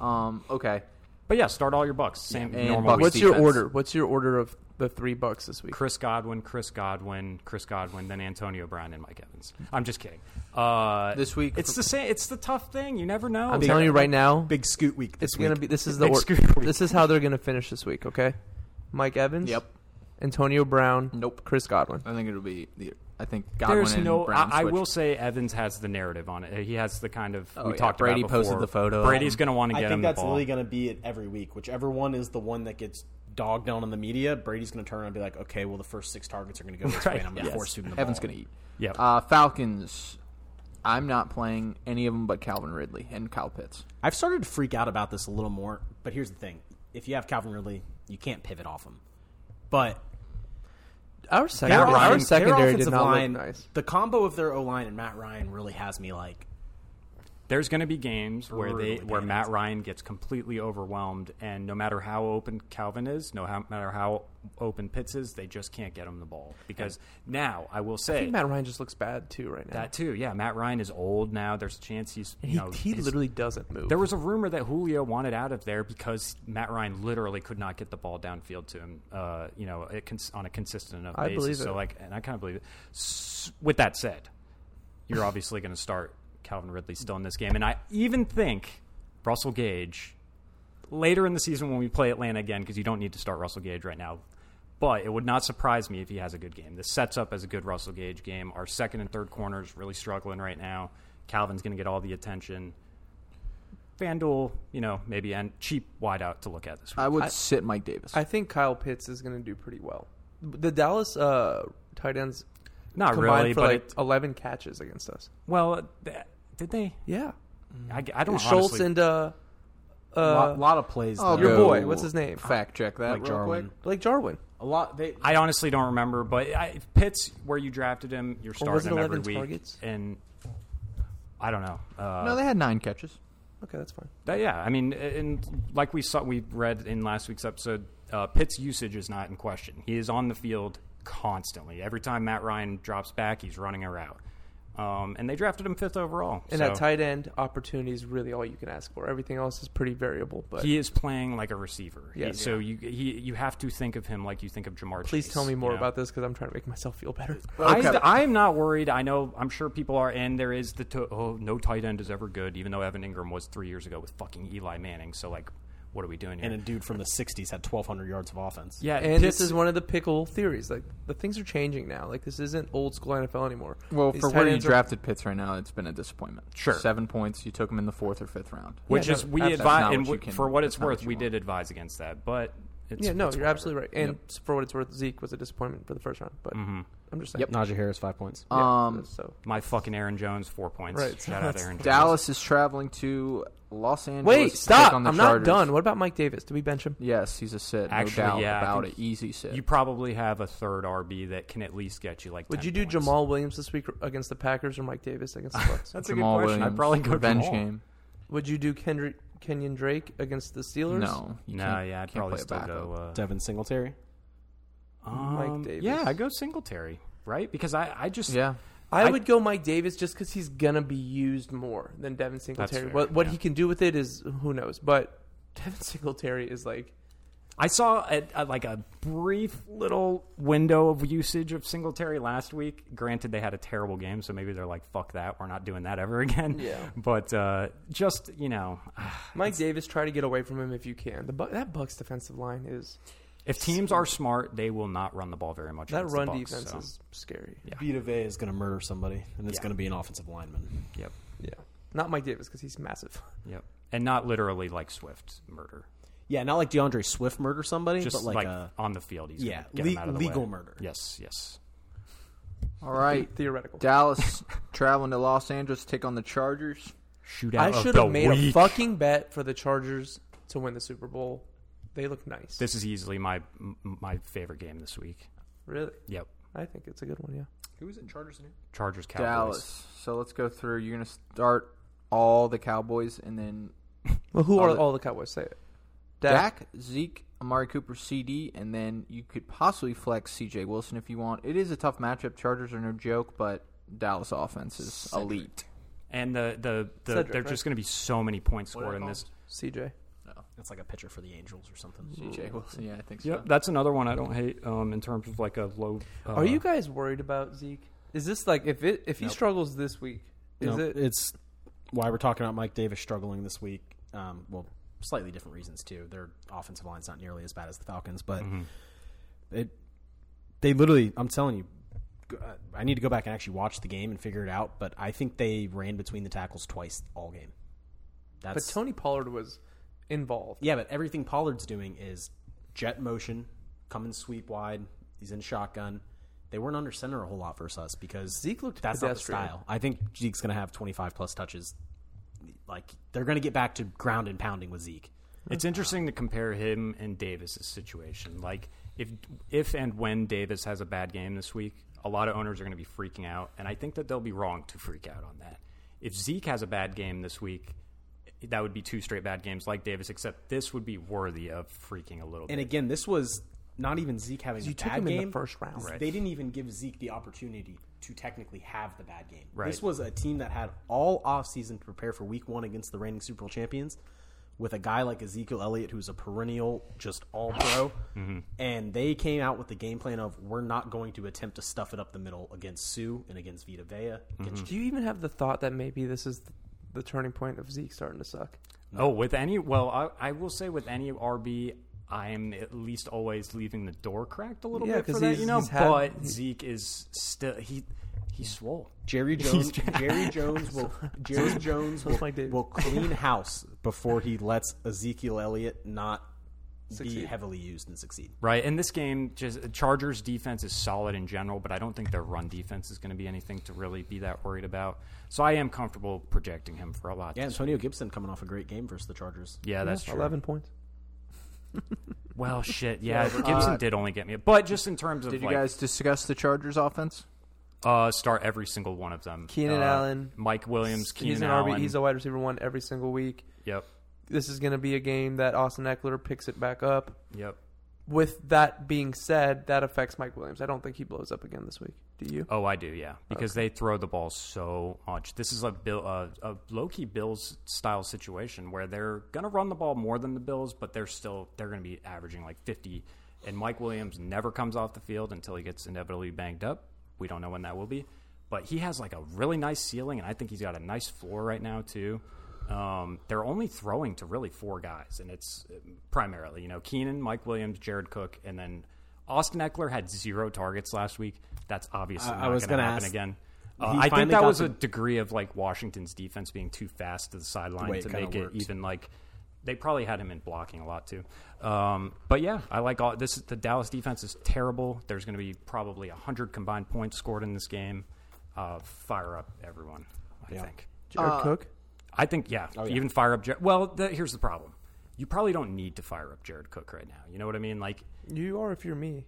yeah.
Um, okay.
But yeah, start all your bucks. Same
And
normal.
Bucks
week.
What's your
defense.
order? What's your order of the three bucks this week?
Chris Godwin, Chris Godwin, Chris Godwin, then Antonio Brown and Mike Evans. I'm just kidding. Uh,
This week-
it's the same. It's the tough thing. You never know.
I'm telling you right now,
Big scoot week. This
it's gonna
week.
be. This is the
Big
or,
scoop week.
this is how they're gonna finish this week. Okay, Mike Evans.
Yep.
Antonio Brown.
Nope.
Chris Godwin.
I think it'll be the. I think Godwin
There's
and
no.
Brown
I, I
switch.
will say Evans has the narrative on it. He has the kind of
Oh,
we
yeah.
talked
Brady
about before.
posted the photo.
Brady's going to want to
I
get
think
him the
that's
ball.
literally going to be it every week. Whichever one is the one that gets dogged on in the media, Brady's going to turn and be like, okay, well, the first six targets are going to go this way,
Right,
and I'm going to
yes.
force feed him the
Evans
ball.
going to eat.
Yep.
Uh, Falcons. I'm not playing any of them but Calvin Ridley and Kyle Pitts.
I've started to freak out about this a little more, but here's the thing: if you have Calvin Ridley, you can't pivot off him. But
Our second, our,
offen-
secondary did
offensive
not
line,
look nice.
the combo of their O line and Matt Ryan really has me like,
There's going to be games where they
Brutally
where
bad.
Matt Ryan gets completely overwhelmed, and no matter how open Calvin is, no how, matter how open Pitts is, they just can't get him the ball. Because now I will say
I think Matt Ryan just looks bad too right now.
that too. Yeah, Matt Ryan is old now. There's a chance he's you
he
know
he
his-
literally doesn't move.
There was a rumor that Julio wanted out of there because Matt Ryan literally could not get the ball downfield to him, uh, you know, it cons- on a consistent enough
I
basis.
believe
so,
it.
like, and I kind of believe it. S- with that said, you're obviously going to start Calvin Ridley still in this game, and I even think Russell Gage later in the season when we play Atlanta again, because you don't need to start Russell Gage right now. But it would not surprise me if he has a good game. This sets up as a good Russell Gage game. Our second and third corners really struggling right now. Calvin's going to get all the attention. FanDuel, you know, maybe and cheap wideout to look at this week.
I would sit Mike Davis.
I think Kyle Pitts is going to do pretty well. The Dallas uh, tight ends
Not
combined
really,
for
but
like
it,
eleven catches against us.
well, th- did they?
Yeah,
I, I don't
Schultz
honestly-
and uh, uh,
a lot, lot of plays.
I'll
though.
your
go
boy, what's his name?
Oh, Fact check that
Mike
real
Jarwin.
quick.
Blake Jarwin.
a lot. They
I honestly don't remember, but I, Pitts, where you drafted him, you're
Or was
starting
it
him every
11
week,
targets?
and I don't know. Uh,
no, they had nine catches.
Okay, that's fine.
that- yeah, I mean, and like we saw, we read in last week's episode, uh, Pitts' usage is not in question. He is on the field constantly. Every time Matt Ryan drops back, he's running a route. Um, and they drafted him fifth overall.
And
so
at tight end, opportunity is really all you can ask for. Everything else is pretty variable. But
he is playing like a receiver. He-
Yes.
so you he, you have to think of him like you think of Jamar.
please
Chase,
tell me
you
more
know?
about this because I'm trying to make myself feel better.
Okay.
I, am not worried. I know. I'm sure people are, and there is the to- oh, no tight end is ever good, even though Evan Ingram was three years ago with fucking Eli Manning. So like, what are we doing here?
and a dude from the '60s had 1,200 yards of offense.
yeah,
And
Pitts-
this is one of the pickle theories. Like the things are changing now. Like this isn't old school NFL anymore.
Well,
These
for
tight
where you
ends are-
drafted Pitts right now, it's been a disappointment.
Sure.
seven points. You took him in the fourth or fifth round.
which
Yeah,
is
no,
we
that's-
that's not
advise, and
what you
w-
can-
for what it's
that's not
worth,
what you
we
want.
did advise against that, but it's,
yeah, no,
it's
you're
whatever.
absolutely right. And for what it's worth, Zeke was a disappointment for the first round. But
Mm-hmm.
I'm just saying.
Najee Harris five points.
Yeah,
Um,
so
My fucking Aaron Jones, four points.
Right, so
Shout out Aaron Jones.
Dallas is traveling to Los Angeles.
wait,
to
stop!
take on
I'm
the
not
Chargers.
done. What about Mike Davis? Did we bench him?
Yes, he's a sit.
Actually,
no doubt
yeah, I
about it.
think
Easy sit.
You probably have a third RB that can at least get you like.
Would
10
you do
points.
Jamal Williams this week against the Packers or Mike Davis against
(laughs)
the Bucks?
That's
Jamal
a good question.
Williams,
I probably go
revenge
Jamal.
game.
Would you do Kendrick, Kenyon Drake against the Steelers?
No, you
No,
can't-
yeah, I'd
can't
probably
play a
still
backup.
go. Uh,
Devin Singletary.
Mike
Um,
Davis.
Yeah, I go Singletary, right? Because I, I just
Yeah,
I,
I-
would go Mike Davis just because he's gonna be used more than Devin Singletary.
fair,
what what
yeah.
he can do with it is who knows, but (laughs) Devin Singletary is like
I saw a, a, like a brief little window of usage of Singletary last week. Granted, they had a terrible game, so maybe they're like, "Fuck that, we're not doing that ever (laughs) again."
Yeah.
But uh, just you know,
Mike Davis. Try to get away from him if you can. The Bu- that Bucks defensive line is
if teams are smart, they will not run the ball very much.
that
against the
run
Bucks,
defense
so.
is scary.
Yeah.
Vita Vea is going to murder somebody, and it's
Yeah.
going to be an offensive lineman.
Yep.
Yeah, not Mike Davis because he's massive. (laughs)
Yep. And not literally like Swift murder,
Yeah, not like DeAndre Swift murder somebody,
just
but like,
like,
a,
on the field. He's
yeah,
gonna get
le-
him out of the way.
legal murder.
Yes. Yes.
All right,
theoretical.
(laughs)
Dallas traveling to Los Angeles to take on the Chargers.
Shootout.
I
of
should
the
have made a
week.
fucking bet for the Chargers to win the Super Bowl. They look nice.
This is easily my m- my favorite game this week.
really,
Yep.
I think it's a good one. Yeah,
Who is it? Chargers new?
Chargers. Cowboys.
Dallas. So let's go through. You're gonna start all the Cowboys, and then
well, who
All
are
the-
all the Cowboys? Say it.
Dak, Zeke, Amari Cooper, CD, and then you could possibly flex CJ Wilson if you want. It is a tough matchup. Chargers are no joke, but Dallas offense is elite.
And the the, the
Cedric,
there's
right?
just going to be so many points scored in this.
CJ.
It's like a pitcher for the Angels or something.
Hmm.
CJ Wilson, yeah, I think so.
Yep, that's another one I don't hate um, in terms of like a low. Uh,
Are you guys worried about Zeke? Is this like if it if he struggles this week? Is
No,
it?
It's why we're talking about Mike Davis struggling this week. Um, well, slightly different reasons too. Their offensive line's not nearly as bad as the Falcons, but
Mm-hmm.
it they literally. I'm telling you, g- uh, I need to go back and actually watch the game and figure it out. But I think they ran between the tackles twice all game.
But
That's
Tony Pollard was involved.
yeah. But everything Pollard's doing is jet motion, come and sweep wide. He's in shotgun. They weren't under center a whole lot versus us because
Zeke looked
that's not the
pedestrian.
style. I think Zeke's going to have 25 plus touches. Like they're going to get back to ground and pounding with Zeke.
It's interesting to compare him and Davis's situation. Like if if and when Davis has a bad game this week, a lot of owners are going to be freaking out, and I think that they'll be wrong to freak out on that. If Zeke has a bad game this week, that would be two straight bad games like Davis, except this would be worthy of freaking a little
And
bit.
again, this was not even Zeke having
You
a
took
bad
him in
game.
the first round,
Right.
They didn't even give Zeke the opportunity to technically have the bad game.
Right.
This was a team that had all offseason to prepare for week one against the reigning Super Bowl champions with a guy like Ezekiel Elliott, who's a perennial just all pro.
Mm-hmm.
And they came out with the game plan of we're not going to attempt to stuff it up the middle against Sue and against Vita Vea. Against
Do you even have the thought that maybe this is the, the turning point of Zeke starting to suck?
Oh, with any well, I, I will say with any RB, I am at least always leaving the door cracked a little
Yeah,
bit for
'cause
that,
he's-
you know.
he's had-
but Zeke is still he he's swole.
(laughs) Jerry Jones. Jerry Jones will. Jerry Jones will,
like David.
will (laughs) clean house before he lets Ezekiel Elliott not be
Succeed.
heavily used and succeed.
Right, and this game, just Chargers defense is solid in general, but I don't think their run defense is going to be anything to really be that worried about. So I am comfortable projecting him for a lot.
Yeah, Antonio Gibson coming off a great game versus the Chargers.
yeah, that's true.
Eleven points. (laughs)
Well, shit, yeah,
Uh,
Gibson did only get me, but just in terms of
Did you
like
guys discuss the Chargers offense?
uh, start every single one of them.
Keenan
Uh,
Allen.
Mike Williams, Keenan
he's an
Allen.
RB. He's a wide receiver one every single week.
yep,
This is going to be a game that Austin Eckler picks it back up.
yep.
With that being said, that affects Mike Williams. I don't think he blows up again this week. Do you?
Oh, I do, yeah, because they throw the ball so much. This is a Bill, uh, a low key Bills style situation where they're gonna run the ball more than the Bills, but they're still they're gonna be averaging like fifty. And Mike Williams never comes off the field until he gets inevitably banged up. We don't know when that will be, but he has like a really nice ceiling, and I think he's got a nice floor right now too. Um, they're only throwing to really four guys, and it's uh, primarily you know Keenan, Mike Williams, Jared Cook, and then. Austin Eckler had zero targets last week. That's obviously
I- I
not
was
going
gonna
to happen
ask-
again. Uh,
He
I think
finally
that
got
was
the-
a degree of like Washington's defense being too fast to the sideline
way it
to
kinda
make it
worked.
even like they probably had him in blocking a lot too. Um, but yeah, I like all this. The Dallas defense is terrible. There's going to be probably hundred combined points scored in this game. Uh, fire up everyone. I think.
Jared Cook.
I think Oh, yeah. Even fire up. Jar- well, the, here's the problem. You probably don't need to fire up Jared Cook right now. You know what I mean? Like
You are if you're me.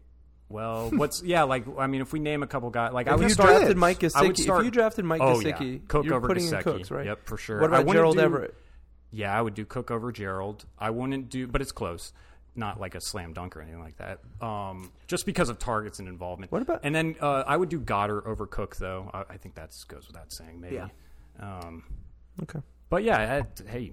well, what's yeah? Like I mean, if we name a couple guys, like I
If
would
you
start,
drafted Mike
I would
Gesicki- if
start-
you drafted Mike
oh, yeah.
Gesicki,
Cook
you're
over
putting in
Gesicki.
Cooks, right?
Yep, for sure.
What
I
about
wouldn't
Gerald
do-
Everett?
Yeah, I would do Cook over Gerald. I wouldn't do, but it's close. Not like a slam dunk or anything like that. Um, just because of targets and involvement.
What about-
And then uh, I would do Goddard over Cook, though. I, I think that goes without saying, maybe.
Yeah.
Um,
Okay.
but yeah, I, hey,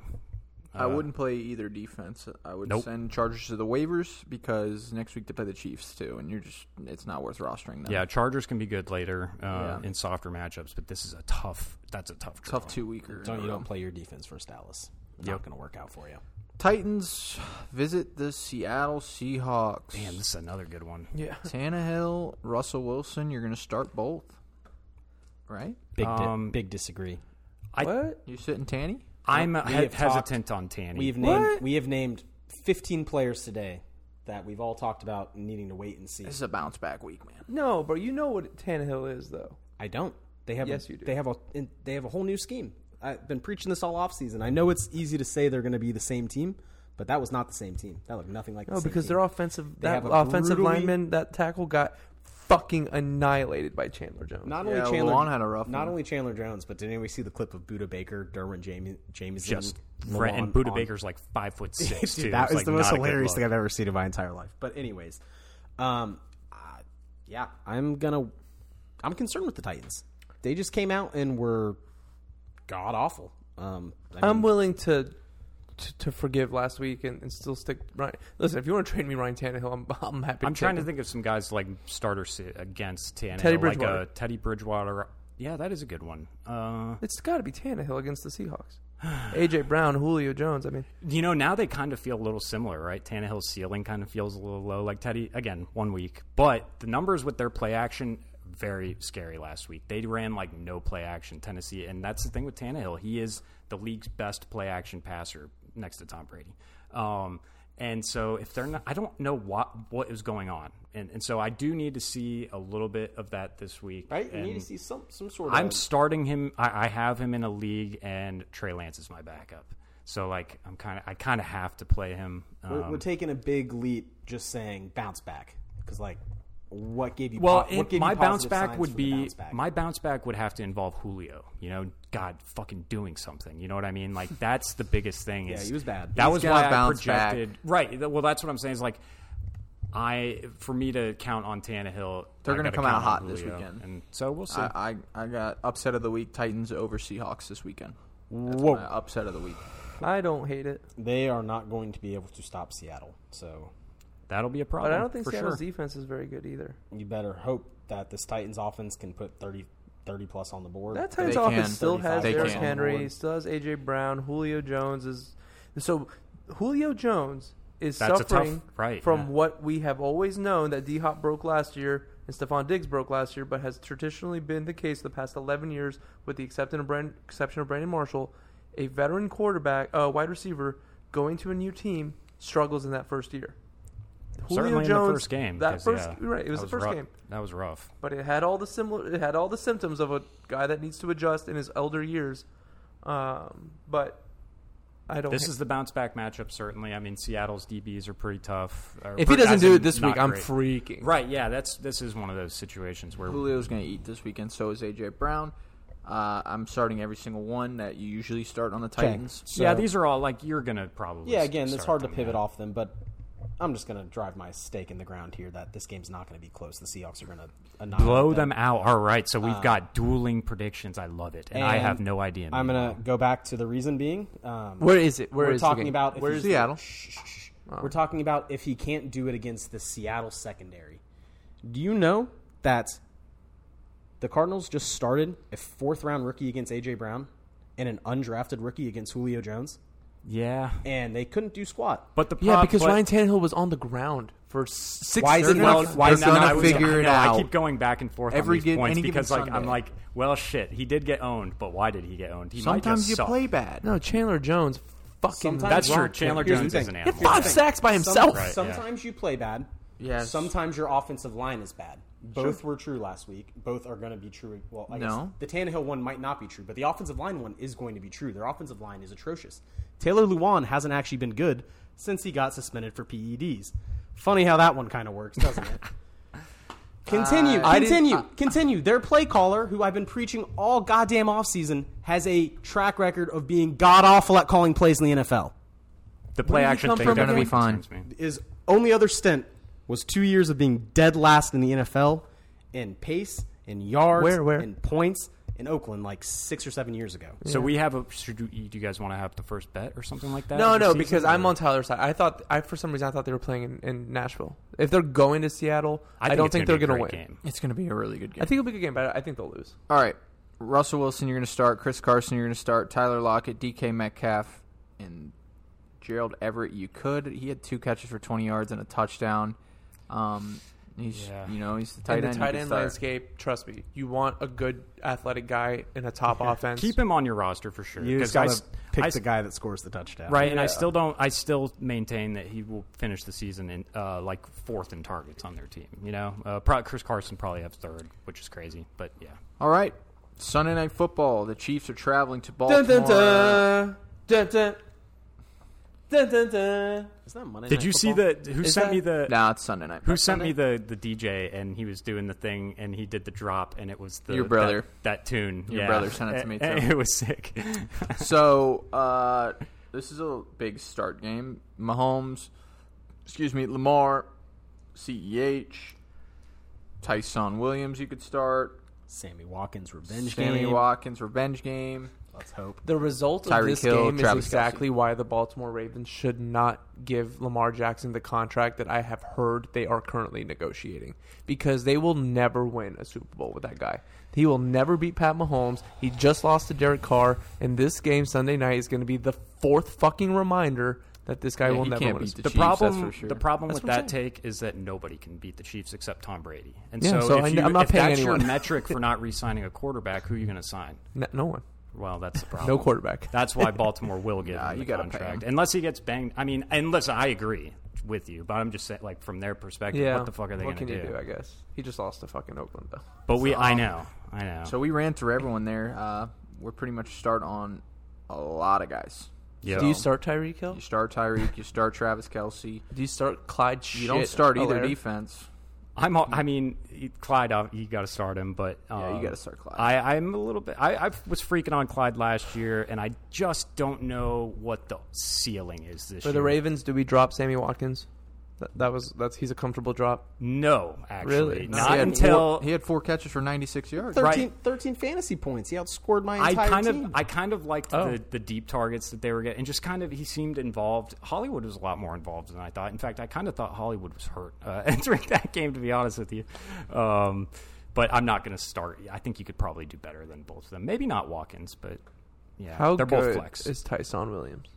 I wouldn't play either defense. I would
Uh, Nope.
send Chargers to the waivers because next week they play the Chiefs too, and you're just it's not worth rostering them.
yeah, Chargers can be good later
Yeah.
uh, in softer matchups, but this is a tough. That's a tough.
tough
draw.
two weeker.
Don't you don't play your defense versus Dallas. It's
Yep.
not going to work out for you.
Titans visit the Seattle Seahawks.
Man, this is another good one.
Yeah.
Tannehill, Russell Wilson. You're going to start both, right?
Big di-
Um,
big disagree.
I-
what?
You sitting Tanny?
I'm
We
he-
have
hesitant on Tanny.
We've named we have named 15 players today that we've all talked about needing to wait and see.
This is a bounce back week, man.
No, bro. You know what Tannehill is though.
I don't. They have
Yes,
a,
you do.
They have a in- they have a whole new scheme. I've been preaching this all offseason. I know it's easy to say they're going to be the same team, but that was not the same team. That looked nothing like.
No,
the same
because
team.
their offensive
They
that
have a
offensive
brutally-
e-
lineman that tackle got fucking annihilated by Chandler Jones.
Not
Yeah,
only Chandler
Juan had a rough
Not
one.
only Chandler Jones, but didn't we see the clip of Buda Baker, Derwin Jamie, Jameson,
just
Lawan
Brent and Buda
on-
Baker's like five
(laughs)
foot six.
Dude,
too.
that
It's,
was
like,
the most
not a good
hilarious
look.
thing I've ever seen in my entire life. But anyways, um, uh, yeah, I'm gonna. I'm concerned with the Titans. They just came out and were god awful. Um, I
I'm
mean,
willing to, to to forgive last week and, and still stick. Ryan, listen, if you want to trade me Ryan Tannehill, I'm, (laughs) I'm happy.
I'm
to take
trying to
him.
think of some guys like starters si- against Tannehill,
Teddy
like
Bridgewater.
uh, Teddy Bridgewater. Yeah, that is a good one. Uh,
It's got to be Tannehill against the Seahawks.
(sighs)
AJ Brown, Julio Jones. I mean,
you know, now they kind of feel a little similar, right? Tannehill's ceiling kind of feels a little low. Like Teddy, again, one week, but the numbers with their play action very scary last week. They ran like no play action Tennessee, and that's the thing with Tannehill. He is the league's best play action passer next to Tom Brady. Um, and so if they're not, I don't know what what is going on, and and so I do need to see a little bit of that this week.
right. You need to
And-
see some some sort of.
I'm starting him. I, I have him in a league, and Trey Lance is my backup. So like, I'm kind of, I kind of have to play him.
we're,
Um,
we're taking a big leap, just saying bounce back because like, what gave you?
well,
po-
it-
what gave
uh, my
you
bounce
positive
back
signs
would
for the
be
bounce back?
my bounce back would have to involve Julio. You know, God, fucking doing something. You know what I mean? Like that's the biggest
(laughs)
thing.
Yeah,
is-
he was bad.
That
He's
was
gotta
why I
bounce back.
projected. Right. th- Well, that's what I'm saying. Is like. I for me to count on Tannehill,
They're
I
gonna
gotta
come out
count on
hot this
Julio.
weekend.
and so we'll see.
I, I I got upset of the week. Titans over Seahawks this weekend. That's
Whoa.
my upset of the week.
I don't hate it,
They are not going to be able to stop Seattle, so
That'll be a problem.
but I don't think
for
Seattle's
sure.
defense is very good either.
you better hope that this Titans offense can put 30, 30 plus on the board.
That Titans
can.
offense still has
35
They
Derrick
can.
Henry, still has AJ Brown, Julio Jones is so Julio Jones is
That's a tough-
suffering
right,
from
yeah.
what we have always known that D Hop broke last year and Stephon Diggs broke last year, but has traditionally been the case the past 11 years, with the exception of Brand, exception of Brandon Marshall, a veteran quarterback, uh, wide receiver going to a new team struggles in that first year.
Certainly in the first game.
That
'cause,
first,
yeah,
right, it
that
was, the first
rough-
game,
That was rough.
but it had all the similar, it had all the symptoms of a guy that needs to adjust in his elder years. Um, but I don't.
This
ha-
is the bounce back matchup, certainly. I mean, Seattle's DBs are pretty tough. or-
if he
as
doesn't do
in
it this
not
week, I'm
great.
freaking.
Right, yeah, that's this is one of those situations where
Julio's going to eat this weekend. So is AJ Brown. Uh, I'm starting every single one that you usually start on the Titans.
yeah, these are all like you're gonna probably.
Yeah,
s-
again, it's
start
hard to
them,
pivot
yeah.
off them, but I'm just going to drive my stake in the ground here that this game's not going to be close. The Seahawks are going to annihilate
Blow them out. All right, so
Uh,
we've got dueling predictions. I love it, and, I
And
have no idea.
I'm going to go back to the reason being. Um,
Where is it? Where
we're
is the
talking
game?
about if
Where's
he's-
Seattle? Oh.
Shh, shh, shh. We're talking about if he can't do it against the Seattle secondary. Do you know that the Cardinals just started a fourth round rookie against AJ Brown and an undrafted rookie against Julio Jones,
yeah,
and they couldn't do squat.
but the
Yeah,
prob-
because
but-
Ryan Tannehill was on the ground for s- six.
Why is
they're
it
not-
not- why is
they're
it not-
gonna
I was-
figure-
figure
I
it
know,
out.
I keep going back and forth
Every
on these
gi-
points
any given
because like I'm
Sunday.
like, well, shit, he did get owned, but why did he get owned? He might
Sometimes
just
you
suck.
play bad.
No, Chandler Jones, fucking.
Sometimes-
That's true.
Wrong.
Chandler
Here's the
Jones
thing.
is an
Hit
animal.
five sacks by himself.
Right. yeah.
sometimes you play bad.
Yes.
Sometimes your offensive line is bad. Both were true last week. Both are going to be true. Well, I
No.
guess the Tannehill one might not be true, but the offensive line one is going to be true. Their offensive line is atrocious. Taylor Luan hasn't actually been good since he got suspended for PEDs. Funny how that one kind of works, doesn't
(laughs)
it? Continue,
Uh, I didn't-
continue,
I-
continue. Their play caller, who I've been preaching all goddamn offseason, has a track record of being god awful at calling plays in the NFL.
The play action
come
thing
from
definitely
again? Gonna be
concerns me.
his only other stint was two years of being dead last in the NFL in pace, in yards,
Where, where?
in points in Oakland like six or seven years ago.
So we have a. Should you, do you guys want to have the first bet or something like that?
No,
this
no,
season,
because
or-
I'm on Tyler's side. I thought, I for some reason, I thought they were playing in, in Nashville. If they're going to Seattle,
I,
I,
think
don't
it's
think
gonna
they're going
be
to
a
win.
great game.
It's going to be a really good game.
I think it'll be a good game, but I think they'll lose.
All right. Russell Wilson, you're going to start. Chris Carson, you're going to start. Tyler Lockett, DK Metcalf, and Gerald Everett. You could. He had two catches for 20 yards and a touchdown. Um, he's
Yeah.
you know he's the tight
in the
end. you
tight
could
end
start.
landscape, trust me, you want a good athletic guy in a top offense.
Keep him on your roster for sure.
You just
'cause I
gotta
s-
pick
I s-
the guy that scores the touchdown.
Right, and I still don't. I still maintain that he will finish the season in uh, like fourth in targets on their team. You know, uh, pro- Chris Carson probably have third, which is crazy. But yeah,
All right. Sunday night football. The Chiefs are traveling to Baltimore.
dun, dun. Dun, dun, dun.
Is that Monday
did
Night
you see
Football?
the who
Is
sent
that-
me the
Nah, it's Sunday night.
who sent me the the DJ and he was doing the thing and he did the drop and it was the
Your brother.
that, that tune.
Your
yeah.
brother sent it to me,
(laughs) A- a-
too.
It was sick.
So uh, this is a big start game. Mahomes, excuse me, Lamar, Ceh, Tyson Williams. You could start.
Sammy Watkins revenge
Sammy
game?
Watkins revenge game.
Let's hope.
The result of
Tyreek
this
Hill,
game
Travis
is exactly why the Baltimore Ravens should not give Lamar Jackson the contract that I have heard they are currently negotiating because they will never win a Super Bowl with that guy. He will never beat Pat Mahomes. He just lost to Derek Carr, and this game Sunday night is going to be the fourth fucking reminder that this guy
Yeah,
will
he
never
can't
win. a
beat
Super
the
the
Chiefs, that's
problem,
for sure.
the problem
That's
with
what I'm
that take is that nobody can beat the Chiefs except Tom Brady. And
Yeah,
so,
so
if,
I-
you,
I'm not
if
paying
that's your
anyone.
metric for not re-signing a quarterback, who are you going to sign?
No, no one,
Well, that's the problem.
no quarterback.
That's why Baltimore will give
Nah,
him
you
the
gotta pay
contract,
him.
unless he gets banged. I mean, and listen, I agree with you, but I'm just saying, like from their perspective,
yeah,
what the fuck are they
What
going to
can
do?
you do? um, I guess he just lost to fucking Oakland though.
But we, I know, I know.
So we ran through everyone there. Uh, we're pretty much start on a lot of guys.
yeah.
Do you start Tyreek Hill?
You start Tyreek. You start Travis Kelsey.
Do you start Clyde?
You don't start either
defense.
defense.
I'm. all- I mean, Clyde. uh, You got to start him, but um,
you gotta start Clyde.
I, I'm a little bit. I, I was freaking on Clyde last year, and I just don't know what the ceiling is this
For
year.
the Ravens, do we drop Sammy Watkins? That, that was that's he's a comfortable drop.
No, actually,
Really? No,
not
he had
until
four, he had four catches for 96 yards.
13, 13 fantasy points. He outscored my
I
entire
kind
team.
of I kind of liked
Oh.
the, the deep targets that they were getting, and just kind of he seemed involved. Hollywood was a lot more involved than I thought. In fact, I kind of thought Hollywood was hurt uh, (laughs) entering that game, to be honest with you. Um, but I'm not going to start. I think you could probably do better than both of them. Maybe not Watkins, but yeah,
How
they're
good
both flex.
is Tyson Williams?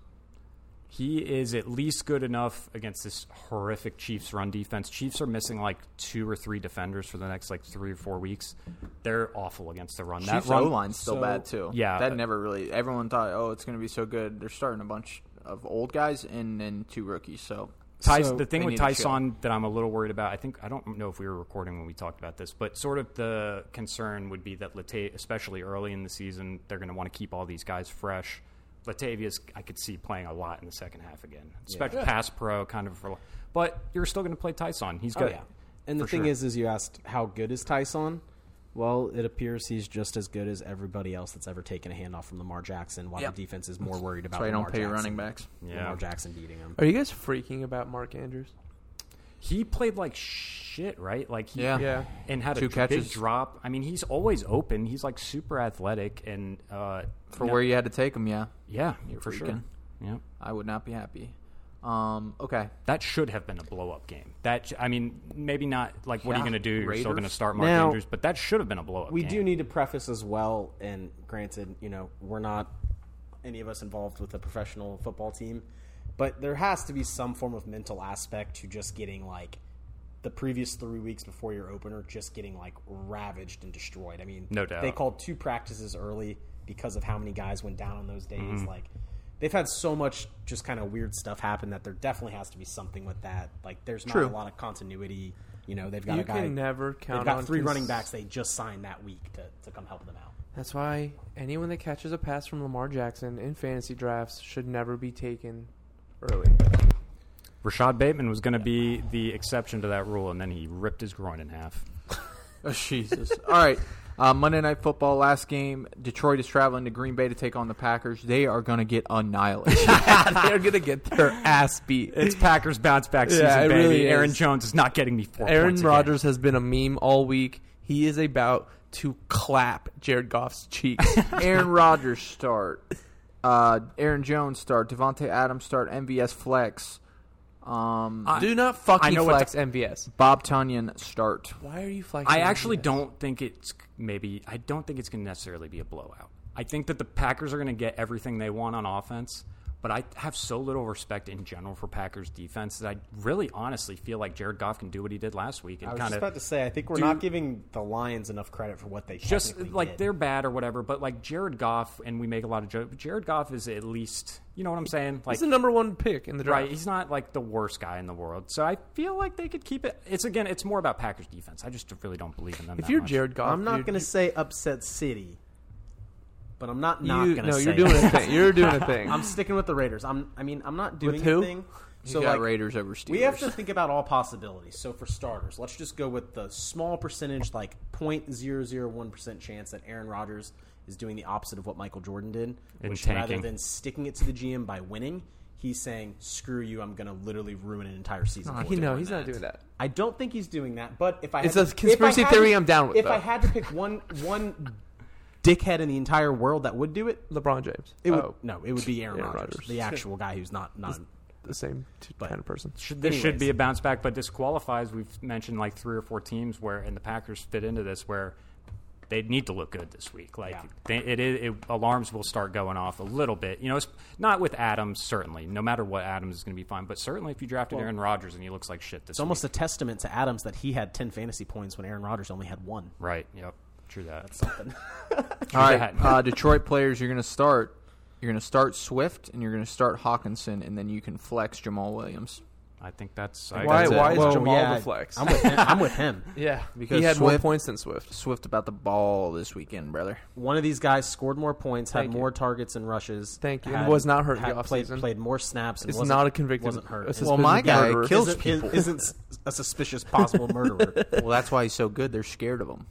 He is at least good enough against this horrific Chiefs run defense. Chiefs are missing like two or three defenders for the next like three or four weeks. They're awful against the run.
Chiefs
that run
O line's still bad too.
yeah.
that never really. Everyone thought, oh, it's going to be so good. They're starting a bunch of old guys and then two rookies. So
Tys-
So
the thing
they
with
need to chill.
Tyson that I'm a little worried about, I think I don't know if we were recording when we talked about this, but sort of the concern would be that Latav, especially early in the season, they're going to want to keep all these guys fresh. Latavia's I could see playing a lot in the second half again, especially pass pro kind of. rel- But you're still going to play Tyson. He's
Oh
got
yeah. And the
For
thing
sure.
is, is you asked how good is Tyson? Well, it appears he's just as good as everybody else that's ever taken a handoff from Lamar Jackson. While
Yep.
the defense is more worried
that's
about
why you
Lamar
don't pay your
Jackson-
running backs.
Yeah.
Lamar Jackson beating him.
Are you guys freaking about Mark Andrews?
he played like shit, right? Like he,
Yeah.
Yeah.
and had
Two
a dr- big
catches.
drop. I mean, he's always open. He's like super athletic and uh,
For
no-
where you had to take them, yeah,
yeah,
You're
for sure,
freaking.
yeah.
I would not be happy. Um, okay,
That should have been a blow up game. That sh- I mean, maybe not. Like, what are
Yeah,
you going to do? You're still
Raiders.
going to start Mark
Now-
Andrews, but that should have been a blow up.
We do need to preface as well, and granted, you know, we're not any of us involved with a professional football team, but there has to be some form of mental aspect to just getting like the previous three weeks before your opener just getting like ravaged and destroyed. I mean,
No doubt.
they called two practices early because of how many guys went down on those days.
Mm-hmm.
Like, they've had so much just kind of weird stuff happen that there definitely has to be something with that. Like, there's not
True.
a lot of continuity. You know, they've got
You
a guy.
can never count
They've got
on
three
cons-
running backs they just signed that week to, to come help them out.
That's why anyone that catches a pass from Lamar Jackson in fantasy drafts should never be taken early.
Rashad Bateman was going to be the exception to that rule, and then he ripped his groin in half.
Oh, Jesus. All right. Uh, Monday Night Football, last game. Detroit is traveling to Green Bay to take on the Packers. They are going to get (laughs) annihilated.
(laughs) They're gonna get their ass beat.
It's Packers bounce back season,
Yeah, it
baby.
really is.
Aaron Jones is not getting me four
Aaron
points again.
Rodgers has been a meme all week. He is about to clap Jared Goff's (laughs) cheeks.
Aaron Rodgers start. Uh, Aaron Jones start. Devontae Adams start. MVS flex. Um,
Do not fucking
I know what
flex MVS.
Bob Tunyon start.
Why are you flexing?
I actually
MVS?
don't think it's maybe. I don't think it's going to necessarily be a blowout. I think that the Packers are going to get everything they want on offense, but I have so little respect in general for Packers defense that I really honestly feel like Jared Goff can do what he did last week and
I was
kind
just
of
about to say, I think we're
do-
not giving the Lions enough credit for what they
just
technically
like
did.
they're bad or whatever, but like Jared Goff, and we make a lot of jokes. but Jared Goff is at least, you know what I'm saying? Like,
He's the number one pick in the draft.
right? He's not like the worst guy in the world, so I feel like they could keep it. It's again, it's more about Packers defense. I just really don't believe in them.
If
that
you're
much.
Jared Goff,
I'm not
dude,
going to say upset city, but I'm not
you-
not
you-
going to
No,
say
you're doing
it.
a thing. (laughs) You're doing a thing.
I'm sticking with the Raiders. I'm. I mean, I'm not doing
With who?
anything. So
got
like,
Raiders over Steelers.
we have to think about all possibilities. So for starters, let's just go with the small percentage, like 0.001 percent chance that Aaron Rodgers is doing the opposite of what Michael Jordan did,
And
which rather
tanking.
than sticking it to the GM by winning, he's saying, "Screw you! I'm going to literally ruin an entire season." for
he,
you."
no, he's not doing that.
I don't think he's doing that, but if I
It's
had
a
to-
conspiracy
if I had
theory
to-
I'm down with,
If I
though.
had to pick one one dickhead in the entire world that would do it,
LeBron James.
it would,
oh,
no,
(laughs)
it would be Aaron,
Aaron
Rodgers,
Rodgers.
the actual guy who's not not.
the same t-
But-
kind of person.
Should, this should
Anyways.
be a bounce back, but this qualifies. We've mentioned like three or four teams where, and the Packers fit into this where they need to look good this week. Like
Yeah.
they, it, it, it, alarms will start going off a little bit. You know, it's not with Adams certainly. No matter what, Adams is going to be fine. But certainly, if you drafted Aaron Rodgers and he looks like shit this
It's almost a testament to Adams that he had ten fantasy points when Aaron Rodgers only had one.
week, right? Yep, true that.
Something.
All right.
that.
Uh, Detroit players, you're going to start. You're going to start Swift and you're going to start Hawkinson, and then you can flex Jamal Williams.
I think that's I,
Why?
that's it.
Why
Whoa,
is Jamal
yeah,
the flex?
I'm with him. I'm with him.
(laughs) yeah,
Because
he had more
Swift-
points than Swift.
Swift about the ball this weekend, brother.
One of these guys scored more points, had
Thank you.
more targets and rushes.
Thank you. And
Had,
was not hurt in
had
the
played,
offseason.
played more snaps. And
Is
wasn't-
not a convicted-
Wasn't hurt.
it's
Well, my
Suspended
guy
murderer.
kills
Isn't-
people.
(laughs) Isn't a suspicious possible murderer.
Well, that's why he's so good. They're scared of him.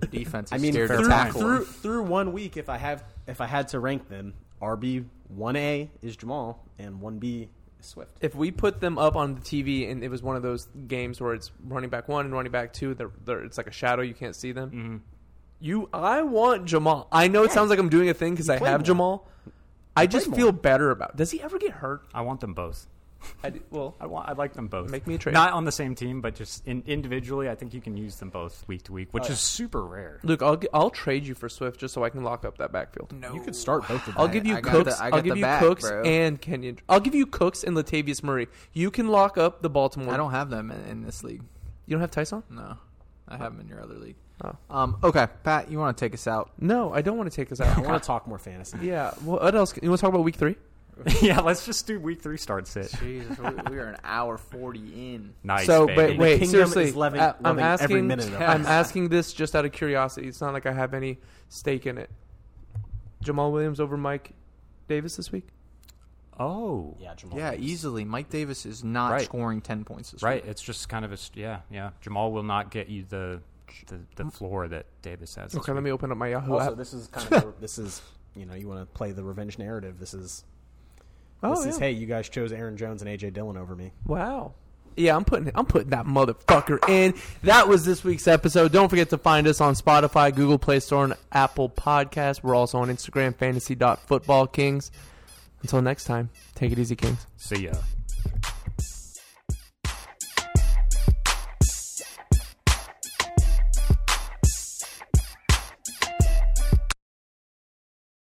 The (laughs) defense is
(laughs) I mean,
scared to
through,
tackle him.
through through one week, if I have if I had to rank them, RB one A is Jamal and one B is Swift.
if we put them up on the TV and it was one of those games where it's running back one and running back 2 they're, they're, it's like a shadow, you can't see them. You, I want Jamal. I know it sounds like I'm doing a thing because I have
more.
Jamal. I just feel better about. Does he ever get hurt?
I want them both.
I d- well,
I want. I like them both.
Make me a trade.
Not on the same team, but just in, individually. I think you can use them both week to week,
Oh,
which is super
(laughs)
rare. (laughs)
Luke, I'll g- I'll trade you for Swift just so I can lock up that backfield.
You could start both of them.
I'll give you
I got
Cooks.
the- I
I'll
got
give
the
you
back,
Cooks
bro.
and Kenyon. I'll give you Cooks and Latavius Murray. You can lock up the Baltimore.
I don't have them in, in this league.
You don't have Tyson?
No, I have them in your other league.
Oh.
Um, okay, Pat, you want to take us out?
No, I don't want to take us
(laughs)
I
out.
want to talk more fantasy.
yeah. Well, what else? You want to talk about Week Three?
yeah, let's just do week three start sit.
Jesus, we, we are an hour forty in.
Nice.
so,
baby.
but wait,
kingdom
seriously,
is loving-
I- I'm
loving
asking.
every minute of
I'm
this.
asking this just out of curiosity. It's not like I have any stake in it. Jamal Williams over Mike Davis this week.
Oh,
Yeah, Jamal.
Yeah, easily. Mike Davis is not
Right.
scoring ten points this
right.
week.
It's just kind of a s- yeah, yeah. Jamal will not get you the the, the floor that Davis has. this
Mm. Okay, let
week.
me open up my Yahoo
Also,
app.
this
(laughs)
is kind of this is you know you want to play the revenge narrative. This is
Oh,
this is
yeah.
hey, you guys chose Aaron Jones and AJ Dillon over me.
Wow. Yeah, I'm putting I'm putting that motherfucker in. That was this week's episode. Don't forget to find us on Spotify, Google Play Store, and Apple Podcasts. We're also on Instagram, fantasy.footballkings. Until next time, take it easy, Kings.
See ya.